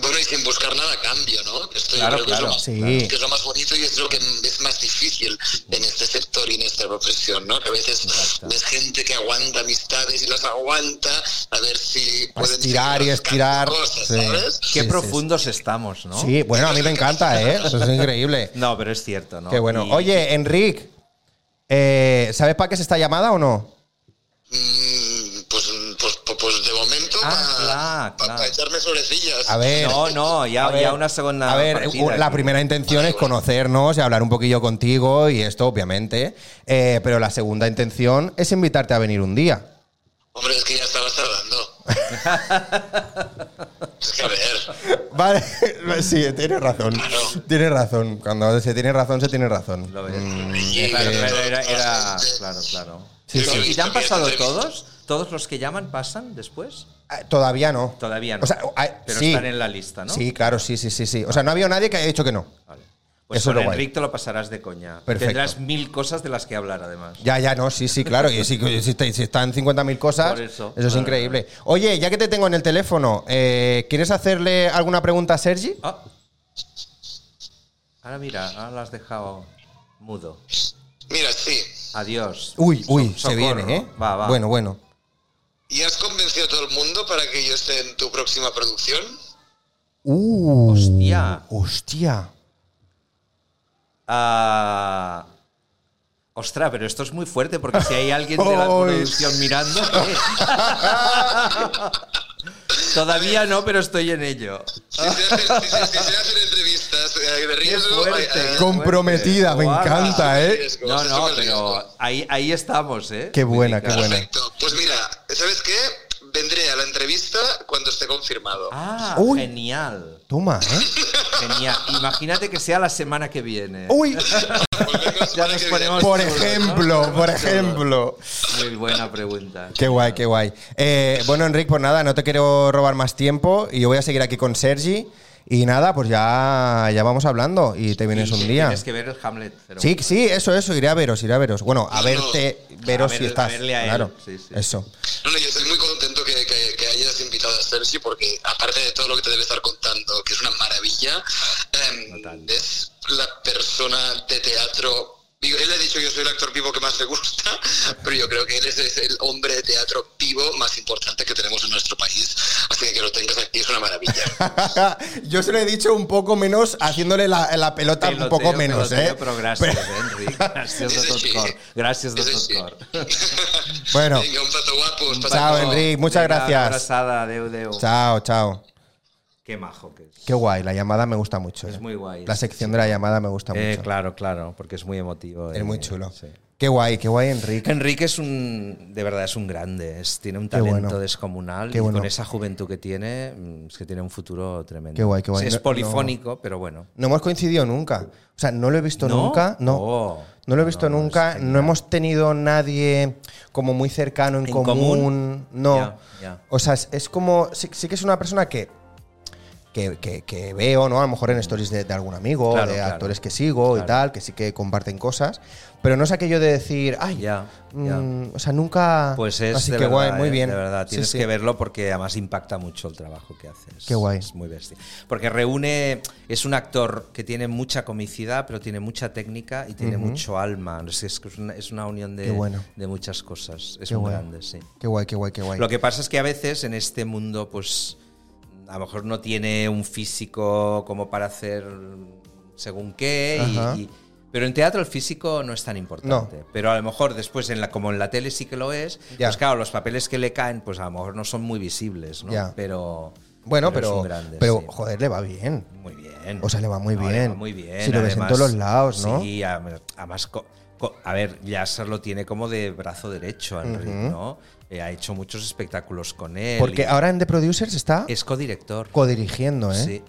[SPEAKER 3] Bueno, y sin buscar nada a cambio, ¿no? Que Esto yo
[SPEAKER 2] Claro,
[SPEAKER 3] creo que,
[SPEAKER 2] claro,
[SPEAKER 3] es lo,
[SPEAKER 1] sí.
[SPEAKER 3] que es lo más bonito y es lo que es más difícil en este sector y en esta profesión, ¿no? Que a veces
[SPEAKER 2] Exacto.
[SPEAKER 3] ves gente que aguanta amistades y las aguanta a ver si
[SPEAKER 1] Pa
[SPEAKER 3] pueden
[SPEAKER 1] estirar y
[SPEAKER 3] seguir
[SPEAKER 1] estirar,
[SPEAKER 3] cosas,
[SPEAKER 1] sí.
[SPEAKER 3] ¿sabes?
[SPEAKER 2] Qué
[SPEAKER 1] Sí, sí,
[SPEAKER 2] profundos estamos, ¿no?
[SPEAKER 1] Sí, bueno, a mí me encanta, ¿eh? Eso es increíble.
[SPEAKER 2] No, pero es cierto, [laughs] ¿no?
[SPEAKER 1] Qué bueno.
[SPEAKER 2] Y-
[SPEAKER 1] Oye, Enric, eh, ¿sabes para qué es esta llamada o no?
[SPEAKER 3] Mm, Pues, pues, pues, pues de momento
[SPEAKER 2] Ah,
[SPEAKER 3] para
[SPEAKER 2] clar, clar.
[SPEAKER 3] echarme sobrecillas.
[SPEAKER 1] A ver.
[SPEAKER 2] No, no, ya,
[SPEAKER 1] A ver,
[SPEAKER 2] ya una segunda.
[SPEAKER 1] A ver,
[SPEAKER 2] partida
[SPEAKER 1] la
[SPEAKER 2] aquí.
[SPEAKER 1] primera intención es conocernos y hablar un poquillo contigo y esto, obviamente. Eh, pero la segunda intención es invitarte a venir un día. [laughs]
[SPEAKER 3] Hombre, es que ya estabas tardando. Es que a ver,
[SPEAKER 1] Vale, [laughs] sí, tienes razón.
[SPEAKER 3] Claro.
[SPEAKER 1] Tienes razón. Cuando se tiene razón, se tiene razón. Mm,
[SPEAKER 2] Lo ves.
[SPEAKER 3] Sí,
[SPEAKER 2] claro,
[SPEAKER 3] que-
[SPEAKER 2] claro, era, era- claro, claro.
[SPEAKER 3] Sí, sí.
[SPEAKER 2] ¿Y te han pasado
[SPEAKER 3] Sí.
[SPEAKER 2] todos? ¿Todos los que llaman pasan después?
[SPEAKER 1] Ah, Todavía no.
[SPEAKER 2] Todavía no.
[SPEAKER 1] O sea, hay-
[SPEAKER 2] pero
[SPEAKER 1] sí.
[SPEAKER 2] están en la lista, ¿no?
[SPEAKER 1] Sí, claro, sí, sí, sí, sí. O sea, no había nadie que haya dicho que no.
[SPEAKER 2] Vale. Pues
[SPEAKER 1] Eso es
[SPEAKER 2] con
[SPEAKER 1] lo guay.
[SPEAKER 2] Enric te lo pasarás de coña.
[SPEAKER 1] Perfecto.
[SPEAKER 2] Tendrás mil cosas de las que hablar, además.
[SPEAKER 1] Ya, ya, no, sí, sí, claro. Y si, si está- si están 50.000 cosas,
[SPEAKER 2] Por
[SPEAKER 1] eso, es
[SPEAKER 2] eso. Claro,
[SPEAKER 1] increíble. Oye, ya que te tengo en el teléfono, eh, ¿quieres hacerle alguna pregunta a Sergi?
[SPEAKER 2] Ah. Ahora mira, ahora lo has dejado mudo.
[SPEAKER 3] mira, sí.
[SPEAKER 2] Adiós.
[SPEAKER 1] Uy, uy,
[SPEAKER 2] So-
[SPEAKER 1] se
[SPEAKER 2] socorro.
[SPEAKER 1] viene, ¿eh?
[SPEAKER 2] Va, va.
[SPEAKER 1] Bueno, bueno.
[SPEAKER 3] ¿Y has convencido a todo el mundo para que yo esté en tu próxima producción?
[SPEAKER 1] Uh,
[SPEAKER 2] Hostia.
[SPEAKER 1] Hostia.
[SPEAKER 2] Ah, Ostras, pero esto es muy fuerte porque si hay alguien
[SPEAKER 1] [laughs]
[SPEAKER 2] de la
[SPEAKER 1] Oy.
[SPEAKER 2] producción mirando.
[SPEAKER 1] [laughs]
[SPEAKER 2] ¿qué? Todavía no, pero estoy en ello.
[SPEAKER 3] Si se hacen, si se- si se hacen entrevistas eh, de riesgo,
[SPEAKER 2] fuerte,
[SPEAKER 3] hay- hay-
[SPEAKER 2] ¿eh?
[SPEAKER 3] hay
[SPEAKER 1] Comprometida, me
[SPEAKER 2] Guau.
[SPEAKER 1] encanta, ¿eh?
[SPEAKER 3] riesgo,
[SPEAKER 2] No,
[SPEAKER 3] se
[SPEAKER 2] no,
[SPEAKER 3] sube el
[SPEAKER 2] pero
[SPEAKER 3] riesgo.
[SPEAKER 2] ahí, ahí estamos, ¿eh?
[SPEAKER 1] Qué buena, qué buena.
[SPEAKER 3] Perfecto. Pues mira, ¿sabes qué? Vendré a la entrevista cuando esté confirmado.
[SPEAKER 2] Ah,
[SPEAKER 1] Uy.
[SPEAKER 2] genial.
[SPEAKER 1] Toma,
[SPEAKER 2] [laughs]
[SPEAKER 1] ¿eh?
[SPEAKER 2] Genial. Imagínate que sea la semana que viene.
[SPEAKER 1] Uy,
[SPEAKER 3] Pues vengo la
[SPEAKER 2] [laughs] Ya
[SPEAKER 3] semana
[SPEAKER 2] nos
[SPEAKER 3] que
[SPEAKER 2] ponemos.
[SPEAKER 1] por
[SPEAKER 2] chulos, ¿no?
[SPEAKER 1] ejemplo, por ejemplo.
[SPEAKER 2] Muy buena pregunta.
[SPEAKER 1] Qué guay, qué guay. Eh, bueno, Enric, pues nada, no te quiero robar más tiempo y yo voy a seguir aquí con Sergi. Y nada, pues ya, ya vamos hablando y te vienes
[SPEAKER 2] Y
[SPEAKER 1] un día.
[SPEAKER 2] Tienes que ver el Hamlet. pero
[SPEAKER 1] Sí,
[SPEAKER 2] bueno.
[SPEAKER 1] sí, eso, eso, iré a veros, iré a veros. Bueno, a
[SPEAKER 3] No,
[SPEAKER 1] verte, veros
[SPEAKER 2] A
[SPEAKER 1] si
[SPEAKER 2] ver-
[SPEAKER 1] estás.
[SPEAKER 2] a verle a él,
[SPEAKER 1] claro,
[SPEAKER 2] sí, sí.
[SPEAKER 1] eso. [laughs]
[SPEAKER 3] viene. No, no, yo estoy muy contento que, que- que hayas invitado a Sergi porque aparte de todo lo que te debe estar contando, que es una maravilla, em,
[SPEAKER 2] Total.
[SPEAKER 3] es la persona de teatro. Digo, él ha dicho que yo soy el actor vivo que más le gusta, [laughs] pero yo creo que él es, es el hombre de teatro vivo más importante que tenemos en nuestro país. Así que que lo tengas aquí es una maravilla.
[SPEAKER 1] Yo se lo he dicho un poco menos, haciéndole la, la pelota
[SPEAKER 2] Peloteo,
[SPEAKER 1] un poco menos,
[SPEAKER 2] peloteo,
[SPEAKER 1] ¿eh?
[SPEAKER 2] Pero gracias, Enric. Gracias,
[SPEAKER 3] Ese
[SPEAKER 2] doctor
[SPEAKER 3] [laughs] sí.
[SPEAKER 2] Cor. Gracias,
[SPEAKER 3] Ese sí.
[SPEAKER 2] doctor Cor. [laughs]
[SPEAKER 1] Bueno,
[SPEAKER 3] Venga, un pato guapo. Un pato
[SPEAKER 1] Chao,
[SPEAKER 3] guapo.
[SPEAKER 1] Enric, muchas
[SPEAKER 2] Venga,
[SPEAKER 1] gracias.
[SPEAKER 2] una abrazada, adeu, adeu.
[SPEAKER 1] chao, chao.
[SPEAKER 2] oh, Qué majo que es.
[SPEAKER 1] Qué guay, la llamada me gusta mucho.
[SPEAKER 2] Es
[SPEAKER 1] ¿eh?
[SPEAKER 2] muy guay.
[SPEAKER 1] La sección de la llamada me gusta
[SPEAKER 2] Eh,
[SPEAKER 1] mucho.
[SPEAKER 2] claro, claro, porque es muy emotivo.
[SPEAKER 1] Es
[SPEAKER 2] eh,
[SPEAKER 1] muy chulo.
[SPEAKER 2] sí.
[SPEAKER 1] Qué guay, qué guay, Enrique.
[SPEAKER 2] Enrique es un, de verdad, es un grande, es- tiene un
[SPEAKER 1] Qué bueno.
[SPEAKER 2] talento descomunal
[SPEAKER 1] Qué
[SPEAKER 2] y
[SPEAKER 1] bueno.
[SPEAKER 2] con esa juventud que tiene, mm, es que tiene un futuro tremendo.
[SPEAKER 1] Qué guay, qué guay.
[SPEAKER 2] Sí, es
[SPEAKER 1] No-
[SPEAKER 2] polifónico, pero bueno.
[SPEAKER 1] No hemos coincidido nunca. O sea, no lo he visto
[SPEAKER 2] ¿No?
[SPEAKER 1] nunca. No.
[SPEAKER 2] Oh.
[SPEAKER 1] no lo he visto
[SPEAKER 2] No, no,
[SPEAKER 1] nunca.
[SPEAKER 2] es genial.
[SPEAKER 1] No hemos tenido nadie como muy cercano en,
[SPEAKER 2] ¿En
[SPEAKER 1] común.
[SPEAKER 2] común?
[SPEAKER 1] No.
[SPEAKER 2] Ya, ya.
[SPEAKER 1] O sea, es, es como. Sí, sí que es una persona que. Que, que- que veo, ¿no? A lo mejor en stories de, de algún amigo,
[SPEAKER 2] Claro,
[SPEAKER 1] de
[SPEAKER 2] claro.
[SPEAKER 1] actores que sigo y
[SPEAKER 2] Claro.
[SPEAKER 1] tal, que sí que comparten cosas. Pero no es aquello de decir, ay,
[SPEAKER 2] Ya, ya.
[SPEAKER 1] mm, o sea, nunca.
[SPEAKER 2] Pues es
[SPEAKER 1] Así
[SPEAKER 2] de
[SPEAKER 1] que
[SPEAKER 2] verdad,
[SPEAKER 1] guay, muy
[SPEAKER 2] eh,
[SPEAKER 1] bien.
[SPEAKER 2] de verdad,
[SPEAKER 1] Sí,
[SPEAKER 2] tienes
[SPEAKER 1] sí.
[SPEAKER 2] que verlo porque además impacta mucho el trabajo que haces.
[SPEAKER 1] Qué guay.
[SPEAKER 2] Es muy bestia. Porque reúne, es un actor que tiene mucha comicidad, pero tiene mucha técnica y tiene mucho alma. Es, es que es una, es una unión
[SPEAKER 1] Qué
[SPEAKER 2] de,
[SPEAKER 1] bueno.
[SPEAKER 2] de muchas cosas. Es
[SPEAKER 1] Qué
[SPEAKER 2] muy
[SPEAKER 1] guay.
[SPEAKER 2] grande, sí.
[SPEAKER 1] Qué guay, qué guay, qué guay.
[SPEAKER 2] Lo que pasa es que a veces en este mundo, pues a lo mejor no tiene un físico como para hacer según qué. y-
[SPEAKER 1] Ajá.
[SPEAKER 2] y- pero en teatro el físico no es tan importante.
[SPEAKER 1] No.
[SPEAKER 2] Pero a lo mejor después, en la, como en la tele sí que lo es,
[SPEAKER 1] Ya.
[SPEAKER 2] pues claro, los papeles que le caen, pues a lo mejor no son muy visibles, ¿no?
[SPEAKER 1] Ya.
[SPEAKER 2] Pero.
[SPEAKER 1] Bueno,
[SPEAKER 2] es
[SPEAKER 1] pero,
[SPEAKER 2] un grande,
[SPEAKER 1] pero
[SPEAKER 2] sí.
[SPEAKER 1] joder, le va bien.
[SPEAKER 2] Muy bien.
[SPEAKER 1] O sea, le va muy
[SPEAKER 2] No,
[SPEAKER 1] bien.
[SPEAKER 2] va muy bien.
[SPEAKER 1] Si lo ves en todos los lados, ¿no?
[SPEAKER 2] Sí, además, además co- co- a ver, Yasser lo tiene como de brazo derecho, a Enric, ¿no? Eh, ha hecho muchos espectáculos con él.
[SPEAKER 1] Porque
[SPEAKER 2] y
[SPEAKER 1] ahora en The Producers está
[SPEAKER 2] es codirector.
[SPEAKER 1] codirigiendo, ¿eh?
[SPEAKER 2] Sí.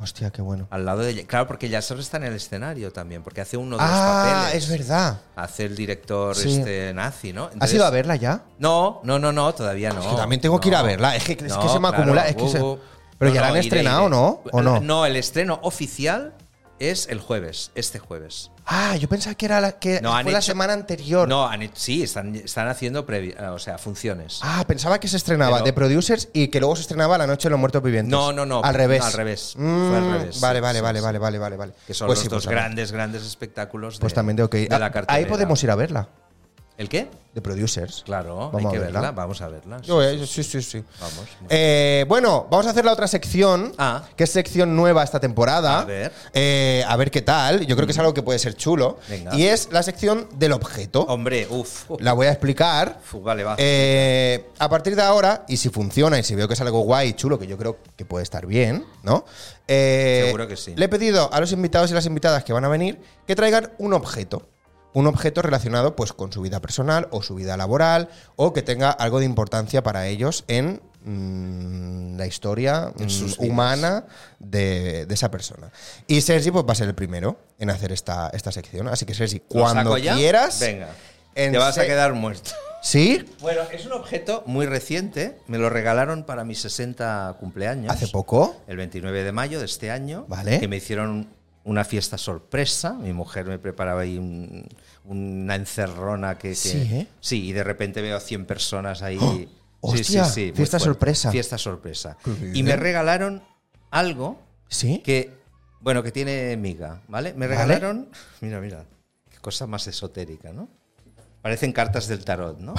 [SPEAKER 1] Hostia, qué bueno.
[SPEAKER 2] Al lado de. Claro, porque Yasser está en el escenario también, porque hace uno de los
[SPEAKER 1] Ah,
[SPEAKER 2] papeles.
[SPEAKER 1] es verdad.
[SPEAKER 2] Hace el director
[SPEAKER 1] Sí.
[SPEAKER 2] este nazi, ¿no?
[SPEAKER 1] ¿Has
[SPEAKER 2] Entonces-
[SPEAKER 1] ido a verla ya?
[SPEAKER 2] No, no, no, no, todavía no.
[SPEAKER 1] Es que también tengo que ir a verla. Es que- es que se me acumula, es que se- pero ya la han
[SPEAKER 2] iré,
[SPEAKER 1] estrenado,
[SPEAKER 2] iré.
[SPEAKER 1] ¿no? ¿O no?
[SPEAKER 2] No, el estreno oficial es el jueves, este jueves.
[SPEAKER 1] Ah, yo pensaba que era la que
[SPEAKER 2] No, han
[SPEAKER 1] fue la
[SPEAKER 2] hecho-
[SPEAKER 1] semana anterior.
[SPEAKER 2] No, han hecho- sí, están, están haciendo previ- eh, o sea, funciones.
[SPEAKER 1] Ah, pensaba que se estrenaba
[SPEAKER 2] Pero-
[SPEAKER 1] The Producers y que luego se estrenaba La Noche de los Muertos Vivientes.
[SPEAKER 2] No, no, no,
[SPEAKER 1] Al
[SPEAKER 2] no,
[SPEAKER 1] revés.
[SPEAKER 2] al revés. Fue
[SPEAKER 1] Mm,
[SPEAKER 2] al revés,
[SPEAKER 1] Vale, vale,
[SPEAKER 2] sí, sí,
[SPEAKER 1] vale,
[SPEAKER 2] sí.
[SPEAKER 1] vale, vale, vale, vale.
[SPEAKER 2] que son
[SPEAKER 1] Pues
[SPEAKER 2] los
[SPEAKER 1] sí,
[SPEAKER 2] dos
[SPEAKER 1] pues,
[SPEAKER 2] grandes, grandes espectáculos de,
[SPEAKER 1] Pues también tengo que ir.
[SPEAKER 2] de
[SPEAKER 1] Ah,
[SPEAKER 2] la
[SPEAKER 1] Ahí
[SPEAKER 2] cartelera.
[SPEAKER 1] podemos ir a verla.
[SPEAKER 2] ¿El qué?
[SPEAKER 1] The Producers.
[SPEAKER 2] Claro,
[SPEAKER 1] Vamos
[SPEAKER 2] hay
[SPEAKER 1] a
[SPEAKER 2] que
[SPEAKER 1] verla.
[SPEAKER 2] verla. vamos a verla. sí,
[SPEAKER 1] Yo,
[SPEAKER 2] sí,
[SPEAKER 1] eh, sí,
[SPEAKER 2] sí.
[SPEAKER 1] sí, sí.
[SPEAKER 2] Vamos.
[SPEAKER 1] Eh, bueno, vamos a hacer la otra sección,
[SPEAKER 2] Ah.
[SPEAKER 1] que es sección nueva esta temporada.
[SPEAKER 2] A ver. Mm.
[SPEAKER 1] Eh, a ver qué tal. Yo creo que es algo que puede ser chulo.
[SPEAKER 2] Venga.
[SPEAKER 1] Y es la sección del objeto.
[SPEAKER 2] Hombre, uff.
[SPEAKER 1] La voy a explicar.
[SPEAKER 2] vale, va.
[SPEAKER 1] Eh, a partir de ahora, y si funciona y si veo que es algo guay y chulo, que yo creo que puede estar bien, ¿no? Eh,
[SPEAKER 2] Seguro que sí.
[SPEAKER 1] Le he pedido a los invitados y las invitadas que van a venir que traigan un objeto. Un objeto relacionado pues, con su vida personal o su vida laboral o que tenga algo de importancia para ellos en mm, la historia
[SPEAKER 2] En
[SPEAKER 1] mm,
[SPEAKER 2] sus vidas.
[SPEAKER 1] humana de, de esa persona. Y Sergi pues, va a ser el primero en hacer esta, esta sección. Así que Sergi,
[SPEAKER 2] ¿Lo saco
[SPEAKER 1] cuando
[SPEAKER 2] ya?
[SPEAKER 1] quieras...
[SPEAKER 2] Venga.
[SPEAKER 1] en
[SPEAKER 2] Te vas a
[SPEAKER 1] se-
[SPEAKER 2] quedar muerto.
[SPEAKER 1] ¿Sí?
[SPEAKER 2] Bueno, es un objeto muy reciente. Me lo regalaron para mis 60 cumpleaños.
[SPEAKER 1] ¿Hace poco?
[SPEAKER 2] El 29 de mayo de este año.
[SPEAKER 1] Vale.
[SPEAKER 2] Que me hicieron una fiesta sorpresa. Mi mujer me preparaba ahí un- una encerrona que, que-
[SPEAKER 1] Sí, ¿eh?
[SPEAKER 2] Sí, y de repente veo a 100 personas ahí.
[SPEAKER 1] ¡Oh!
[SPEAKER 2] Sí,
[SPEAKER 1] ¡Hostia!
[SPEAKER 2] muy
[SPEAKER 1] Fiesta
[SPEAKER 2] fuerte.
[SPEAKER 1] sorpresa.
[SPEAKER 2] Fiesta sorpresa.
[SPEAKER 1] Qué bien. ¿eh?
[SPEAKER 2] Y me regalaron algo
[SPEAKER 1] ¿Sí?
[SPEAKER 2] que, bueno, que tiene miga, ¿vale? Me
[SPEAKER 1] Vale.
[SPEAKER 2] regalaron, mira, mira, qué cosa más esotérica, ¿no? Parecen cartas del
[SPEAKER 1] [laughs]
[SPEAKER 2] tarot, ¿no?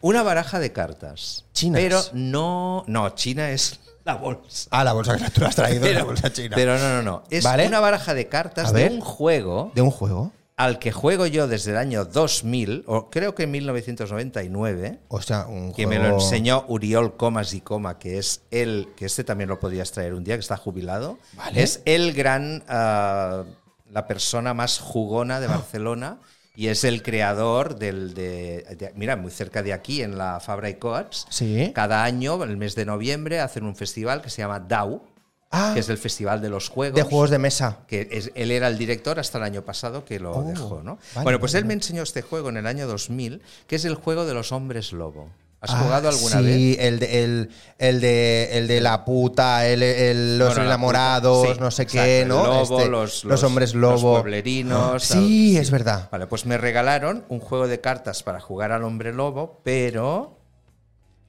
[SPEAKER 2] Una baraja de cartas.
[SPEAKER 1] Chinas.
[SPEAKER 2] Pero no, no, China es la bolsa.
[SPEAKER 1] Ah, la bolsa que tú la has traído, la bolsa china.
[SPEAKER 2] pero no, no, no. Es
[SPEAKER 1] Vale.
[SPEAKER 2] una baraja de cartas
[SPEAKER 1] A
[SPEAKER 2] de
[SPEAKER 1] ver.
[SPEAKER 2] un juego
[SPEAKER 1] ¿De un juego?
[SPEAKER 2] al que juego yo desde el año 2000, o creo que en 1999,
[SPEAKER 1] O sea, un
[SPEAKER 2] que
[SPEAKER 1] juego...
[SPEAKER 2] me lo enseñó Uriol Comas y Coma, que es el, que este también lo podrías traer un día, que está jubilado.
[SPEAKER 1] Vale.
[SPEAKER 2] Es el gran, ah, la persona más jugona de
[SPEAKER 1] Ah.
[SPEAKER 2] Barcelona y es el creador del, de, de- mira, muy cerca de aquí, en la Fabra y Coats.
[SPEAKER 1] Sí.
[SPEAKER 2] Cada año, en el mes de noviembre, hacen un festival que se llama DAO,
[SPEAKER 1] Ah,
[SPEAKER 2] que es el Festival de los Juegos
[SPEAKER 1] de juegos de mesa.
[SPEAKER 2] que es- él era el director hasta el año pasado que lo
[SPEAKER 1] Oh,
[SPEAKER 2] dejó, ¿no?
[SPEAKER 1] vale,
[SPEAKER 2] bueno, pues
[SPEAKER 1] vale,
[SPEAKER 2] él me
[SPEAKER 1] vale.
[SPEAKER 2] enseñó este juego en el año 2000, que es el juego de los hombres lobo. ¿Has
[SPEAKER 1] Ah,
[SPEAKER 2] jugado alguna
[SPEAKER 1] sí,
[SPEAKER 2] vez?
[SPEAKER 1] el de, el, el de, el de la puta, el, el- los
[SPEAKER 2] Bueno, la
[SPEAKER 1] enamorados,
[SPEAKER 2] puta. Sí,
[SPEAKER 1] no sé
[SPEAKER 2] exacto,
[SPEAKER 1] qué,
[SPEAKER 2] el
[SPEAKER 1] ¿no?
[SPEAKER 2] lobo,
[SPEAKER 1] Este,
[SPEAKER 2] los,
[SPEAKER 1] hombres lobo.
[SPEAKER 2] Los pueblerinos.
[SPEAKER 1] Sí,
[SPEAKER 2] tal.
[SPEAKER 1] es verdad.
[SPEAKER 2] Vale, pues me regalaron un juego de cartas para jugar al hombre lobo, pero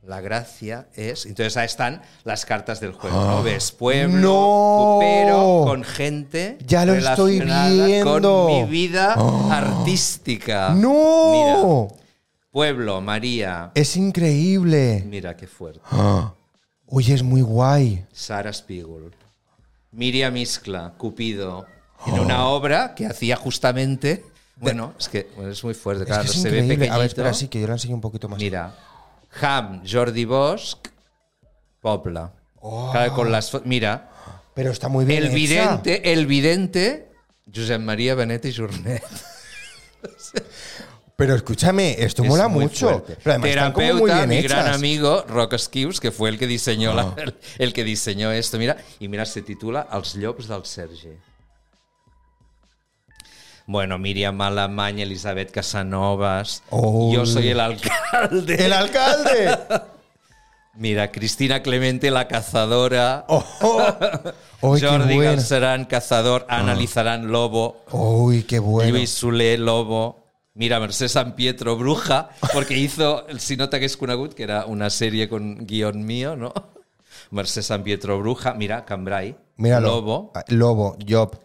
[SPEAKER 2] la gracia es. Entonces ahí están las cartas del juego, ¿no? Ves pueblo,
[SPEAKER 1] Ah. ¡No!
[SPEAKER 2] pero con gente.
[SPEAKER 1] Ya lo estoy
[SPEAKER 2] relacionada
[SPEAKER 1] viendo. Ah.
[SPEAKER 2] Con mi vida artística.
[SPEAKER 1] ¡No!
[SPEAKER 2] Mira, pueblo, María.
[SPEAKER 1] Es increíble.
[SPEAKER 2] Mira qué fuerte.
[SPEAKER 1] Ah. Oye, es muy guay.
[SPEAKER 2] Sara Spiegel, Miriam Iscla, Cupido, en una
[SPEAKER 1] Oh.
[SPEAKER 2] obra que hacía justamente. Bueno, es que bueno, es muy fuerte, claro,
[SPEAKER 1] es que es
[SPEAKER 2] se ve
[SPEAKER 1] increíble.
[SPEAKER 2] pequeñito.
[SPEAKER 1] A ver, espera, sí, que yo lo enseño un poquito más.
[SPEAKER 2] Mira, Ham, Jordi Bosch, Popla. Claro, con las fo- mira,
[SPEAKER 1] Pero está muy Oh. bien.
[SPEAKER 2] el
[SPEAKER 1] hecha.
[SPEAKER 2] vidente, el vidente, Josep María Benet y Jornet.
[SPEAKER 1] Pero escúchame, esto mola
[SPEAKER 2] Es muy
[SPEAKER 1] mucho.
[SPEAKER 2] fuerte.
[SPEAKER 1] Pero además están como
[SPEAKER 2] Terapeuta,
[SPEAKER 1] muy bien
[SPEAKER 2] mi
[SPEAKER 1] hechas.
[SPEAKER 2] gran amigo Rock Esquius, que fue el que diseñó la- [laughs] el, que diseñó esto, mira, y mira se titula Els llops del Sergi. Bueno, Miriam Malamaña, Elizabeth Casanovas,
[SPEAKER 1] Oh.
[SPEAKER 2] yo soy el alcalde.
[SPEAKER 1] ¡El
[SPEAKER 2] [laughs]
[SPEAKER 1] alcalde!
[SPEAKER 2] Mira, Cristina Clemente, la cazadora.
[SPEAKER 1] ¡Oh! ¡Uy, qué
[SPEAKER 2] Jordi
[SPEAKER 1] bueno!
[SPEAKER 2] Galcerán, cazador. Ana Lizarán, lobo.
[SPEAKER 1] ¡Uy, qué bueno!
[SPEAKER 2] Luis Sule, Lobo. Mira, Mercedes San Pietro, bruja, porque hizo el Sinota que es Kunagut, que era una serie con guión mío, ¿no? Mercedes San Pietro, bruja. Mira, Cambrai,
[SPEAKER 1] Míralo.
[SPEAKER 2] Lobo.
[SPEAKER 1] Ah, Lobo, Job.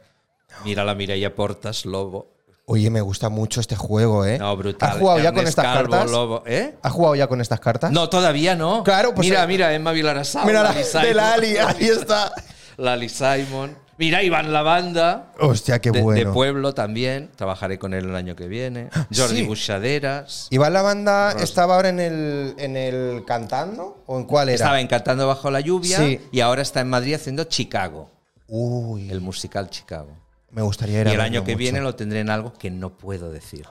[SPEAKER 2] Mira la Mireia Portas, Lobo.
[SPEAKER 1] Oye, me gusta mucho este juego, ¿eh?
[SPEAKER 2] No, brutal.
[SPEAKER 1] ¿Has jugado ya con
[SPEAKER 2] Ernest
[SPEAKER 1] estas
[SPEAKER 2] Calvo,
[SPEAKER 1] cartas?
[SPEAKER 2] Lobo. ¿Eh?
[SPEAKER 1] ¿Has jugado ya con estas cartas?
[SPEAKER 2] No, todavía no.
[SPEAKER 1] Claro, pues,
[SPEAKER 2] Mira,
[SPEAKER 1] eh,
[SPEAKER 2] mira, Emma Vilarasau.
[SPEAKER 1] Mira, la,
[SPEAKER 2] Lali Simon.
[SPEAKER 1] de la Ali, ahí está.
[SPEAKER 2] Lali Simon. Mira, Iván Lavanda.
[SPEAKER 1] Hostia, qué
[SPEAKER 2] De,
[SPEAKER 1] bueno.
[SPEAKER 2] de Pueblo también. Trabajaré con él el año
[SPEAKER 1] [gasps]
[SPEAKER 2] que viene. Jordi
[SPEAKER 1] Sí.
[SPEAKER 2] Buchaderas.
[SPEAKER 1] Iván la banda
[SPEAKER 2] Rosa.
[SPEAKER 1] estaba ahora en el, en el cantando o en cuál era?
[SPEAKER 2] Estaba en Cantando bajo la lluvia
[SPEAKER 1] Sí.
[SPEAKER 2] y ahora está en Madrid haciendo Chicago,
[SPEAKER 1] Uy,
[SPEAKER 2] el musical Chicago.
[SPEAKER 1] me gustaría ir a
[SPEAKER 2] y el
[SPEAKER 1] verlo
[SPEAKER 2] año que
[SPEAKER 1] mucho.
[SPEAKER 2] viene lo tendré en algo que no puedo decir.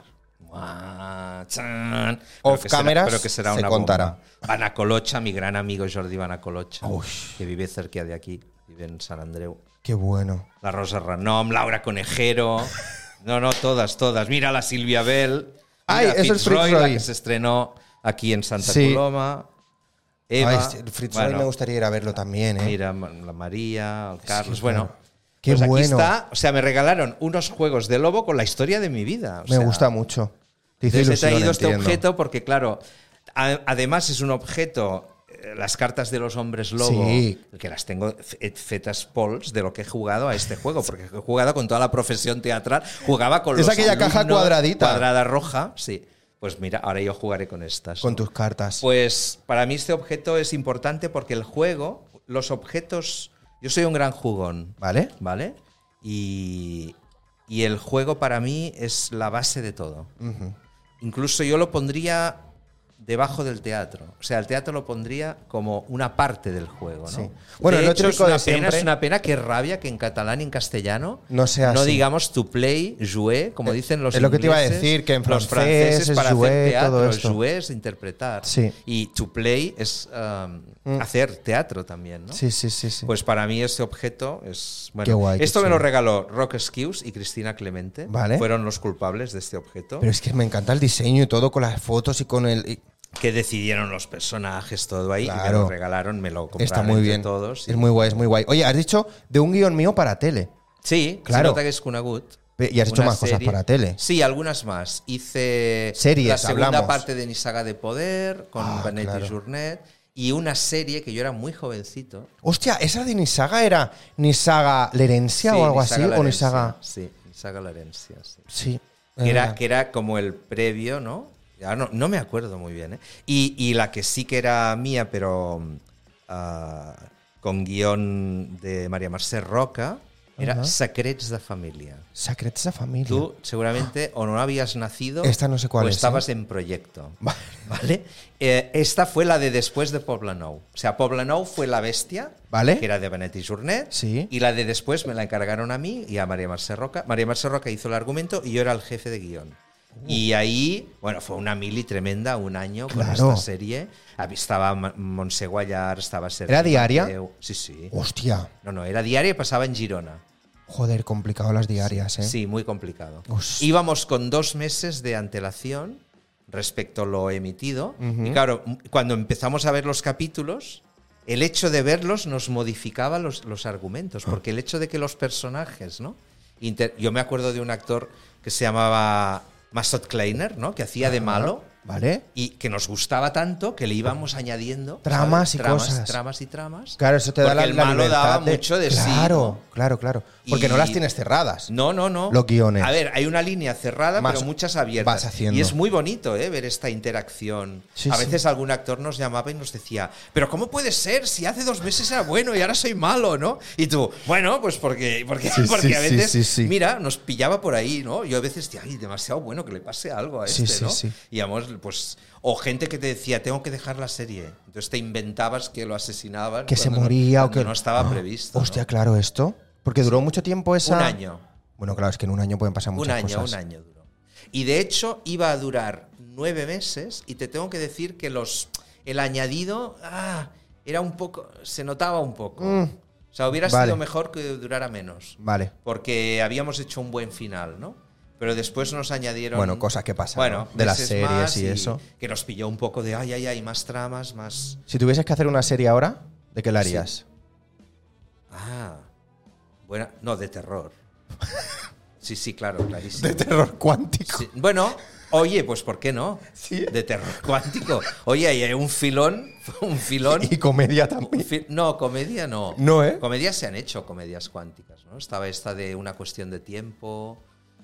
[SPEAKER 2] Guau, chan.
[SPEAKER 1] Off
[SPEAKER 2] que será-
[SPEAKER 1] cameras
[SPEAKER 2] pero que será
[SPEAKER 1] se
[SPEAKER 2] una
[SPEAKER 1] contará.
[SPEAKER 2] bomba. Vanacolocha, mi gran amigo Jordi Vanacolocha,
[SPEAKER 1] Ush.
[SPEAKER 2] que vive cerca de aquí, vive en San Andreu.
[SPEAKER 1] Qué bueno.
[SPEAKER 2] La Rosa Ranom, Laura Conejero. No, no, todas, todas. Mira la Silvia Bell. Mira
[SPEAKER 1] Ay, eso es
[SPEAKER 2] Fitzroy,
[SPEAKER 1] Fitzroy.
[SPEAKER 2] la que se estrenó aquí en Santa
[SPEAKER 1] Sí.
[SPEAKER 2] Coloma. Eva.
[SPEAKER 1] Ay, este- el Fritz Roy
[SPEAKER 2] Bueno,
[SPEAKER 1] me gustaría ir a verlo también, ¿eh?
[SPEAKER 2] Mira, ma- la María, el Carlos.
[SPEAKER 1] claro.
[SPEAKER 2] bueno,
[SPEAKER 1] Qué
[SPEAKER 2] pues
[SPEAKER 1] bueno.
[SPEAKER 2] aquí está. O sea, me regalaron unos juegos de lobo con la historia de mi vida. o
[SPEAKER 1] me
[SPEAKER 2] sea,
[SPEAKER 1] gusta mucho. Te hizo
[SPEAKER 2] entonces he
[SPEAKER 1] ilusión,
[SPEAKER 2] traído este
[SPEAKER 1] entiendo.
[SPEAKER 2] objeto porque, claro, a- además es un objeto. eh, Las cartas de los hombres lobo,
[SPEAKER 1] Sí.
[SPEAKER 2] que las tengo fe- fetas pols de lo que he jugado a este juego, porque he jugado con toda la profesión teatral, jugaba con
[SPEAKER 1] Es
[SPEAKER 2] los
[SPEAKER 1] aquella caja
[SPEAKER 2] alumnos,
[SPEAKER 1] cuadradita.
[SPEAKER 2] Cuadrada roja, sí. Pues mira, ahora yo jugaré con estas.
[SPEAKER 1] Con
[SPEAKER 2] ¿no?
[SPEAKER 1] tus cartas.
[SPEAKER 2] Pues para mí este objeto es importante porque el juego, los objetos, yo soy un gran jugón,
[SPEAKER 1] ¿Vale?
[SPEAKER 2] ¿vale? Y, y el juego para mí es la base de todo. Incluso yo lo pondría debajo del teatro. O sea, el teatro lo pondría como una parte del juego, ¿no?
[SPEAKER 1] Sí. Bueno,
[SPEAKER 2] de
[SPEAKER 1] lo
[SPEAKER 2] hecho, es
[SPEAKER 1] típico
[SPEAKER 2] una,
[SPEAKER 1] de
[SPEAKER 2] pena,
[SPEAKER 1] siempre-
[SPEAKER 2] es una pena que rabia que en catalán y en castellano
[SPEAKER 1] No sea así.
[SPEAKER 2] digamos tu play, jouer, como
[SPEAKER 1] Eh,
[SPEAKER 2] dicen los
[SPEAKER 1] es lo que te iba a
[SPEAKER 2] ingleses,
[SPEAKER 1] decir, que en
[SPEAKER 2] los
[SPEAKER 1] francés
[SPEAKER 2] franceses
[SPEAKER 1] es
[SPEAKER 2] para
[SPEAKER 1] jouer,
[SPEAKER 2] hacer teatro,
[SPEAKER 1] todo esto.
[SPEAKER 2] jouer es interpretar.
[SPEAKER 1] Sí.
[SPEAKER 2] Y to play es um,
[SPEAKER 1] Mm.
[SPEAKER 2] hacer teatro también, ¿no?
[SPEAKER 1] Sí, sí, sí, sí.
[SPEAKER 2] Pues para mí este objeto es... Bueno,
[SPEAKER 1] Qué guay, qué
[SPEAKER 2] esto me
[SPEAKER 1] chulo.
[SPEAKER 2] lo regaló Rock Skews y Cristina Clemente.
[SPEAKER 1] Vale.
[SPEAKER 2] Fueron los culpables de este objeto.
[SPEAKER 1] Pero es que me encanta el diseño y todo con las fotos y con el... y-
[SPEAKER 2] que decidieron los personajes, todo ahí, y me
[SPEAKER 1] Claro.
[SPEAKER 2] lo regalaron, me lo compraron
[SPEAKER 1] Está muy
[SPEAKER 2] entre
[SPEAKER 1] bien.
[SPEAKER 2] todos. y-
[SPEAKER 1] Es muy guay, es muy guay. Oye, has dicho de un guión mío para tele.
[SPEAKER 2] Sí,
[SPEAKER 1] Claro.
[SPEAKER 2] se nota que es Kunagut.
[SPEAKER 1] Pe- y has hecho
[SPEAKER 2] Una
[SPEAKER 1] más cosas para tele.
[SPEAKER 2] Sí, algunas más. Hice
[SPEAKER 1] Series,
[SPEAKER 2] la segunda
[SPEAKER 1] hablamos.
[SPEAKER 2] parte de Nisaga de Poder con
[SPEAKER 1] Ah,
[SPEAKER 2] Vanetti
[SPEAKER 1] claro.
[SPEAKER 2] Journet y una serie que yo era muy jovencito.
[SPEAKER 1] Hostia, ¿esa de Nisaga era Nisaga la herencia
[SPEAKER 2] Sí,
[SPEAKER 1] o algo
[SPEAKER 2] Nissaga
[SPEAKER 1] así?
[SPEAKER 2] la
[SPEAKER 1] ¿O
[SPEAKER 2] herencia,
[SPEAKER 1] Nisaga...?
[SPEAKER 2] Sí, Nisaga la herencia, sí.
[SPEAKER 1] Sí. Eh,
[SPEAKER 2] que era,
[SPEAKER 1] verdad.
[SPEAKER 2] que era como el previo, ¿no? Ahora no, no me acuerdo muy bien, ¿eh? Y, y la que sí que era mía, pero ah, con guión de María Mercè Roca, era
[SPEAKER 1] Ajá.
[SPEAKER 2] Secrets de Familia.
[SPEAKER 1] Secrets de familia.
[SPEAKER 2] Tú seguramente o no habías nacido
[SPEAKER 1] Esta no sé cuál
[SPEAKER 2] o
[SPEAKER 1] es, ¿eh?
[SPEAKER 2] estabas en proyecto.
[SPEAKER 1] Vale.
[SPEAKER 2] ¿Vale? Eh, esta fue la de después de Poblenou. O sea, Poblenou fue La Bestia,
[SPEAKER 1] Vale.
[SPEAKER 2] que era de Benetti Journet,
[SPEAKER 1] Sí.
[SPEAKER 2] y la de después me la encargaron a mí y a María Mercè Roca. María Mercè Roca hizo el argumento y yo era el jefe de guión.
[SPEAKER 1] Uh.
[SPEAKER 2] Y ahí, bueno, fue una mili tremenda, un año con
[SPEAKER 1] Claro.
[SPEAKER 2] esta serie. Hab- Estaba Ma- Montse Guallar, estaba Sergi
[SPEAKER 1] ¿Era diaria?
[SPEAKER 2] Mateu. Sí, sí.
[SPEAKER 1] Hostia.
[SPEAKER 2] No, no, era diaria y pasaba en Girona.
[SPEAKER 1] Joder, complicado las diarias, ¿eh?
[SPEAKER 2] Sí, muy complicado.
[SPEAKER 1] Us.
[SPEAKER 2] Íbamos con dos meses de antelación respecto a lo emitido. Y claro, m- cuando empezamos a ver los capítulos, el hecho de verlos nos modificaba los, los
[SPEAKER 1] Ah.
[SPEAKER 2] argumentos, porque el hecho de que los personajes, ¿no? Inter- Yo me acuerdo de un actor que se llamaba Masot Kleiner, ¿no? Que hacía de malo.
[SPEAKER 1] ¿Vale?
[SPEAKER 2] Y que nos gustaba tanto que le íbamos añadiendo
[SPEAKER 1] Tramas y
[SPEAKER 2] tramas,
[SPEAKER 1] cosas.
[SPEAKER 2] Tramas y tramas.
[SPEAKER 1] Claro, eso te da
[SPEAKER 2] Porque
[SPEAKER 1] la,
[SPEAKER 2] el
[SPEAKER 1] la
[SPEAKER 2] malo
[SPEAKER 1] libertad
[SPEAKER 2] daba mucho de sí,
[SPEAKER 1] Claro,
[SPEAKER 2] ¿no?
[SPEAKER 1] claro, claro. Porque
[SPEAKER 2] Y-
[SPEAKER 1] no las tienes cerradas.
[SPEAKER 2] No, no, no.
[SPEAKER 1] Los guiones.
[SPEAKER 2] A ver, hay una línea cerrada,
[SPEAKER 1] Más
[SPEAKER 2] pero muchas abiertas.
[SPEAKER 1] vas haciendo.
[SPEAKER 2] Y es muy bonito eh, ver esta interacción.
[SPEAKER 1] Sí,
[SPEAKER 2] a
[SPEAKER 1] sí.
[SPEAKER 2] veces algún actor nos llamaba y nos decía, pero ¿cómo puede ser si hace dos meses era bueno y ahora soy malo, no? Y tú, bueno, pues porque, porque,
[SPEAKER 1] Sí,
[SPEAKER 2] porque
[SPEAKER 1] sí,
[SPEAKER 2] a veces,
[SPEAKER 1] sí, sí, sí.
[SPEAKER 2] mira, nos pillaba por ahí, ¿no? Yo a veces decía, ay, demasiado bueno que le pase algo a
[SPEAKER 1] Sí,
[SPEAKER 2] este,
[SPEAKER 1] sí,
[SPEAKER 2] ¿no?
[SPEAKER 1] sí.
[SPEAKER 2] Y vamos, pues, o gente que te decía, tengo que dejar la serie. Entonces te inventabas que lo asesinaban.
[SPEAKER 1] Que se
[SPEAKER 2] cuando no-
[SPEAKER 1] moría o
[SPEAKER 2] cuando
[SPEAKER 1] que.
[SPEAKER 2] No estaba
[SPEAKER 1] Ah,
[SPEAKER 2] previsto. ¿no?
[SPEAKER 1] Hostia, claro, esto. Porque duró mucho tiempo esa.
[SPEAKER 2] Un año.
[SPEAKER 1] Bueno, claro, es que en un año pueden pasar muchas
[SPEAKER 2] Un año,
[SPEAKER 1] cosas.
[SPEAKER 2] un año duró. Y de hecho iba a durar nueve meses y te tengo que decir que los el añadido ah, era un poco se notaba un poco. O sea, hubiera
[SPEAKER 1] Mm. Vale.
[SPEAKER 2] sido mejor que durara menos,
[SPEAKER 1] Vale.
[SPEAKER 2] porque habíamos hecho un buen final, ¿no? Pero después nos añadieron
[SPEAKER 1] Bueno, cosas que pasan,
[SPEAKER 2] bueno,
[SPEAKER 1] ¿no? De las
[SPEAKER 2] meses
[SPEAKER 1] series
[SPEAKER 2] más
[SPEAKER 1] y eso.
[SPEAKER 2] que nos pilló un poco de ay ay ay más tramas, más
[SPEAKER 1] Si tuvieses que hacer una serie ahora, ¿de qué la
[SPEAKER 2] Sí. [laughs]
[SPEAKER 1] harías?
[SPEAKER 2] ah. Buena, no de terror. [laughs] Sí, sí, claro, clarísimo.
[SPEAKER 1] terror cuántico.
[SPEAKER 2] Sí, Bueno, oye, pues ¿por qué no?
[SPEAKER 1] Sí.
[SPEAKER 2] De terror cuántico. Oye, ahí hay un filón, [laughs] un filón.
[SPEAKER 1] Y comedia
[SPEAKER 2] un
[SPEAKER 1] también.
[SPEAKER 2] fi- no, comedia no.
[SPEAKER 1] No, ¿eh?
[SPEAKER 2] Comedias se han hecho, comedias cuánticas, ¿no? Estaba esta de una cuestión de tiempo.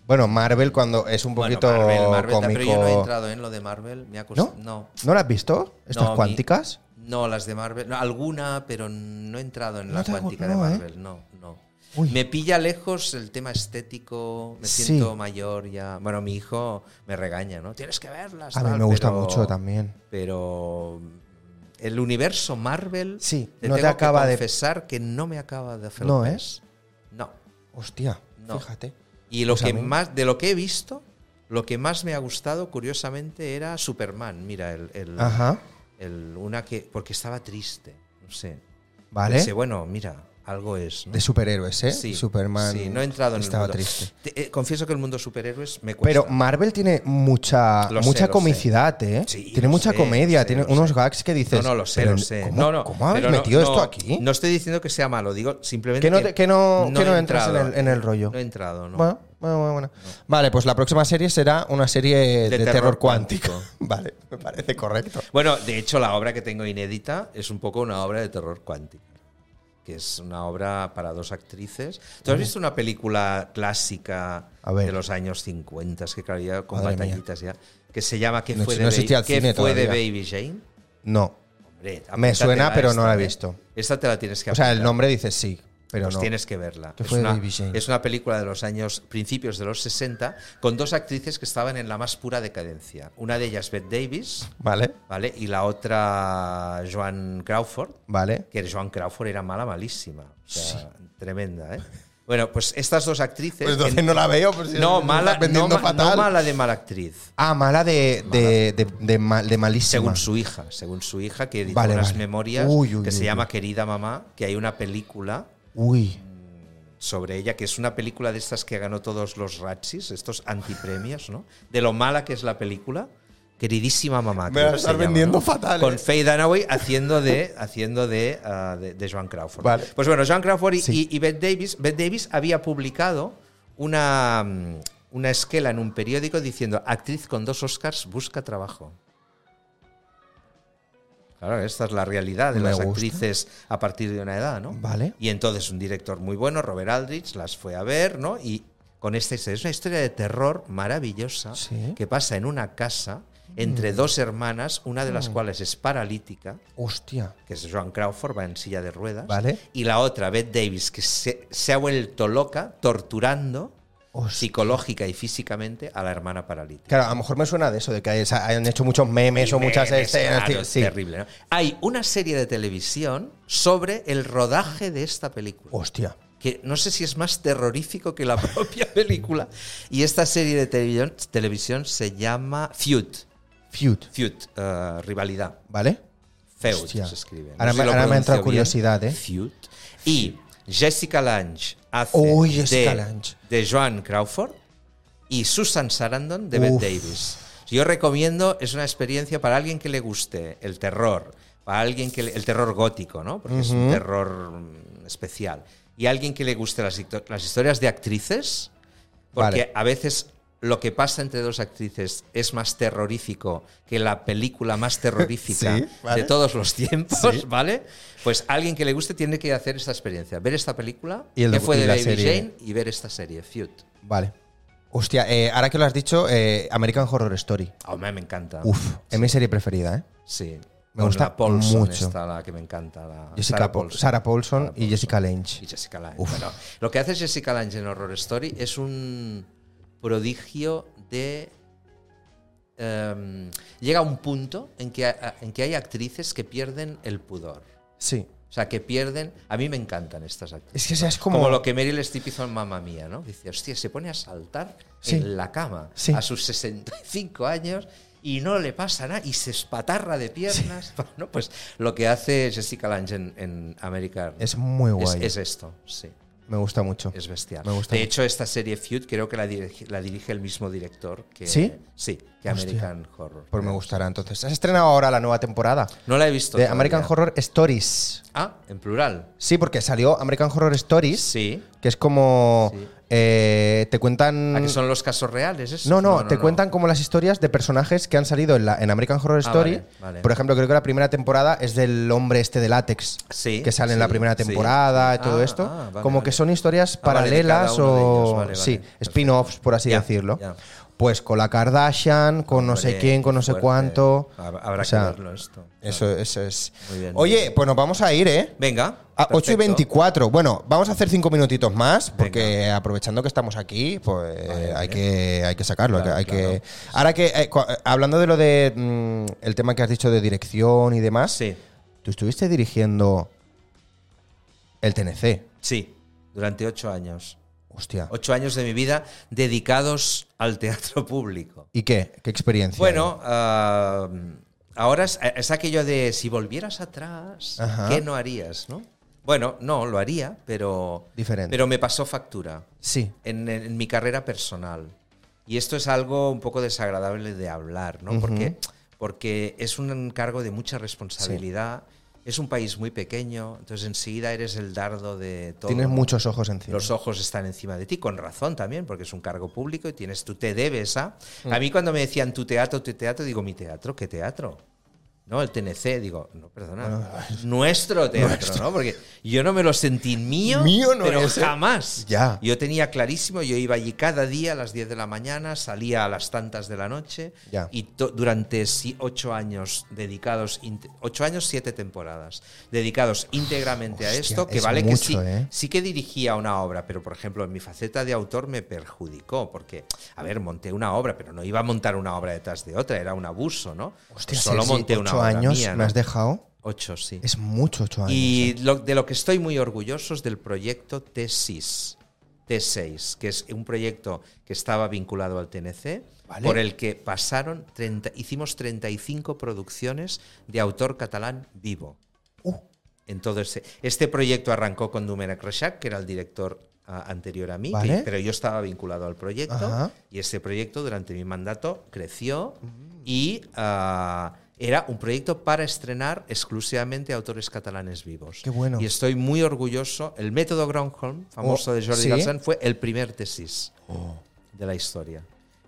[SPEAKER 1] Bueno, Marvel cuando es un
[SPEAKER 2] Bueno,
[SPEAKER 1] poquito
[SPEAKER 2] Marvel, Marvel,
[SPEAKER 1] cómico.
[SPEAKER 2] pero yo no he entrado en lo de Marvel. Me ha
[SPEAKER 1] ¿No?
[SPEAKER 2] costado.
[SPEAKER 1] ¿No la has visto? ¿Estas
[SPEAKER 2] No, mi-
[SPEAKER 1] cuánticas?
[SPEAKER 2] No, las de Marvel. no, alguna, pero no he entrado en
[SPEAKER 1] No
[SPEAKER 2] la
[SPEAKER 1] te hago-
[SPEAKER 2] cuántica
[SPEAKER 1] no, ¿eh?
[SPEAKER 2] de Marvel. No, no.
[SPEAKER 1] Uy.
[SPEAKER 2] Me pilla lejos el tema estético. Me
[SPEAKER 1] Sí.
[SPEAKER 2] siento mayor ya. Bueno, mi hijo me regaña, ¿no? Tienes que verlas.
[SPEAKER 1] A mí
[SPEAKER 2] tal",
[SPEAKER 1] me gusta
[SPEAKER 2] pero-
[SPEAKER 1] mucho también.
[SPEAKER 2] Pero el universo Marvel.
[SPEAKER 1] Sí,
[SPEAKER 2] te
[SPEAKER 1] no te
[SPEAKER 2] tengo
[SPEAKER 1] acaba de-
[SPEAKER 2] que confesar que no me acaba de hacer.
[SPEAKER 1] No,
[SPEAKER 2] el
[SPEAKER 1] ¿eh?
[SPEAKER 2] pez. No.
[SPEAKER 1] Hostia,
[SPEAKER 2] No.
[SPEAKER 1] fíjate.
[SPEAKER 2] Y lo
[SPEAKER 1] Pues a
[SPEAKER 2] que
[SPEAKER 1] mí-
[SPEAKER 2] más, de lo que he visto, lo que más me ha gustado, curiosamente, era Superman. Mira, el, el-
[SPEAKER 1] Ajá,
[SPEAKER 2] el- una que. Porque estaba triste. No sé.
[SPEAKER 1] ¿vale?
[SPEAKER 2] Pensé, bueno, mira, algo es. ¿no?
[SPEAKER 1] De superhéroes, ¿eh?
[SPEAKER 2] Sí,
[SPEAKER 1] Superman.
[SPEAKER 2] sí, no he entrado en el
[SPEAKER 1] Estaba
[SPEAKER 2] mundo.
[SPEAKER 1] triste.
[SPEAKER 2] Te- eh, confieso que el mundo superhéroes me cuesta.
[SPEAKER 1] Pero Marvel tiene mucha,
[SPEAKER 2] Lo sé,
[SPEAKER 1] mucha
[SPEAKER 2] lo sé.
[SPEAKER 1] comicidad, ¿eh?
[SPEAKER 2] Sí,
[SPEAKER 1] tiene
[SPEAKER 2] lo
[SPEAKER 1] mucha
[SPEAKER 2] sé,
[SPEAKER 1] comedia,
[SPEAKER 2] lo sé,
[SPEAKER 1] tiene
[SPEAKER 2] lo
[SPEAKER 1] unos
[SPEAKER 2] sé.
[SPEAKER 1] gags que dices.
[SPEAKER 2] no, no, lo sé,
[SPEAKER 1] pero
[SPEAKER 2] lo sé.
[SPEAKER 1] ¿Cómo,
[SPEAKER 2] no, no,
[SPEAKER 1] ¿cómo habéis
[SPEAKER 2] pero no,
[SPEAKER 1] metido esto
[SPEAKER 2] no,
[SPEAKER 1] aquí?
[SPEAKER 2] No estoy diciendo que sea malo, digo simplemente
[SPEAKER 1] que no, te- que no, que no
[SPEAKER 2] he
[SPEAKER 1] entras en
[SPEAKER 2] entrado.
[SPEAKER 1] el, en el rollo.
[SPEAKER 2] No he entrado, ¿no?
[SPEAKER 1] Bueno, bueno, bueno, bueno. Vale, pues la próxima serie será una serie de, terror,
[SPEAKER 2] terror
[SPEAKER 1] cuántico. [laughs] vale, me parece correcto.
[SPEAKER 2] Bueno, de hecho, la obra que tengo inédita es un poco una obra de terror cuántico, que es una obra para dos actrices. ¿Tú has visto una película clásica
[SPEAKER 1] A ver.
[SPEAKER 2] de los años 50, que claro, ya con
[SPEAKER 1] Madre mía.
[SPEAKER 2] batallitas ya, que se llama ¿Qué
[SPEAKER 1] No
[SPEAKER 2] fue,
[SPEAKER 1] ex-
[SPEAKER 2] de,
[SPEAKER 1] no
[SPEAKER 2] Ba-
[SPEAKER 1] existía el
[SPEAKER 2] ¿Qué
[SPEAKER 1] cine
[SPEAKER 2] fue de
[SPEAKER 1] todavía.
[SPEAKER 2] Baby Jane?
[SPEAKER 1] No.
[SPEAKER 2] Hombre,
[SPEAKER 1] Me suena,
[SPEAKER 2] apúntatela
[SPEAKER 1] pero no la he
[SPEAKER 2] esta, ¿eh?
[SPEAKER 1] visto.
[SPEAKER 2] Esta te la tienes que
[SPEAKER 1] O sea, el
[SPEAKER 2] apuntar.
[SPEAKER 1] nombre dices sí. Pero
[SPEAKER 2] pues
[SPEAKER 1] no.
[SPEAKER 2] tienes que verla.
[SPEAKER 1] ¿Qué
[SPEAKER 2] es,
[SPEAKER 1] fue de
[SPEAKER 2] una,
[SPEAKER 1] Baby Jane?
[SPEAKER 2] es una película de los años principios de los 60 con dos actrices que estaban en la más pura decadencia. Una de ellas Bette Davis,
[SPEAKER 1] Vale,
[SPEAKER 2] ¿vale? Y la otra Joan Crawford,
[SPEAKER 1] vale.
[SPEAKER 2] que Joan Crawford era mala malísima, o sea, tremenda, ¿eh? Bueno, pues estas dos actrices
[SPEAKER 1] Pues entonces
[SPEAKER 2] en-
[SPEAKER 1] no la veo. pues si
[SPEAKER 2] no,
[SPEAKER 1] me
[SPEAKER 2] mala,
[SPEAKER 1] estás
[SPEAKER 2] no,
[SPEAKER 1] vendiendo
[SPEAKER 2] ma-
[SPEAKER 1] fatal.
[SPEAKER 2] no mala de mala actriz.
[SPEAKER 1] Ah, mala de, de, de, de mal- de malísima.
[SPEAKER 2] Según su hija, según su hija, que editó
[SPEAKER 1] Vale,
[SPEAKER 2] unas
[SPEAKER 1] vale.
[SPEAKER 2] memorias
[SPEAKER 1] Uy, uy,
[SPEAKER 2] que se
[SPEAKER 1] uy,
[SPEAKER 2] llama
[SPEAKER 1] uy.
[SPEAKER 2] Querida Mamá, que hay una película
[SPEAKER 1] Uy.
[SPEAKER 2] sobre ella, que es una película de estas que ganó todos los Ratsis, estos antipremios, ¿no? De lo mala que es la película. Queridísima mamá.
[SPEAKER 1] Me
[SPEAKER 2] creo
[SPEAKER 1] la
[SPEAKER 2] que se
[SPEAKER 1] estás vendiendo
[SPEAKER 2] ¿no?
[SPEAKER 1] fatal, eh.
[SPEAKER 2] Con Faye Dunaway haciendo de, haciendo de, ah, de, de Joan Crawford.
[SPEAKER 1] Vale.
[SPEAKER 2] Pues bueno, Joan Crawford y,
[SPEAKER 1] Sí.
[SPEAKER 2] y- y Bette Davis. Bette Davis había publicado una, mm, una esquela en un periódico diciendo: actriz con dos Oscars busca trabajo. Claro, esta es la realidad de
[SPEAKER 1] Me
[SPEAKER 2] las
[SPEAKER 1] gusta.
[SPEAKER 2] actrices a partir de una edad, ¿no?
[SPEAKER 1] Vale.
[SPEAKER 2] Y entonces un director muy bueno, Robert Aldrich, las fue a ver, ¿no? Y con esta historia. Es una historia de terror maravillosa
[SPEAKER 1] Sí. Mm.
[SPEAKER 2] que pasa en una casa entre dos hermanas, una de las cuales es paralítica,
[SPEAKER 1] Hostia.
[SPEAKER 2] que es Joan Crawford, va en silla de ruedas,
[SPEAKER 1] Vale.
[SPEAKER 2] y la otra, Beth Davis, que se, se ha vuelto loca torturando
[SPEAKER 1] Hostia.
[SPEAKER 2] psicológica y físicamente a la hermana paralítica.
[SPEAKER 1] Claro, a lo mejor me suena de eso, de que hay- han hecho muchos memes o muchas
[SPEAKER 2] Memes,
[SPEAKER 1] escenas.
[SPEAKER 2] claro,
[SPEAKER 1] tío.
[SPEAKER 2] es
[SPEAKER 1] sí.
[SPEAKER 2] terrible. ¿no? Hay una serie de televisión sobre el rodaje de esta película.
[SPEAKER 1] Hostia.
[SPEAKER 2] que no sé si es más terrorífico que la [laughs] propia película. Y esta serie de televisión, televisión se llama Feud,
[SPEAKER 1] Feud.
[SPEAKER 2] Feud, eh, rivalidad.
[SPEAKER 1] ¿Vale.
[SPEAKER 2] Feud
[SPEAKER 1] Hostia.
[SPEAKER 2] se escribe. No
[SPEAKER 1] Ahora
[SPEAKER 2] sé
[SPEAKER 1] me-
[SPEAKER 2] si lo
[SPEAKER 1] ahora me entra
[SPEAKER 2] pronuncio
[SPEAKER 1] curiosidad, ¿eh?
[SPEAKER 2] Feud. Y Jessica Lange hace
[SPEAKER 1] Uy, Jessica
[SPEAKER 2] de,
[SPEAKER 1] Lange.
[SPEAKER 2] de Joan Crawford y Susan Sarandon de
[SPEAKER 1] Uf.
[SPEAKER 2] Bette Davis. Yo recomiendo, es una experiencia para alguien que le guste el terror, para alguien que le- el terror gótico, ¿no? Porque es un terror mm, especial. Y alguien que le guste las, histo- las historias de actrices, porque
[SPEAKER 1] Vale.
[SPEAKER 2] a veces lo que pasa entre dos actrices es más terrorífico que la película más terrorífica
[SPEAKER 1] Sí, vale.
[SPEAKER 2] de todos los tiempos, ¿vale? Pues alguien que le guste tiene que hacer esta experiencia, ver esta película,
[SPEAKER 1] Y el
[SPEAKER 2] que
[SPEAKER 1] docu-
[SPEAKER 2] fue
[SPEAKER 1] y
[SPEAKER 2] de
[SPEAKER 1] la
[SPEAKER 2] Baby
[SPEAKER 1] serie.
[SPEAKER 2] Jane, y ver esta serie, Feud.
[SPEAKER 1] Vale. Hostia, eh, ahora que lo has dicho, eh, American Horror Story.
[SPEAKER 2] Hombre, me encanta.
[SPEAKER 1] Uf, es mi serie preferida, ¿eh?
[SPEAKER 2] Sí.
[SPEAKER 1] Me
[SPEAKER 2] Con
[SPEAKER 1] gusta
[SPEAKER 2] la Paulson,
[SPEAKER 1] mucho.
[SPEAKER 2] esta la que me encanta. la
[SPEAKER 1] Jessica
[SPEAKER 2] Ah, Sarah
[SPEAKER 1] Paul-
[SPEAKER 2] Paulson.
[SPEAKER 1] Sarah Paulson
[SPEAKER 2] Sarah
[SPEAKER 1] y Jessica Lange.
[SPEAKER 2] Y Jessica Lange.
[SPEAKER 1] Uf.
[SPEAKER 2] Bueno, lo que hace Jessica Lange en Horror Story es un prodigio de... em, llega a un punto en que, ha- en que hay actrices que pierden el pudor.
[SPEAKER 1] Sí.
[SPEAKER 2] O sea, que pierden... A mí me encantan estas actrices.
[SPEAKER 1] Es que o sea, es como.
[SPEAKER 2] Como, lo que Meryl Streep hizo en Mamma Mía, ¿no? Dice, hostia, se pone a saltar
[SPEAKER 1] Sí.
[SPEAKER 2] en la cama
[SPEAKER 1] Sí.
[SPEAKER 2] a sus 65 años y no le pasa nada y se espatarra de piernas. [laughs] Bueno, pues lo que hace Jessica Lange en, en American
[SPEAKER 1] Es muy
[SPEAKER 2] es-
[SPEAKER 1] guay.
[SPEAKER 2] es esto, sí.
[SPEAKER 1] me gusta mucho.
[SPEAKER 2] Es bestial.
[SPEAKER 1] Me gusta
[SPEAKER 2] de
[SPEAKER 1] mucho.
[SPEAKER 2] hecho, esta serie Feud creo que la dirige, la dirige el mismo director que,
[SPEAKER 1] ¿Sí?
[SPEAKER 2] Sí,
[SPEAKER 1] Hostia.
[SPEAKER 2] que American Horror.
[SPEAKER 1] Pues me gustará entonces. ¿Has estrenado ahora la nueva temporada?
[SPEAKER 2] No la he visto.
[SPEAKER 1] De
[SPEAKER 2] todavía.
[SPEAKER 1] American Horror Stories.
[SPEAKER 2] Ah, en plural.
[SPEAKER 1] Sí, porque salió American Horror Stories,
[SPEAKER 2] Sí.
[SPEAKER 1] que es como.
[SPEAKER 2] Sí.
[SPEAKER 1] eh, te cuentan.
[SPEAKER 2] ¿A que son los casos reales? eso?
[SPEAKER 1] No, no, te cuentan como las historias de personajes que han salido en, la, en American Horror Story.
[SPEAKER 2] Ah, vale, vale.
[SPEAKER 1] Por ejemplo, creo que la primera temporada es del hombre este de látex.
[SPEAKER 2] Sí,
[SPEAKER 1] Que sale en
[SPEAKER 2] sí,
[SPEAKER 1] la primera
[SPEAKER 2] sí,
[SPEAKER 1] temporada
[SPEAKER 2] sí.
[SPEAKER 1] y todo
[SPEAKER 2] Ah,
[SPEAKER 1] esto.
[SPEAKER 2] ah, vale,
[SPEAKER 1] como
[SPEAKER 2] vale.
[SPEAKER 1] que son historias
[SPEAKER 2] Ah, vale, de cada
[SPEAKER 1] paralelas
[SPEAKER 2] uno de
[SPEAKER 1] o.
[SPEAKER 2] ellos, vale, vale,
[SPEAKER 1] sí,
[SPEAKER 2] perfecto.
[SPEAKER 1] spin-offs, por así
[SPEAKER 2] Ya,
[SPEAKER 1] decirlo.
[SPEAKER 2] ya.
[SPEAKER 1] Pues con la Kardashian, con no sé
[SPEAKER 2] Hombre,
[SPEAKER 1] quién, con no sé
[SPEAKER 2] fuerte.
[SPEAKER 1] cuánto.
[SPEAKER 2] Hab- Habrá
[SPEAKER 1] O sea,
[SPEAKER 2] que verlo esto.
[SPEAKER 1] Eso, eso es.
[SPEAKER 2] Muy bien.
[SPEAKER 1] Oye, pues nos vamos a ir, ¿eh?
[SPEAKER 2] Venga.
[SPEAKER 1] A 8 y
[SPEAKER 2] perfecto.
[SPEAKER 1] 24. Bueno, vamos a hacer 5 minutitos más, porque
[SPEAKER 2] Venga.
[SPEAKER 1] aprovechando que estamos aquí, pues
[SPEAKER 2] Vale,
[SPEAKER 1] hay,
[SPEAKER 2] vale.
[SPEAKER 1] que, hay que sacarlo. hay
[SPEAKER 2] Claro,
[SPEAKER 1] que- hay que...
[SPEAKER 2] claro.
[SPEAKER 1] Ahora que, eh, cua- eh, hablando de lo de mm, el tema que has dicho de dirección y demás,
[SPEAKER 2] Sí,
[SPEAKER 1] tú estuviste dirigiendo el TNC.
[SPEAKER 2] sí. Durante ocho años.
[SPEAKER 1] Hostia.
[SPEAKER 2] Ocho años de mi vida dedicados al teatro [laughs] público.
[SPEAKER 1] ¿Y qué? ¿Qué experiencia?
[SPEAKER 2] Bueno, ah, ahora es, es aquello de si volvieras atrás,
[SPEAKER 1] Ajá.
[SPEAKER 2] ¿qué no harías? ¿no? Bueno, no, lo haría, pero,
[SPEAKER 1] Diferente.
[SPEAKER 2] pero me pasó factura
[SPEAKER 1] Sí.
[SPEAKER 2] en, en mi carrera personal. Y esto es algo un poco desagradable de hablar, ¿no? porque, porque es un cargo de mucha responsabilidad. Es un país muy pequeño, entonces enseguida eres el dardo de todo.
[SPEAKER 1] Tienes
[SPEAKER 2] ¿no?
[SPEAKER 1] muchos ojos encima.
[SPEAKER 2] Los ojos están encima de ti, con razón también, porque es un cargo público y
[SPEAKER 1] Mm.
[SPEAKER 2] tienes, tú te debes a. A mí cuando me decían tu teatro, tu teatro, digo mi teatro, ¿qué teatro? ¿no? El TNC, digo, no, perdona,
[SPEAKER 1] Ah.
[SPEAKER 2] nuestro teatro, ¿no? Porque yo no me lo sentí mío,
[SPEAKER 1] Mío no
[SPEAKER 2] pero
[SPEAKER 1] es, ¿eh?
[SPEAKER 2] jamás.
[SPEAKER 1] Ya.
[SPEAKER 2] Yo tenía clarísimo, yo iba allí cada día a las 10 de la mañana, salía a las tantas de la noche
[SPEAKER 1] Ya.
[SPEAKER 2] y to- durante si- ocho años dedicados, inte- ocho años, siete temporadas, dedicados íntegramente a
[SPEAKER 1] Hostia,
[SPEAKER 2] esto, que
[SPEAKER 1] es
[SPEAKER 2] vale que sí,
[SPEAKER 1] mucho, ¿eh?
[SPEAKER 2] sí que dirigía una obra, pero por ejemplo en mi faceta de autor me perjudicó, porque, a ver, monté una obra, pero no iba a montar una obra detrás de otra, era un abuso, ¿no?
[SPEAKER 1] Hostia,
[SPEAKER 2] Pues solo
[SPEAKER 1] sí, sí,
[SPEAKER 2] monté una
[SPEAKER 1] ocho
[SPEAKER 2] obra
[SPEAKER 1] años
[SPEAKER 2] mía,
[SPEAKER 1] me
[SPEAKER 2] ¿no?
[SPEAKER 1] has dejado.
[SPEAKER 2] Ocho, sí.
[SPEAKER 1] Es mucho ocho años. ¿eh?
[SPEAKER 2] Y lo- de lo que estoy muy orgulloso es del proyecto T6, T6, que es un proyecto que estaba vinculado al TNC,
[SPEAKER 1] Vale.
[SPEAKER 2] por el que pasaron 30, hicimos 35 producciones de autor catalán vivo.
[SPEAKER 1] Uh.
[SPEAKER 2] En todo ese- este proyecto arrancó con Domènec Reixac, que era el director ah, anterior a mí,
[SPEAKER 1] Vale.
[SPEAKER 2] que- pero yo estaba vinculado al proyecto
[SPEAKER 1] Ajá.
[SPEAKER 2] y este proyecto durante mi mandato creció
[SPEAKER 1] Mm.
[SPEAKER 2] y ah, era un proyecto para estrenar exclusivamente autores catalanes vivos.
[SPEAKER 1] Qué bueno.
[SPEAKER 2] Y estoy muy orgulloso. El método Gronholm, famoso
[SPEAKER 1] Oh,
[SPEAKER 2] de Jordi
[SPEAKER 1] ¿sí?
[SPEAKER 2] Garzón, fue el primer tesis de la historia.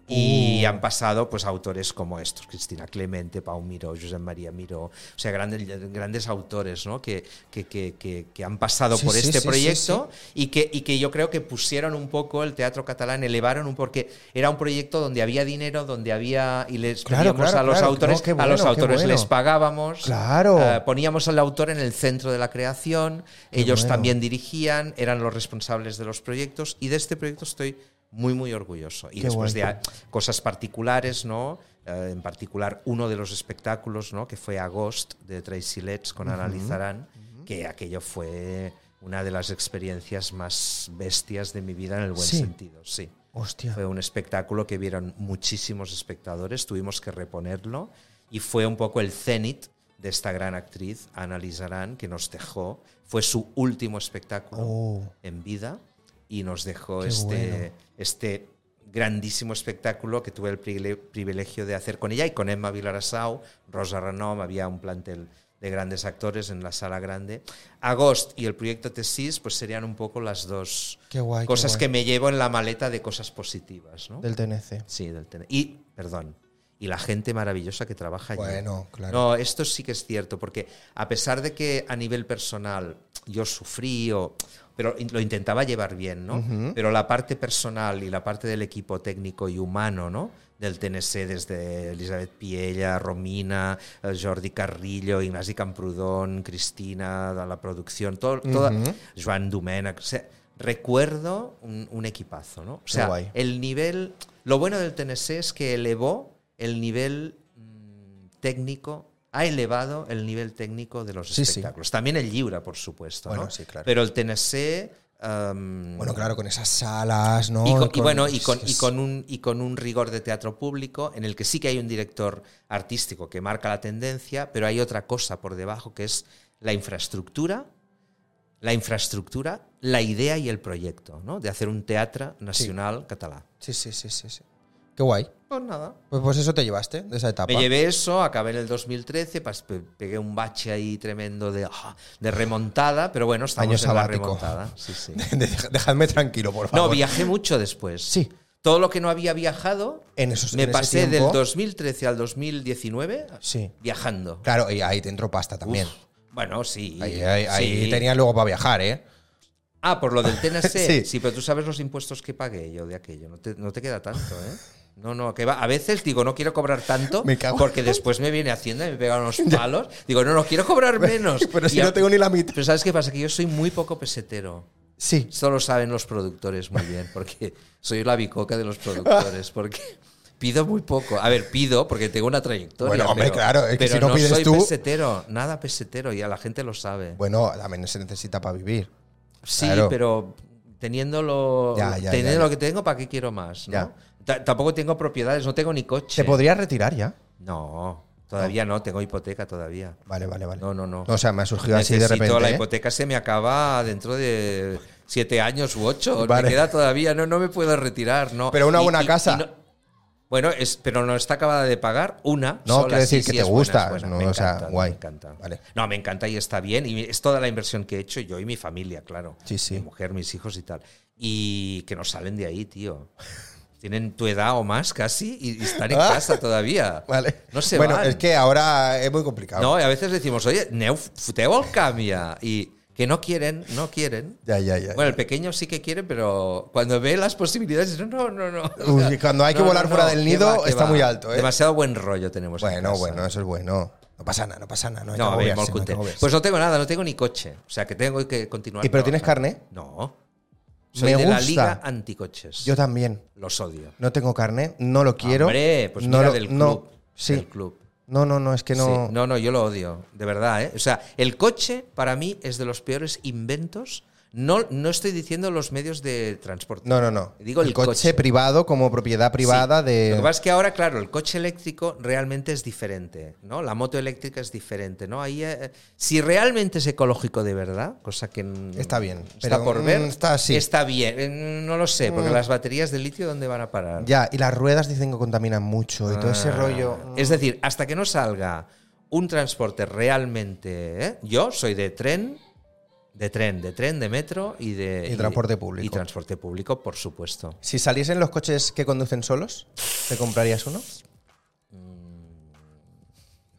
[SPEAKER 2] Y
[SPEAKER 1] Uh.
[SPEAKER 2] han pasado pues, autores como estos, Cristina Clemente, Pau Miró, Josep María Miró, o sea, grandes, grandes autores ¿no? que, que, que- que- que han pasado
[SPEAKER 1] Sí,
[SPEAKER 2] por
[SPEAKER 1] sí,
[SPEAKER 2] este
[SPEAKER 1] sí, sí,
[SPEAKER 2] proyecto Y, que, y que yo creo que pusieron un poco el teatro catalán, elevaron un porque era un proyecto donde había dinero, donde había, y les
[SPEAKER 1] Claro,
[SPEAKER 2] pedíamos
[SPEAKER 1] claro,
[SPEAKER 2] a los
[SPEAKER 1] claro.
[SPEAKER 2] autores,
[SPEAKER 1] No, qué
[SPEAKER 2] a los
[SPEAKER 1] bueno, qué
[SPEAKER 2] autores
[SPEAKER 1] bueno.
[SPEAKER 2] les pagábamos,
[SPEAKER 1] Claro.
[SPEAKER 2] eh, poníamos al autor en el centro de la creación, ellos
[SPEAKER 1] bueno.
[SPEAKER 2] también dirigían, eran los responsables de los proyectos y de este proyecto estoy muy muy orgulloso. Y
[SPEAKER 1] Qué guay.
[SPEAKER 2] después de a- cosas particulares, ¿no? Eh, en particular uno de los espectáculos, ¿no? que fue Agost de Tracy Letts con Ana Lizarán, que aquello fue una de las experiencias más bestias de mi vida en el buen
[SPEAKER 1] Sí.
[SPEAKER 2] sentido, sí.
[SPEAKER 1] Hostia.
[SPEAKER 2] Fue un espectáculo que vieron muchísimos espectadores, tuvimos que reponerlo y fue un poco el cenit de esta gran actriz, Ana Lizarán, que nos dejó. Fue su último espectáculo
[SPEAKER 1] Oh.
[SPEAKER 2] en vida y nos dejó
[SPEAKER 1] Qué
[SPEAKER 2] este,
[SPEAKER 1] bueno.
[SPEAKER 2] este grandísimo espectáculo que tuve el privile- privilegio de hacer con ella y con Emma Vilarasau, Rosa Renom, había un plantel de grandes actores en la sala grande. Agost y el proyecto Tesis pues serían un poco las dos
[SPEAKER 1] Qué guay, qué
[SPEAKER 2] cosas
[SPEAKER 1] guay.
[SPEAKER 2] que me llevo en la maleta de cosas positivas, ¿no?
[SPEAKER 1] Del TNC.
[SPEAKER 2] Sí, del Tene- Y, perdón, y la gente maravillosa que trabaja allí.
[SPEAKER 1] Bueno, claro.
[SPEAKER 2] No, esto sí que es cierto, porque a pesar de que a nivel personal yo sufrí, o, pero in- lo intentaba llevar bien, ¿no? Pero la parte personal y la parte del equipo técnico y humano, ¿no? Del TNC, desde Elizabeth Piella, Romina, eh, Jordi Carrillo, Ignasi Camprudón, Cristina, de la producción, todo, toda,
[SPEAKER 1] Ujú.
[SPEAKER 2] Joan Domènech, o sea, recuerdo un, un equipazo, ¿no? O sea,
[SPEAKER 1] guay.
[SPEAKER 2] el nivel. Lo bueno del TNC es que elevó el nivel mm, técnico, ha elevado el nivel técnico de los
[SPEAKER 1] Sí, sí.
[SPEAKER 2] espectáculos. También el Lliura, por supuesto.
[SPEAKER 1] Bueno,
[SPEAKER 2] ¿no?
[SPEAKER 1] sí, claro.
[SPEAKER 2] Pero el TNC. um,
[SPEAKER 1] Bueno, claro, con esas salas, ¿no?
[SPEAKER 2] y, con- y
[SPEAKER 1] con-
[SPEAKER 2] bueno, y con, y
[SPEAKER 1] es-
[SPEAKER 2] con un, y con un rigor de teatro público en el que sí que hay un director artístico que marca la tendencia, pero hay otra cosa por debajo que es la infraestructura, la infraestructura, la idea y el proyecto, ¿no? De hacer un teatro nacional catalán.
[SPEAKER 1] Sí, sí, sí, sí, sí. Qué guay.
[SPEAKER 2] Pues nada.
[SPEAKER 1] Pues, pues eso te llevaste de esa etapa.
[SPEAKER 2] Me
[SPEAKER 1] [laughs]
[SPEAKER 2] llevé eso, acabé en el 2013, pas- pe- pegué un bache ahí tremendo de, ah, de remontada, pero bueno, estamos
[SPEAKER 1] Año
[SPEAKER 2] en la
[SPEAKER 1] sabático. [laughs]
[SPEAKER 2] remontada. Sí, sí.
[SPEAKER 1] Dej- Dejadme tranquilo, por favor.
[SPEAKER 2] No, viajé mucho después.
[SPEAKER 1] Sí.
[SPEAKER 2] Todo lo que no había viajado,
[SPEAKER 1] En esos-
[SPEAKER 2] me
[SPEAKER 1] en ese
[SPEAKER 2] pasé
[SPEAKER 1] tiempo-
[SPEAKER 2] del 2013 al 2019
[SPEAKER 1] Sí.
[SPEAKER 2] viajando.
[SPEAKER 1] Claro, y ahí te entró pasta también.
[SPEAKER 2] Uf, bueno, sí.
[SPEAKER 1] ahí ahí- ahí
[SPEAKER 2] sí.
[SPEAKER 1] tenía luego para viajar,
[SPEAKER 2] [laughs]
[SPEAKER 1] ¿eh?
[SPEAKER 2] Ah, por lo del TNC.
[SPEAKER 1] [laughs] Sí.
[SPEAKER 2] sí. pero tú sabes los impuestos que pagué yo de aquello. No te, no te queda tanto, ¿eh? No, no, que va. A veces digo, no quiero cobrar tanto
[SPEAKER 1] Me cago en-
[SPEAKER 2] porque después me viene Hacienda y me pega
[SPEAKER 1] [laughs]
[SPEAKER 2] unos palos. Digo, no, no quiero cobrar menos.
[SPEAKER 1] Pero si
[SPEAKER 2] Y a-
[SPEAKER 1] no tengo ni la mitad.
[SPEAKER 2] Pero ¿sabes qué pasa? Que yo soy muy poco pesetero.
[SPEAKER 1] Sí.
[SPEAKER 2] Esto lo saben los productores muy bien, porque soy la bicoca de los
[SPEAKER 1] [laughs]
[SPEAKER 2] productores, porque pido muy poco. A ver, pido porque tengo una trayectoria.
[SPEAKER 1] Bueno, hombre,
[SPEAKER 2] pero-
[SPEAKER 1] claro, es que
[SPEAKER 2] pero
[SPEAKER 1] si no pides
[SPEAKER 2] soy
[SPEAKER 1] tú-
[SPEAKER 2] pesetero, nada pesetero, y a la gente lo sabe.
[SPEAKER 1] Bueno, también se necesita para vivir.
[SPEAKER 2] sí,
[SPEAKER 1] claro.
[SPEAKER 2] pero teniendo lo,
[SPEAKER 1] Ya, ya,
[SPEAKER 2] teniendo
[SPEAKER 1] ya, ya.
[SPEAKER 2] lo que tengo, ¿para qué quiero más? no?
[SPEAKER 1] Ya.
[SPEAKER 2] Ta- Tampoco tengo propiedades, no tengo ni coche.
[SPEAKER 1] ¿Te podrías retirar ya?
[SPEAKER 2] no, todavía no, tengo hipoteca todavía.
[SPEAKER 1] Vale, vale, vale.
[SPEAKER 2] No, no, no.
[SPEAKER 1] O sea, me ha surgido
[SPEAKER 2] Necesito,
[SPEAKER 1] así de repente.
[SPEAKER 2] la
[SPEAKER 1] ¿eh?
[SPEAKER 2] hipoteca se me acaba dentro de siete años u ocho.
[SPEAKER 1] Vale.
[SPEAKER 2] Me queda todavía, no, no me puedo retirar, no.
[SPEAKER 1] Pero una
[SPEAKER 2] Y-
[SPEAKER 1] buena
[SPEAKER 2] y-
[SPEAKER 1] casa.
[SPEAKER 2] y no- bueno, es, pero no está acabada de pagar una.
[SPEAKER 1] No,
[SPEAKER 2] sola,
[SPEAKER 1] quiero decir
[SPEAKER 2] sí,
[SPEAKER 1] que
[SPEAKER 2] sí,
[SPEAKER 1] te
[SPEAKER 2] es buena,
[SPEAKER 1] gusta,
[SPEAKER 2] es buena.
[SPEAKER 1] no,
[SPEAKER 2] Me
[SPEAKER 1] o sea,
[SPEAKER 2] encanta,
[SPEAKER 1] guay.
[SPEAKER 2] Me encanta.
[SPEAKER 1] Vale.
[SPEAKER 2] No, me encanta y está bien. Y es toda la inversión que he hecho yo y mi familia, claro.
[SPEAKER 1] Sí, sí.
[SPEAKER 2] Mi mujer, mis hijos y tal. Y que no salen de ahí, tío. tienen tu edad o más casi y y están en casa todavía.
[SPEAKER 1] Ah. [laughs] Vale.
[SPEAKER 2] No se
[SPEAKER 1] bueno,
[SPEAKER 2] van.
[SPEAKER 1] es que ahora es muy complicado.
[SPEAKER 2] No, y a veces decimos, oye, neu, futeu el camí, ah", Y que no quieren, no quieren.
[SPEAKER 1] Ya, ya, ya.
[SPEAKER 2] Bueno, el pequeño sí que quiere, pero cuando ve las posibilidades, dice, no, no, [laughs] no. O sea,
[SPEAKER 1] Uy, cuando hay que volar fuera del
[SPEAKER 2] ¿qué
[SPEAKER 1] nido,
[SPEAKER 2] qué
[SPEAKER 1] está muy alto, ¿eh?
[SPEAKER 2] Demasiado buen rollo tenemos. pues en
[SPEAKER 1] bueno,
[SPEAKER 2] casa.
[SPEAKER 1] bueno, eso es bueno. No pasa nada, no pasa nada. No, hay que
[SPEAKER 2] No, a ver,
[SPEAKER 1] agobiarse,
[SPEAKER 2] molt
[SPEAKER 1] no hay que
[SPEAKER 2] content.
[SPEAKER 1] agobiarse.
[SPEAKER 2] Pues no tengo nada, no tengo ni coche. O sea, que tengo que continuar.
[SPEAKER 1] ¿Y pero tienes
[SPEAKER 2] trabajando.
[SPEAKER 1] carné?
[SPEAKER 2] No. Soy
[SPEAKER 1] Me
[SPEAKER 2] de la
[SPEAKER 1] gusta.
[SPEAKER 2] liga anticoches.
[SPEAKER 1] Yo también.
[SPEAKER 2] Los odio.
[SPEAKER 1] No tengo carnet, no lo quiero.
[SPEAKER 2] Hombre, pues
[SPEAKER 1] no
[SPEAKER 2] mira
[SPEAKER 1] lo-
[SPEAKER 2] del club.
[SPEAKER 1] no, sí.
[SPEAKER 2] Del club.
[SPEAKER 1] No, no, no, es que
[SPEAKER 2] Sí,
[SPEAKER 1] no.
[SPEAKER 2] No. no, yo lo odio, de verdad, ¿eh? O sea, el coche para mí es de los peores inventos. No, no estoy diciendo los medios de transporte.
[SPEAKER 1] No, no, no.
[SPEAKER 2] Digo el
[SPEAKER 1] coche,
[SPEAKER 2] coche.
[SPEAKER 1] privado como propiedad privada
[SPEAKER 2] Sí.
[SPEAKER 1] de.
[SPEAKER 2] Lo que pasa es que ahora, claro, el coche eléctrico realmente es diferente, ¿no? La moto eléctrica es diferente, ¿no? Ahí, eh, si realmente es ecológico de verdad, cosa que n-
[SPEAKER 1] Está bien,
[SPEAKER 2] está
[SPEAKER 1] pero,
[SPEAKER 2] por ver,
[SPEAKER 1] mm, está así.
[SPEAKER 2] está bien, eh, no lo sé, porque
[SPEAKER 1] Mm.
[SPEAKER 2] las baterías de litio dónde van a parar.
[SPEAKER 1] Ya, y las ruedas dicen que contaminan mucho y todo ese
[SPEAKER 2] Ah,
[SPEAKER 1] rollo.
[SPEAKER 2] Es decir, hasta que no salga un transporte realmente. ¿eh? Yo soy de tren, de tren, de tren, de metro y de.
[SPEAKER 1] Y transporte público.
[SPEAKER 2] Y transporte público, por supuesto.
[SPEAKER 1] Si saliesen los coches que conducen solos, ¿te comprarías uno?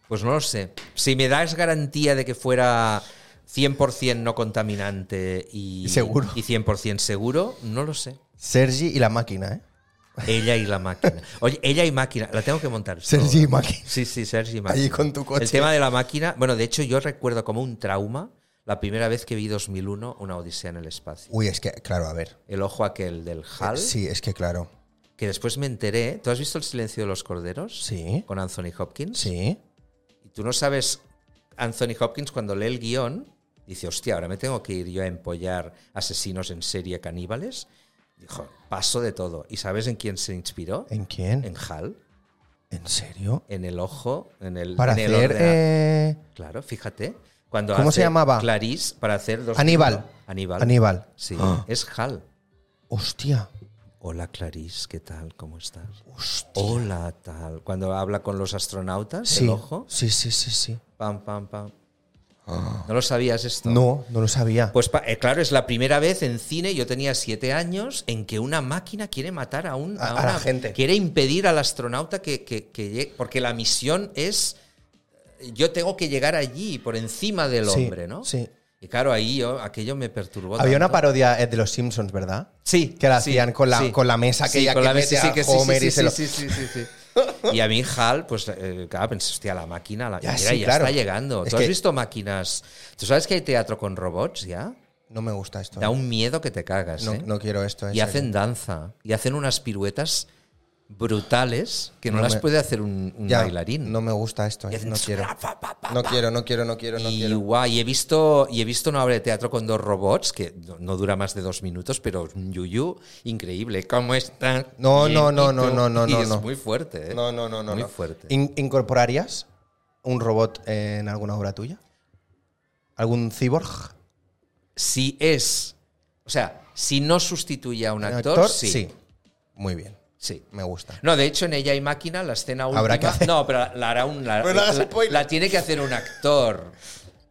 [SPEAKER 2] Pues no lo sé. Si me das garantía de que fuera 100% no contaminante y,
[SPEAKER 1] Y seguro.
[SPEAKER 2] y 100% seguro, no lo sé.
[SPEAKER 1] Sergi y la máquina, ¿eh?
[SPEAKER 2] Ella y la máquina. Oye, ella y máquina, la tengo que montar.
[SPEAKER 1] Sergi y
[SPEAKER 2] Esto-
[SPEAKER 1] máquina.
[SPEAKER 2] Sí, sí, Sergi Máquina.
[SPEAKER 1] Allí con tu coche.
[SPEAKER 2] El tema de la máquina. Bueno, de hecho, yo recuerdo como un trauma la primera vez que vi 2001, una odisea en el espacio.
[SPEAKER 1] Uy, es que, claro, a ver.
[SPEAKER 2] El ojo aquel del HAL,
[SPEAKER 1] Sí, es que claro.
[SPEAKER 2] que después me enteré. ¿Tú has visto El silencio de los corderos?
[SPEAKER 1] Sí.
[SPEAKER 2] Con Anthony Hopkins.
[SPEAKER 1] Sí.
[SPEAKER 2] Y tú no sabes, Anthony Hopkins cuando lee el guión, dice, hostia, ahora me tengo que ir yo a empollar asesinos en serie caníbales. Dijo, paso de todo. ¿Y sabes en quién se inspiró?
[SPEAKER 1] ¿En quién?
[SPEAKER 2] En HAL.
[SPEAKER 1] ¿En serio?
[SPEAKER 2] en el ojo, en el,
[SPEAKER 1] Para
[SPEAKER 2] en el
[SPEAKER 1] hacer.
[SPEAKER 2] ordena-
[SPEAKER 1] eh,
[SPEAKER 2] Claro, fíjate. Cuando
[SPEAKER 1] ¿Cómo
[SPEAKER 2] hace
[SPEAKER 1] se llamaba?
[SPEAKER 2] Clarice para hacer dos.
[SPEAKER 1] Aníbal.
[SPEAKER 2] Aníbal.
[SPEAKER 1] Aníbal.
[SPEAKER 2] Sí,
[SPEAKER 1] Ah.
[SPEAKER 2] es Hal.
[SPEAKER 1] Hostia.
[SPEAKER 2] Hola Clarice, ¿qué tal? ¿Cómo estás? Hola tal. Cuando habla con los astronautas,
[SPEAKER 1] Sí.
[SPEAKER 2] el ojo,
[SPEAKER 1] Sí, sí, sí, sí.
[SPEAKER 2] pam, pam, pam. ¿No lo sabías esto?
[SPEAKER 1] No, no lo sabía.
[SPEAKER 2] Pues pa- eh, claro, es la primera vez en cine, yo tenía siete años, en que una máquina quiere matar a un...
[SPEAKER 1] A- a la
[SPEAKER 2] una-
[SPEAKER 1] gente.
[SPEAKER 2] Quiere impedir al astronauta que, que- que llegue, porque la misión es, eh, yo tengo que llegar allí, por encima del
[SPEAKER 1] Sí,
[SPEAKER 2] hombre, ¿no?
[SPEAKER 1] sí.
[SPEAKER 2] Y claro, ahí yo, aquello me perturbó.
[SPEAKER 1] Había una
[SPEAKER 2] tanto.
[SPEAKER 1] parodia eh, de los Simpsons, ¿verdad?
[SPEAKER 2] Sí.
[SPEAKER 1] Que la
[SPEAKER 2] sí,
[SPEAKER 1] hacían con la- con la mesa aquella que mete a
[SPEAKER 2] sí, sí,
[SPEAKER 1] Homer
[SPEAKER 2] sí,
[SPEAKER 1] y
[SPEAKER 2] sí,
[SPEAKER 1] se lo-
[SPEAKER 2] sí, sí, sí,
[SPEAKER 1] [laughs]
[SPEAKER 2] sí. Y a mí, Hal, pues, eh, claro, pensé, hostia, la máquina, la
[SPEAKER 1] Ya,
[SPEAKER 2] mira,
[SPEAKER 1] sí,
[SPEAKER 2] ya
[SPEAKER 1] claro.
[SPEAKER 2] está llegando.
[SPEAKER 1] Es
[SPEAKER 2] ¿Tú has
[SPEAKER 1] que-
[SPEAKER 2] visto máquinas? ¿Tú sabes que hay teatro con robots ya?
[SPEAKER 1] No me gusta esto. eh.
[SPEAKER 2] Da un miedo que te cagas.
[SPEAKER 1] no,
[SPEAKER 2] ¿eh?
[SPEAKER 1] no quiero esto. en
[SPEAKER 2] y
[SPEAKER 1] serio.
[SPEAKER 2] hacen danza. Y hacen unas piruetas brutales que no,
[SPEAKER 1] No
[SPEAKER 2] las
[SPEAKER 1] me-
[SPEAKER 2] puede hacer un, un
[SPEAKER 1] Ya,
[SPEAKER 2] bailarín.
[SPEAKER 1] No me gusta esto.
[SPEAKER 2] Y
[SPEAKER 1] eh,
[SPEAKER 2] hacen
[SPEAKER 1] No quiero.
[SPEAKER 2] pa, pa, pa, pa,
[SPEAKER 1] No
[SPEAKER 2] pa.
[SPEAKER 1] quiero, no quiero, no quiero, no
[SPEAKER 2] y
[SPEAKER 1] quiero.
[SPEAKER 2] guau, y he visto, y he visto una obra de teatro con dos robots, que no, no dura más de dos minutos, pero un yuyu, increíble. ¿Cómo están?
[SPEAKER 1] No,
[SPEAKER 2] Bien,
[SPEAKER 1] no, no,
[SPEAKER 2] ¿y
[SPEAKER 1] no,
[SPEAKER 2] tú?
[SPEAKER 1] no, no,
[SPEAKER 2] Y
[SPEAKER 1] no,
[SPEAKER 2] es
[SPEAKER 1] no.
[SPEAKER 2] muy fuerte, ¿eh?
[SPEAKER 1] No, no, no, no.
[SPEAKER 2] Muy
[SPEAKER 1] no.
[SPEAKER 2] fuerte.
[SPEAKER 1] In- ¿Incorporarías un robot en alguna obra tuya? ¿Algún cyborg?
[SPEAKER 2] Si es. O sea, si no sustituye a un
[SPEAKER 1] ¿Un
[SPEAKER 2] actor, sí. Sí.
[SPEAKER 1] Muy bien. Me gusta.
[SPEAKER 2] No, de hecho, en Ella y Máquina, la escena última.
[SPEAKER 1] Habrá que hacer-
[SPEAKER 2] No, pero la, la hará un. La,
[SPEAKER 1] Pero no hagas
[SPEAKER 2] la-
[SPEAKER 1] spoiler.
[SPEAKER 2] la tiene que hacer un actor.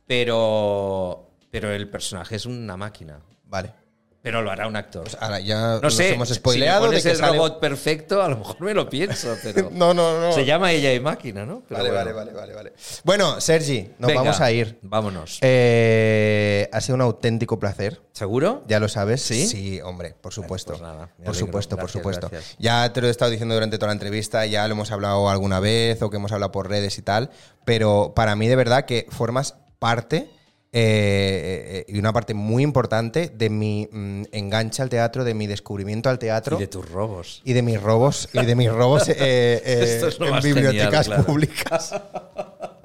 [SPEAKER 2] Pero. Pero el personaje es una máquina.
[SPEAKER 1] Vale.
[SPEAKER 2] Pero lo hará un actor.
[SPEAKER 1] Pues ahora ya
[SPEAKER 2] no sé.
[SPEAKER 1] nos hemos
[SPEAKER 2] si me
[SPEAKER 1] spoileado
[SPEAKER 2] pones
[SPEAKER 1] de que
[SPEAKER 2] el
[SPEAKER 1] sale-
[SPEAKER 2] robot perfecto, a lo mejor me lo pienso, pero.
[SPEAKER 1] [laughs] No, no, no.
[SPEAKER 2] Se llama Ella y Máquina, ¿no? Pero
[SPEAKER 1] Vale,
[SPEAKER 2] bueno.
[SPEAKER 1] vale, vale, vale, vale. Bueno, Sergi, nos
[SPEAKER 2] Venga,
[SPEAKER 1] vamos a ir.
[SPEAKER 2] Vámonos.
[SPEAKER 1] Eh, ha sido un auténtico placer.
[SPEAKER 2] ¿Seguro?
[SPEAKER 1] Ya lo sabes,
[SPEAKER 2] ¿Sí?
[SPEAKER 1] Sí, hombre, por supuesto.
[SPEAKER 2] pues nada, me
[SPEAKER 1] por
[SPEAKER 2] alegro.
[SPEAKER 1] supuesto, por
[SPEAKER 2] Gracias,
[SPEAKER 1] supuesto.
[SPEAKER 2] gracias.
[SPEAKER 1] Ya te lo he estado diciendo durante toda la entrevista, ya lo hemos hablado alguna vez o que hemos hablado por redes y tal, pero para mí de verdad que formas parte eh, eh, y una parte muy importante de mi mm, enganche al teatro, de mi descubrimiento al teatro
[SPEAKER 2] Y de tus robos.
[SPEAKER 1] y de mis robos y de mis robos
[SPEAKER 2] [laughs]
[SPEAKER 1] eh, eh,
[SPEAKER 2] Esto es lo
[SPEAKER 1] en
[SPEAKER 2] más
[SPEAKER 1] bibliotecas
[SPEAKER 2] genial, claro.
[SPEAKER 1] públicas. [laughs]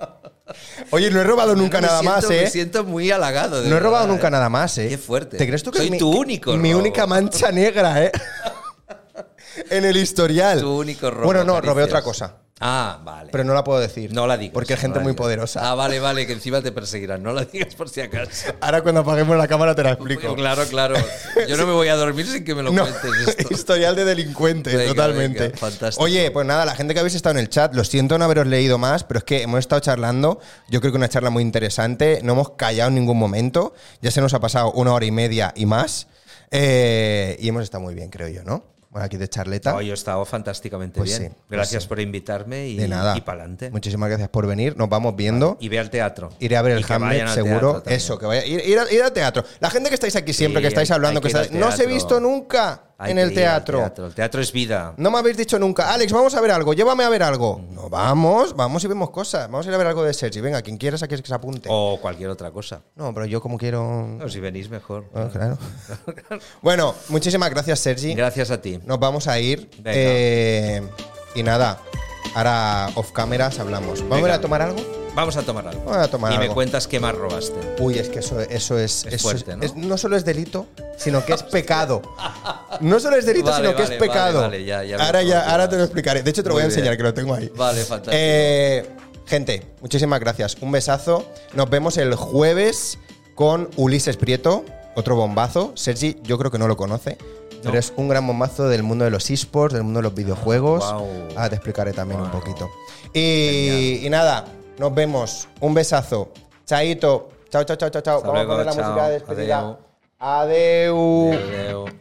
[SPEAKER 1] Oye, no he robado nunca
[SPEAKER 2] Me
[SPEAKER 1] nada
[SPEAKER 2] siento-
[SPEAKER 1] más, ¿eh?
[SPEAKER 2] Me siento muy halagado. de
[SPEAKER 1] No he robado
[SPEAKER 2] verdad,
[SPEAKER 1] nunca
[SPEAKER 2] ¿eh?
[SPEAKER 1] nada más, ¿eh?
[SPEAKER 2] Qué fuerte.
[SPEAKER 1] ¿Te crees tú que
[SPEAKER 2] Soy
[SPEAKER 1] es mi,
[SPEAKER 2] tu
[SPEAKER 1] que-
[SPEAKER 2] único
[SPEAKER 1] mi
[SPEAKER 2] robo.
[SPEAKER 1] única mancha negra,
[SPEAKER 2] [laughs]
[SPEAKER 1] eh? en el historial.
[SPEAKER 2] Tu único robo.
[SPEAKER 1] Bueno, no,
[SPEAKER 2] Caricias.
[SPEAKER 1] robé otra cosa,
[SPEAKER 2] Ah, vale.
[SPEAKER 1] pero no la puedo decir.
[SPEAKER 2] No la digas.
[SPEAKER 1] Porque es
[SPEAKER 2] no
[SPEAKER 1] gente
[SPEAKER 2] la
[SPEAKER 1] muy
[SPEAKER 2] digas.
[SPEAKER 1] poderosa.
[SPEAKER 2] Ah, vale, vale, que encima te perseguirán. No la digas por si acaso.
[SPEAKER 1] Ahora cuando apaguemos la cámara te la
[SPEAKER 2] Pues
[SPEAKER 1] explico.
[SPEAKER 2] Claro, claro. Yo no me voy a dormir sin que me lo
[SPEAKER 1] No,
[SPEAKER 2] cuentes
[SPEAKER 1] [laughs]
[SPEAKER 2] esto.
[SPEAKER 1] historial de delincuente,
[SPEAKER 2] Venga,
[SPEAKER 1] totalmente.
[SPEAKER 2] venga, fantástico.
[SPEAKER 1] Oye, pues nada, la gente que habéis estado en el chat, lo siento no haberos leído más, pero es que hemos estado charlando. Yo creo que una charla muy interesante. No hemos callado en ningún momento. Ya se nos ha pasado una hora y media y más. Eh, y hemos estado muy bien, creo yo, ¿no? Bueno, aquí de charleta.
[SPEAKER 2] Hoy he estado fantásticamente
[SPEAKER 1] Pues
[SPEAKER 2] bien.
[SPEAKER 1] sí, pues
[SPEAKER 2] Gracias
[SPEAKER 1] sí.
[SPEAKER 2] por invitarme y,
[SPEAKER 1] de nada.
[SPEAKER 2] y pa'lante.
[SPEAKER 1] Muchísimas gracias por venir. Nos vamos viendo.
[SPEAKER 2] Y ve al teatro.
[SPEAKER 1] Iré a ver
[SPEAKER 2] Y
[SPEAKER 1] el
[SPEAKER 2] que vayan
[SPEAKER 1] Hamlet,
[SPEAKER 2] al
[SPEAKER 1] seguro.
[SPEAKER 2] teatro también.
[SPEAKER 1] Eso, que vaya. Ir, ir al, ir al teatro. La gente que estáis aquí siempre,
[SPEAKER 2] Sí,
[SPEAKER 1] que estáis
[SPEAKER 2] hay-
[SPEAKER 1] hablando,
[SPEAKER 2] hay
[SPEAKER 1] que
[SPEAKER 2] que ir
[SPEAKER 1] estáis-
[SPEAKER 2] al
[SPEAKER 1] No os he
[SPEAKER 2] teatro.
[SPEAKER 1] visto nunca
[SPEAKER 2] Hay
[SPEAKER 1] en
[SPEAKER 2] que
[SPEAKER 1] el
[SPEAKER 2] ir al
[SPEAKER 1] teatro.
[SPEAKER 2] El teatro es vida.
[SPEAKER 1] No me habéis dicho nunca, Alex, vamos a ver algo, llévame a ver algo. No, vamos, vamos y vemos cosas. Vamos a ir a ver algo de Sergi. Venga, quien quieras aquí es que se apunte.
[SPEAKER 2] O cualquier otra cosa.
[SPEAKER 1] No, pero yo como quiero.
[SPEAKER 2] No, si venís mejor.
[SPEAKER 1] Bueno,
[SPEAKER 2] [laughs]
[SPEAKER 1] claro. bueno, muchísimas gracias, Sergi.
[SPEAKER 2] Gracias a ti.
[SPEAKER 1] Nos vamos a ir.
[SPEAKER 2] Venga.
[SPEAKER 1] Eh, y nada, ahora off cameras hablamos. ¿Vamos a ir
[SPEAKER 2] Venga.
[SPEAKER 1] a tomar algo?
[SPEAKER 2] Vamos a tomar algo.
[SPEAKER 1] Vamos a tomar
[SPEAKER 2] y
[SPEAKER 1] algo.
[SPEAKER 2] me cuentas qué más robaste.
[SPEAKER 1] Uy, es que eso, eso es.
[SPEAKER 2] Es
[SPEAKER 1] eso
[SPEAKER 2] fuerte, ¿no?
[SPEAKER 1] es- solo es delito, sino
[SPEAKER 2] [laughs]
[SPEAKER 1] que es pecado. No solo es delito,
[SPEAKER 2] Vale,
[SPEAKER 1] sino que
[SPEAKER 2] vale,
[SPEAKER 1] es pecado.
[SPEAKER 2] vale, vale, ya- ya me
[SPEAKER 1] ahora, ya,
[SPEAKER 2] acuerdo.
[SPEAKER 1] ahora te lo explicaré. De hecho, te lo voy
[SPEAKER 2] Muy
[SPEAKER 1] a enseñar,
[SPEAKER 2] bien.
[SPEAKER 1] que lo tengo ahí.
[SPEAKER 2] Vale, fantástico.
[SPEAKER 1] Eh, gente, muchísimas gracias. Un besazo. Nos vemos el jueves con Ulises Prieto, otro bombazo. Sergi, yo creo que no lo conoce.
[SPEAKER 2] No.
[SPEAKER 1] Pero es un gran bombazo del mundo de los esports, del mundo de los videojuegos. Ah,
[SPEAKER 2] Guau.
[SPEAKER 1] Ahora te explicaré también un
[SPEAKER 2] Guau.
[SPEAKER 1] poquito. Y, y nada, nos vemos. Un besazo. Chaito. Chao, chao, chao, chao. chao.
[SPEAKER 2] Hasta
[SPEAKER 1] Vamos a
[SPEAKER 2] luego,
[SPEAKER 1] poner la
[SPEAKER 2] chao.
[SPEAKER 1] música de despedida.
[SPEAKER 2] Adeu.
[SPEAKER 1] Adeu.
[SPEAKER 2] Adeu.